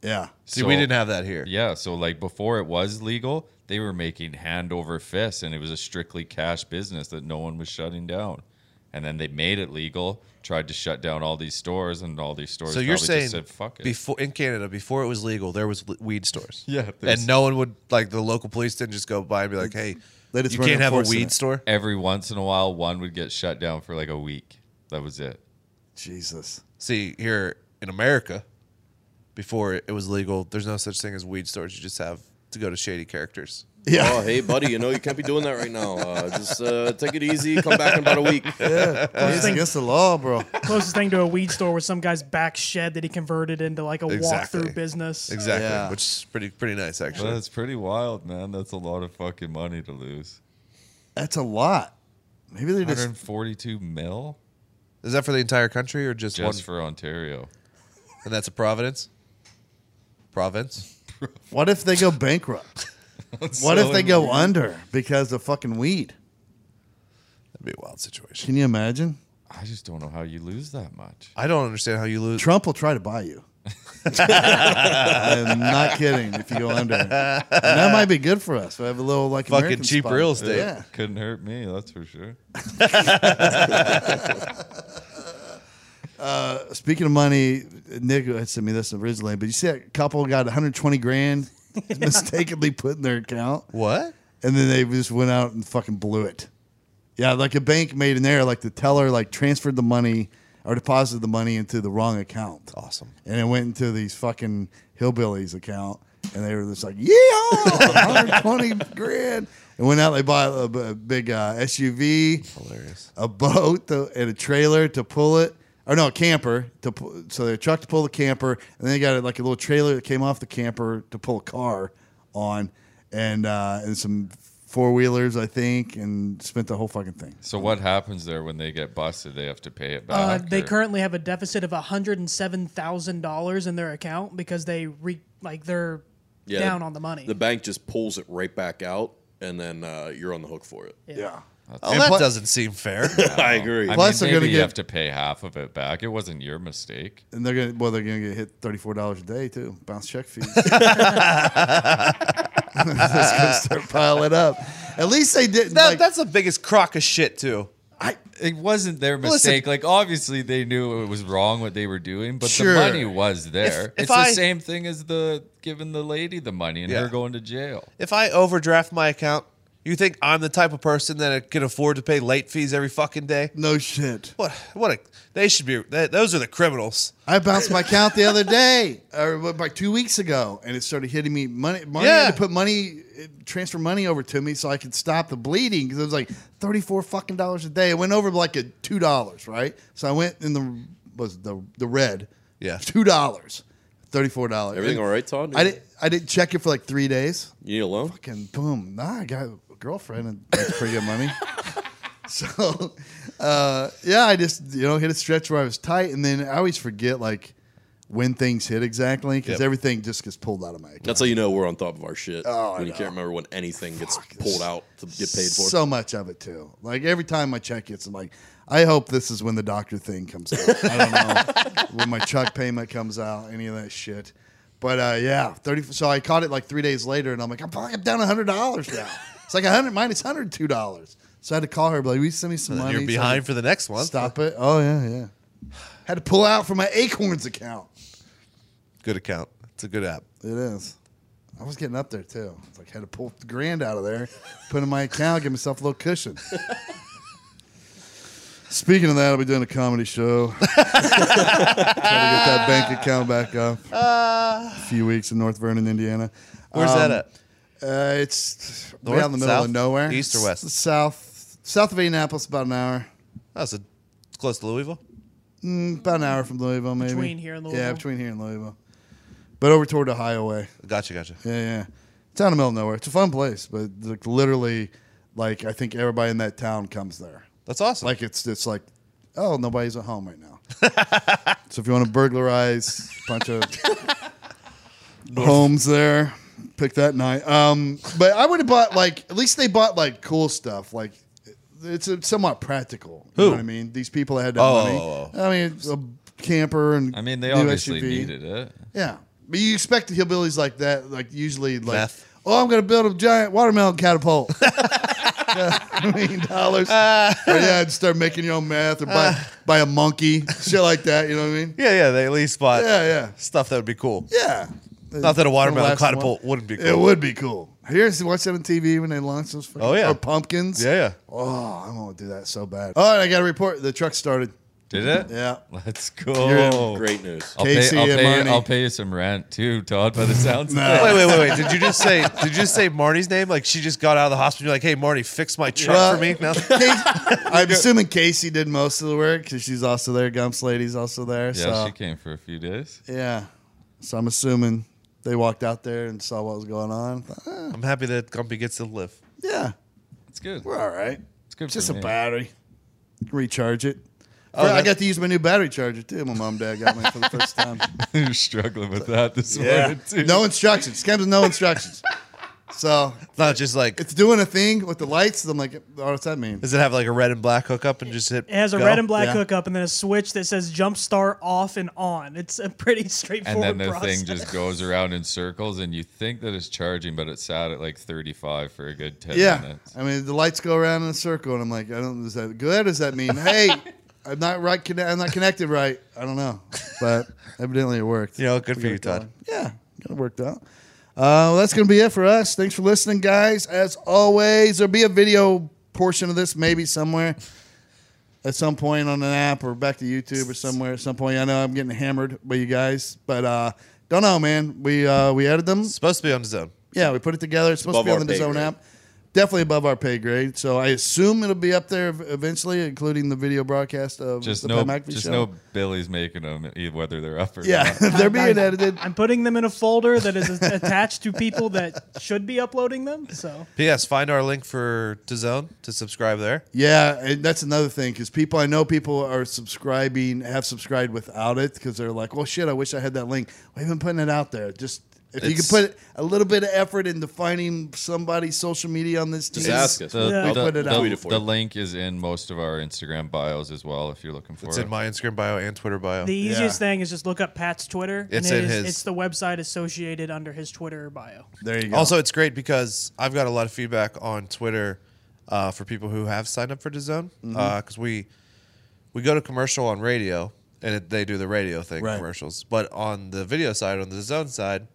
Speaker 2: Yeah,
Speaker 3: See, we
Speaker 5: So-
Speaker 3: didn't have that here.
Speaker 5: Yeah, so like before it was legal, they were making hand over fist and it was a strictly cash business that no one was shutting down. And then they made it legal, tried to shut down all these stores and all these stores
Speaker 3: So you're
Speaker 5: probably
Speaker 3: saying
Speaker 5: just said fuck it.
Speaker 3: before in Canada, before it was legal, there was l- weed stores.
Speaker 5: Yeah, there's-
Speaker 3: and no one would like the local police didn't just go by and be like, "Hey,
Speaker 2: They just
Speaker 3: you
Speaker 2: weren't
Speaker 3: can't have a
Speaker 2: enforcing
Speaker 3: weed
Speaker 2: it.
Speaker 3: store."
Speaker 5: Every once in a while one would get shut down for like a week. That was it.
Speaker 2: Jesus.
Speaker 3: See, here in America, before it was legal, there's no such thing as weed stores. You just have to go to shady characters.
Speaker 2: Yeah,
Speaker 4: Oh, hey, buddy, you know you can't be doing that right now. Uh, just uh, take it easy. Come back in about a week.
Speaker 2: it's against the law, bro.
Speaker 6: Closest thing to a weed store was some guy's back shed that he converted into like a
Speaker 3: Exactly.
Speaker 6: walkthrough business.
Speaker 3: Exactly,
Speaker 2: Yeah.
Speaker 3: which is pretty pretty nice actually.
Speaker 5: That's pretty wild, man. That's a lot of fucking money to lose.
Speaker 2: That's a lot. Maybe they just
Speaker 5: 142 mil
Speaker 3: Is that for the entire country or just, one?
Speaker 5: just for Ontario.
Speaker 3: and that's a Providence. Province.
Speaker 2: What if they go bankrupt? what if they go under because of fucking weed?
Speaker 3: That'd be a wild situation.
Speaker 2: Can you imagine?
Speaker 5: I just don't know how you lose that much.
Speaker 3: I don't understand how you lose.
Speaker 2: Trump will try to buy you. I'm not kidding. If you go under, and that might be good for us. We have a little like
Speaker 3: Fucking
Speaker 2: American
Speaker 3: cheap
Speaker 2: spot.
Speaker 3: real estate.
Speaker 2: Yeah,
Speaker 5: Couldn't hurt me, that's for sure.
Speaker 2: Speaking of money, Nick had sent me this originally, but you see that couple got 120 grand mistakenly put in their account,
Speaker 3: What?
Speaker 2: and then they just went out and fucking blew it. Yeah, like a bank made an error. Like the teller like transferred the money or deposited the money into the wrong account.
Speaker 3: Awesome.
Speaker 2: and it went into these fucking hillbillies account, and they were just like, yeah, 120 grand. And went out, they bought a, b- a big uh, SUV,
Speaker 3: Hilarious.
Speaker 2: a boat, to, and a trailer to pull it. Or no, a camper to pu- so their truck to pull the camper, and then they got like a little trailer that came off the camper to pull a car on, and uh, and some four wheelers I think, and spent the whole fucking thing.
Speaker 5: So what happens there when they get busted? They have to pay it
Speaker 6: Uh,
Speaker 5: back.
Speaker 6: they
Speaker 5: or-
Speaker 6: currently have a deficit of hundred and seven thousand dollars in their account because they re like they're
Speaker 4: Yeah,
Speaker 6: down on the money.
Speaker 4: The bank just pulls it right back out, and then uh, you're on the hook for it. Uh,
Speaker 2: Yeah,
Speaker 3: Oh,
Speaker 2: And
Speaker 3: that
Speaker 2: plu-
Speaker 3: doesn't seem fair.
Speaker 4: I agree.
Speaker 5: I
Speaker 2: Plus,
Speaker 5: mean,
Speaker 2: they're gonna
Speaker 5: maybe you
Speaker 2: get-
Speaker 5: have to pay half of it back. It wasn't your mistake.
Speaker 2: and they're gonna well they're gonna get hit thirty four dollars a day too bounce check fees. That's gonna start piling up. At least they didn't.
Speaker 3: That,
Speaker 2: like,
Speaker 3: that's the biggest crock of shit too.
Speaker 5: I, it wasn't their mistake. like obviously they knew it was wrong what they were doing, but
Speaker 2: Sure.
Speaker 5: the money was there.
Speaker 3: if
Speaker 5: it's
Speaker 3: I-
Speaker 5: the same thing as the giving the lady the money and
Speaker 3: Yeah.
Speaker 5: her going to jail.
Speaker 3: If I overdraft my account, you think I'm the type of person that can afford to pay late fees every fucking day?
Speaker 2: no shit.
Speaker 3: What? What? A, they should be. That, those are the criminals.
Speaker 2: I bounced my account the other day, or what, like two weeks ago, and it started hitting me money. money I
Speaker 3: Yeah.
Speaker 2: had to put money, transfer money over to me so I could stop the bleeding because it was like thirty four fucking dollars a day. It went over like a two dollars, right? So I went in the was the the red,
Speaker 3: Yeah.
Speaker 2: two dollars, thirty four dollars.
Speaker 4: Everything all right, Todd?
Speaker 2: I didn't I didn't check it for like three days.
Speaker 4: You need a loan?
Speaker 2: and boom, nah, I got a girlfriend and that's pretty good money. so, uh, yeah, I just you know hit a stretch where I was tight, and then I always forget like when things hit exactly because
Speaker 3: Yep.
Speaker 2: everything just gets pulled out of my account.
Speaker 4: That's how you know we're on top of our shit.
Speaker 2: Oh, I
Speaker 4: when you
Speaker 2: know.
Speaker 4: can't remember when anything gets pulled out to get paid for.
Speaker 2: so much of it too. Like every time I check it, I'm like, I hope this is when the doctor thing comes out. I don't know when my truck payment comes out, any of that shit. But uh, yeah, thirty. So I caught it like three days later, and I'm like, I'm probably I'm down hundred dollars now. It's like hundred minus hundred two dollars. So I had to call her, be like, will you send me some
Speaker 3: And
Speaker 2: money?
Speaker 3: you're
Speaker 2: So I
Speaker 3: behind for the next
Speaker 2: had to
Speaker 3: one.
Speaker 2: Stop it. Oh yeah, yeah. Had to pull out from my Acorns account.
Speaker 3: Good account. It's a good app.
Speaker 2: It is. I was getting up there too. It's like had to pull the grand out of there, put it in my account, give myself a little cushion. Speaking of that, I'll be doing a comedy show. Trying to get that bank account back up.
Speaker 6: Uh,
Speaker 2: a few weeks in North Vernon, Indiana.
Speaker 3: Where's
Speaker 2: Um,
Speaker 3: that at?
Speaker 2: Uh, it's
Speaker 3: North,
Speaker 2: right in the middle
Speaker 3: south,
Speaker 2: of nowhere.
Speaker 3: east, or west?
Speaker 2: S- south, south of Indianapolis, about an hour.
Speaker 3: That's a it's close to Louisville.
Speaker 2: About an hour from Louisville, maybe.
Speaker 6: Between here and
Speaker 2: Yeah,
Speaker 6: Louisville.
Speaker 2: between here and Louisville. But over toward Ohio way.
Speaker 3: Gotcha, gotcha.
Speaker 2: Yeah, yeah. It's out in the middle of nowhere. It's a fun place, but like, literally, like I think everybody in that town comes there.
Speaker 3: That's awesome.
Speaker 2: Like it's it's like, oh, nobody's at home right now. so if you want to burglarize a bunch of homes there, pick that night. Um, but I would have bought like at least they bought like cool stuff. Like it's a, somewhat practical. You know
Speaker 3: Who?
Speaker 2: what I mean? These people that had that
Speaker 3: Oh.
Speaker 2: money. I mean, it's a camper and
Speaker 5: I mean, they
Speaker 2: new
Speaker 5: obviously
Speaker 2: SUV.
Speaker 5: needed it.
Speaker 2: Yeah, but you expect the hillbillies like that, like usually like,
Speaker 3: Meth.
Speaker 2: oh, I'm gonna build a giant watermelon catapult. A million dollars,
Speaker 3: Uh.
Speaker 2: or yeah, and start making your own meth, or buy, buy a monkey, shit like that. You know what I mean?
Speaker 3: yeah, yeah. They at least bought
Speaker 2: Yeah, yeah,
Speaker 3: stuff that would be cool.
Speaker 2: yeah.
Speaker 3: Not that a watermelon
Speaker 2: Last one.
Speaker 3: catapult wouldn't be cool.
Speaker 2: It would be cool. Here's watch that on TV when they launch those. fucking-
Speaker 3: Oh, yeah.
Speaker 2: or pumpkins.
Speaker 3: Yeah, yeah.
Speaker 2: Oh, I want to do that so bad. All right, I got a report. The truck started.
Speaker 5: Did it?
Speaker 2: Yeah.
Speaker 5: Let's
Speaker 2: You're
Speaker 5: go.
Speaker 4: Great news.
Speaker 5: I'll
Speaker 2: Casey
Speaker 5: pay, I'll,
Speaker 2: and
Speaker 5: pay,
Speaker 2: Marnie.
Speaker 5: I'll pay you some rent too, Todd. By the sounds. of
Speaker 2: No.
Speaker 5: it.
Speaker 3: Wait, wait, wait, wait. Did you just say? Did you just say Marty's name? Like she just got out of the hospital. You're like, hey, Marty, fix my truck
Speaker 2: Well-
Speaker 3: for me. No?
Speaker 2: Casey- I'm assuming Casey did most of the work because she's also there. Gumps lady's also there.
Speaker 5: Yeah,
Speaker 2: so
Speaker 5: she came for a few days.
Speaker 2: Yeah. So I'm assuming they walked out there and saw what was going on. Thought, "Eh,
Speaker 3: I'm happy that Gumpy gets to live.
Speaker 2: yeah,
Speaker 5: It's good.
Speaker 2: we're all right.
Speaker 5: It's good.
Speaker 2: It's
Speaker 5: for
Speaker 2: just a
Speaker 5: me.
Speaker 2: battery. Recharge it.
Speaker 3: Oh,
Speaker 2: I
Speaker 3: that's-
Speaker 2: got to use my new battery charger too. My mom and dad got me for the first time.
Speaker 5: You're struggling with that this morning too.
Speaker 2: no instructions. Scams with no instructions. So
Speaker 3: It's not just like.
Speaker 2: it's doing a thing with the lights. I'm like, oh, what's that mean?
Speaker 3: Does it have like a red and black hookup and just hit?
Speaker 6: It has a red and black
Speaker 2: Yeah.
Speaker 6: hookup and then a switch that says jump start off and on. It's a pretty
Speaker 5: And
Speaker 6: straightforward
Speaker 5: then the
Speaker 6: process.
Speaker 5: thing just goes around in circles, and you think that it's charging, but it's sat at like 35 for a good 10
Speaker 2: Yeah.
Speaker 5: minutes.
Speaker 2: I mean, the lights go around in a circle, and I'm like, I don't. Is that good? Does that mean, hey, I'm not right? Conne- I'm not connected right. I don't know, but evidently it worked.
Speaker 3: You know, good for
Speaker 2: We
Speaker 3: you,
Speaker 2: got it
Speaker 3: Todd.
Speaker 2: going. Yeah, got it worked out. Uh, well, that's going to be it for us. Thanks for listening, guys. As always, there'll be a video portion of this maybe somewhere at some point on an app or back to YouTube or somewhere at some point. I know I'm getting hammered by you guys, but uh, don't know, man. We uh, we edited them.
Speaker 3: It's supposed to be on his own.
Speaker 2: Yeah, we put it together. It's supposed
Speaker 4: Above
Speaker 2: to be
Speaker 4: our
Speaker 2: on the
Speaker 4: pay
Speaker 2: DAZN
Speaker 4: grade.
Speaker 2: app. Definitely above our pay grade. So I assume it'll be up there ev- eventually, including the video broadcast of
Speaker 5: Just
Speaker 2: the
Speaker 5: no,
Speaker 2: Pat McAfee
Speaker 5: just
Speaker 2: show.
Speaker 5: no Billy's making them, e- whether they're up or
Speaker 2: Yeah,
Speaker 5: not.
Speaker 2: they're being edited.
Speaker 6: I'm putting them in a folder that is attached to people that should be uploading them. So
Speaker 3: P.S. Find our link for to zone to subscribe there.
Speaker 2: Yeah, and that's another thing because people I know people are subscribing have subscribed without it because they're like, well, shit, I wish I had that link. We've been putting it out there. Just if you
Speaker 3: It's-
Speaker 2: could put a little bit of effort into finding somebody's social media on this team.
Speaker 4: Just ask us.
Speaker 5: The,
Speaker 6: Yeah.
Speaker 5: the-
Speaker 2: We put it
Speaker 5: the-
Speaker 2: out.
Speaker 4: Tweet it for
Speaker 5: the
Speaker 4: you.
Speaker 5: link is in most of our Instagram bios as well, if you're looking for
Speaker 3: It's
Speaker 5: it.
Speaker 3: in my Instagram bio and Twitter bio.
Speaker 6: the easiest
Speaker 2: Yeah.
Speaker 6: thing is just look up Pat's Twitter.
Speaker 3: It's
Speaker 6: and
Speaker 3: in
Speaker 6: it is,
Speaker 3: his-
Speaker 6: It's the website associated under his Twitter bio.
Speaker 2: There you go.
Speaker 3: Also, it's great because I've got a lot of feedback on Twitter uh, for people who have signed up for DAZN because
Speaker 2: Mm-hmm.
Speaker 3: we we go to commercial on radio and it, they do the radio thing
Speaker 2: Right.
Speaker 3: commercials, but on the video side, on the DAZN side,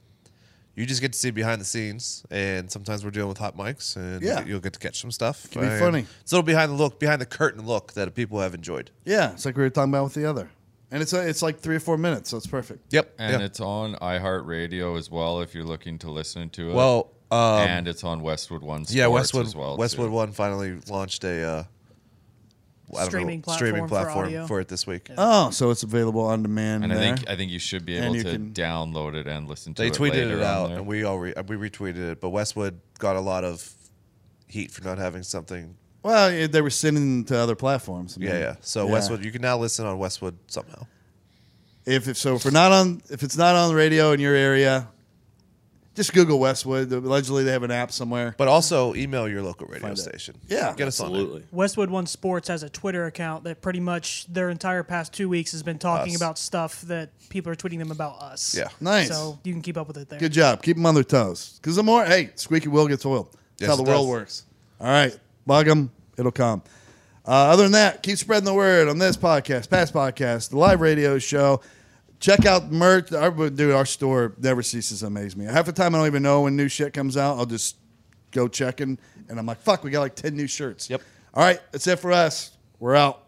Speaker 3: you just get to see behind the scenes, and sometimes we're dealing with hot mics, and
Speaker 2: Yeah.
Speaker 3: you'll get to catch some stuff.
Speaker 2: be
Speaker 3: And
Speaker 2: funny.
Speaker 3: It's a little behind the look, behind the curtain look that people have enjoyed.
Speaker 2: yeah, it's like we were talking about with the other, and it's a, it's like three or four minutes, so it's perfect.
Speaker 3: Yep,
Speaker 5: and
Speaker 3: yeah.
Speaker 5: it's on iHeartRadio as well, if you're looking to listen to it.
Speaker 3: well, um,
Speaker 5: and it's on Westwood One. Sports
Speaker 3: yeah, Westwood
Speaker 5: as well. too.
Speaker 3: Westwood One finally launched a. Uh, I don't know,
Speaker 6: Streaming
Speaker 3: streaming
Speaker 6: platform for
Speaker 3: platform
Speaker 6: audio.
Speaker 3: for it this week.
Speaker 2: Oh, so it's available on demand.
Speaker 5: And I
Speaker 2: there.
Speaker 5: think I think you should be
Speaker 2: And
Speaker 5: able
Speaker 2: you
Speaker 5: to
Speaker 2: can-
Speaker 5: download it and listen to
Speaker 3: They
Speaker 5: it.
Speaker 3: tweeted
Speaker 5: later
Speaker 3: it
Speaker 5: on
Speaker 3: out,
Speaker 5: there.
Speaker 3: and we all re- we retweeted it. But Westwood got a lot of heat for not having something.
Speaker 5: Mm-hmm.
Speaker 2: well, yeah, they were sending to other platforms. I
Speaker 3: Yeah,
Speaker 2: mean,
Speaker 3: yeah. So Westwood, you can now listen on Westwood somehow.
Speaker 2: if, if so if we're not on if it's not on the radio in your area just google westwood allegedly they have an app somewhere
Speaker 3: But also email your local radio
Speaker 2: Find it.
Speaker 3: station.
Speaker 2: Yeah,
Speaker 3: get us on.
Speaker 4: Absolutely.
Speaker 6: Westwood One Sports has a Twitter account that pretty much their entire past two weeks has been talking
Speaker 3: Us.
Speaker 6: about stuff that people are tweeting them about us.
Speaker 3: Yeah.
Speaker 2: Nice.
Speaker 6: So you can keep up with it there.
Speaker 2: good job keep them on their toes because the more hey squeaky wheel gets oiled that's
Speaker 3: Yes,
Speaker 2: how the
Speaker 3: it
Speaker 2: world
Speaker 3: does.
Speaker 2: works all right bug them it'll come uh, other than that keep spreading the word on this podcast past podcast the live radio show check out merch our, dude our store never ceases to amaze me half the time i don't even know when new shit comes out i'll just go checking and i'm like fuck we got like 10 new shirts
Speaker 3: Yep.
Speaker 2: all right that's it for us we're out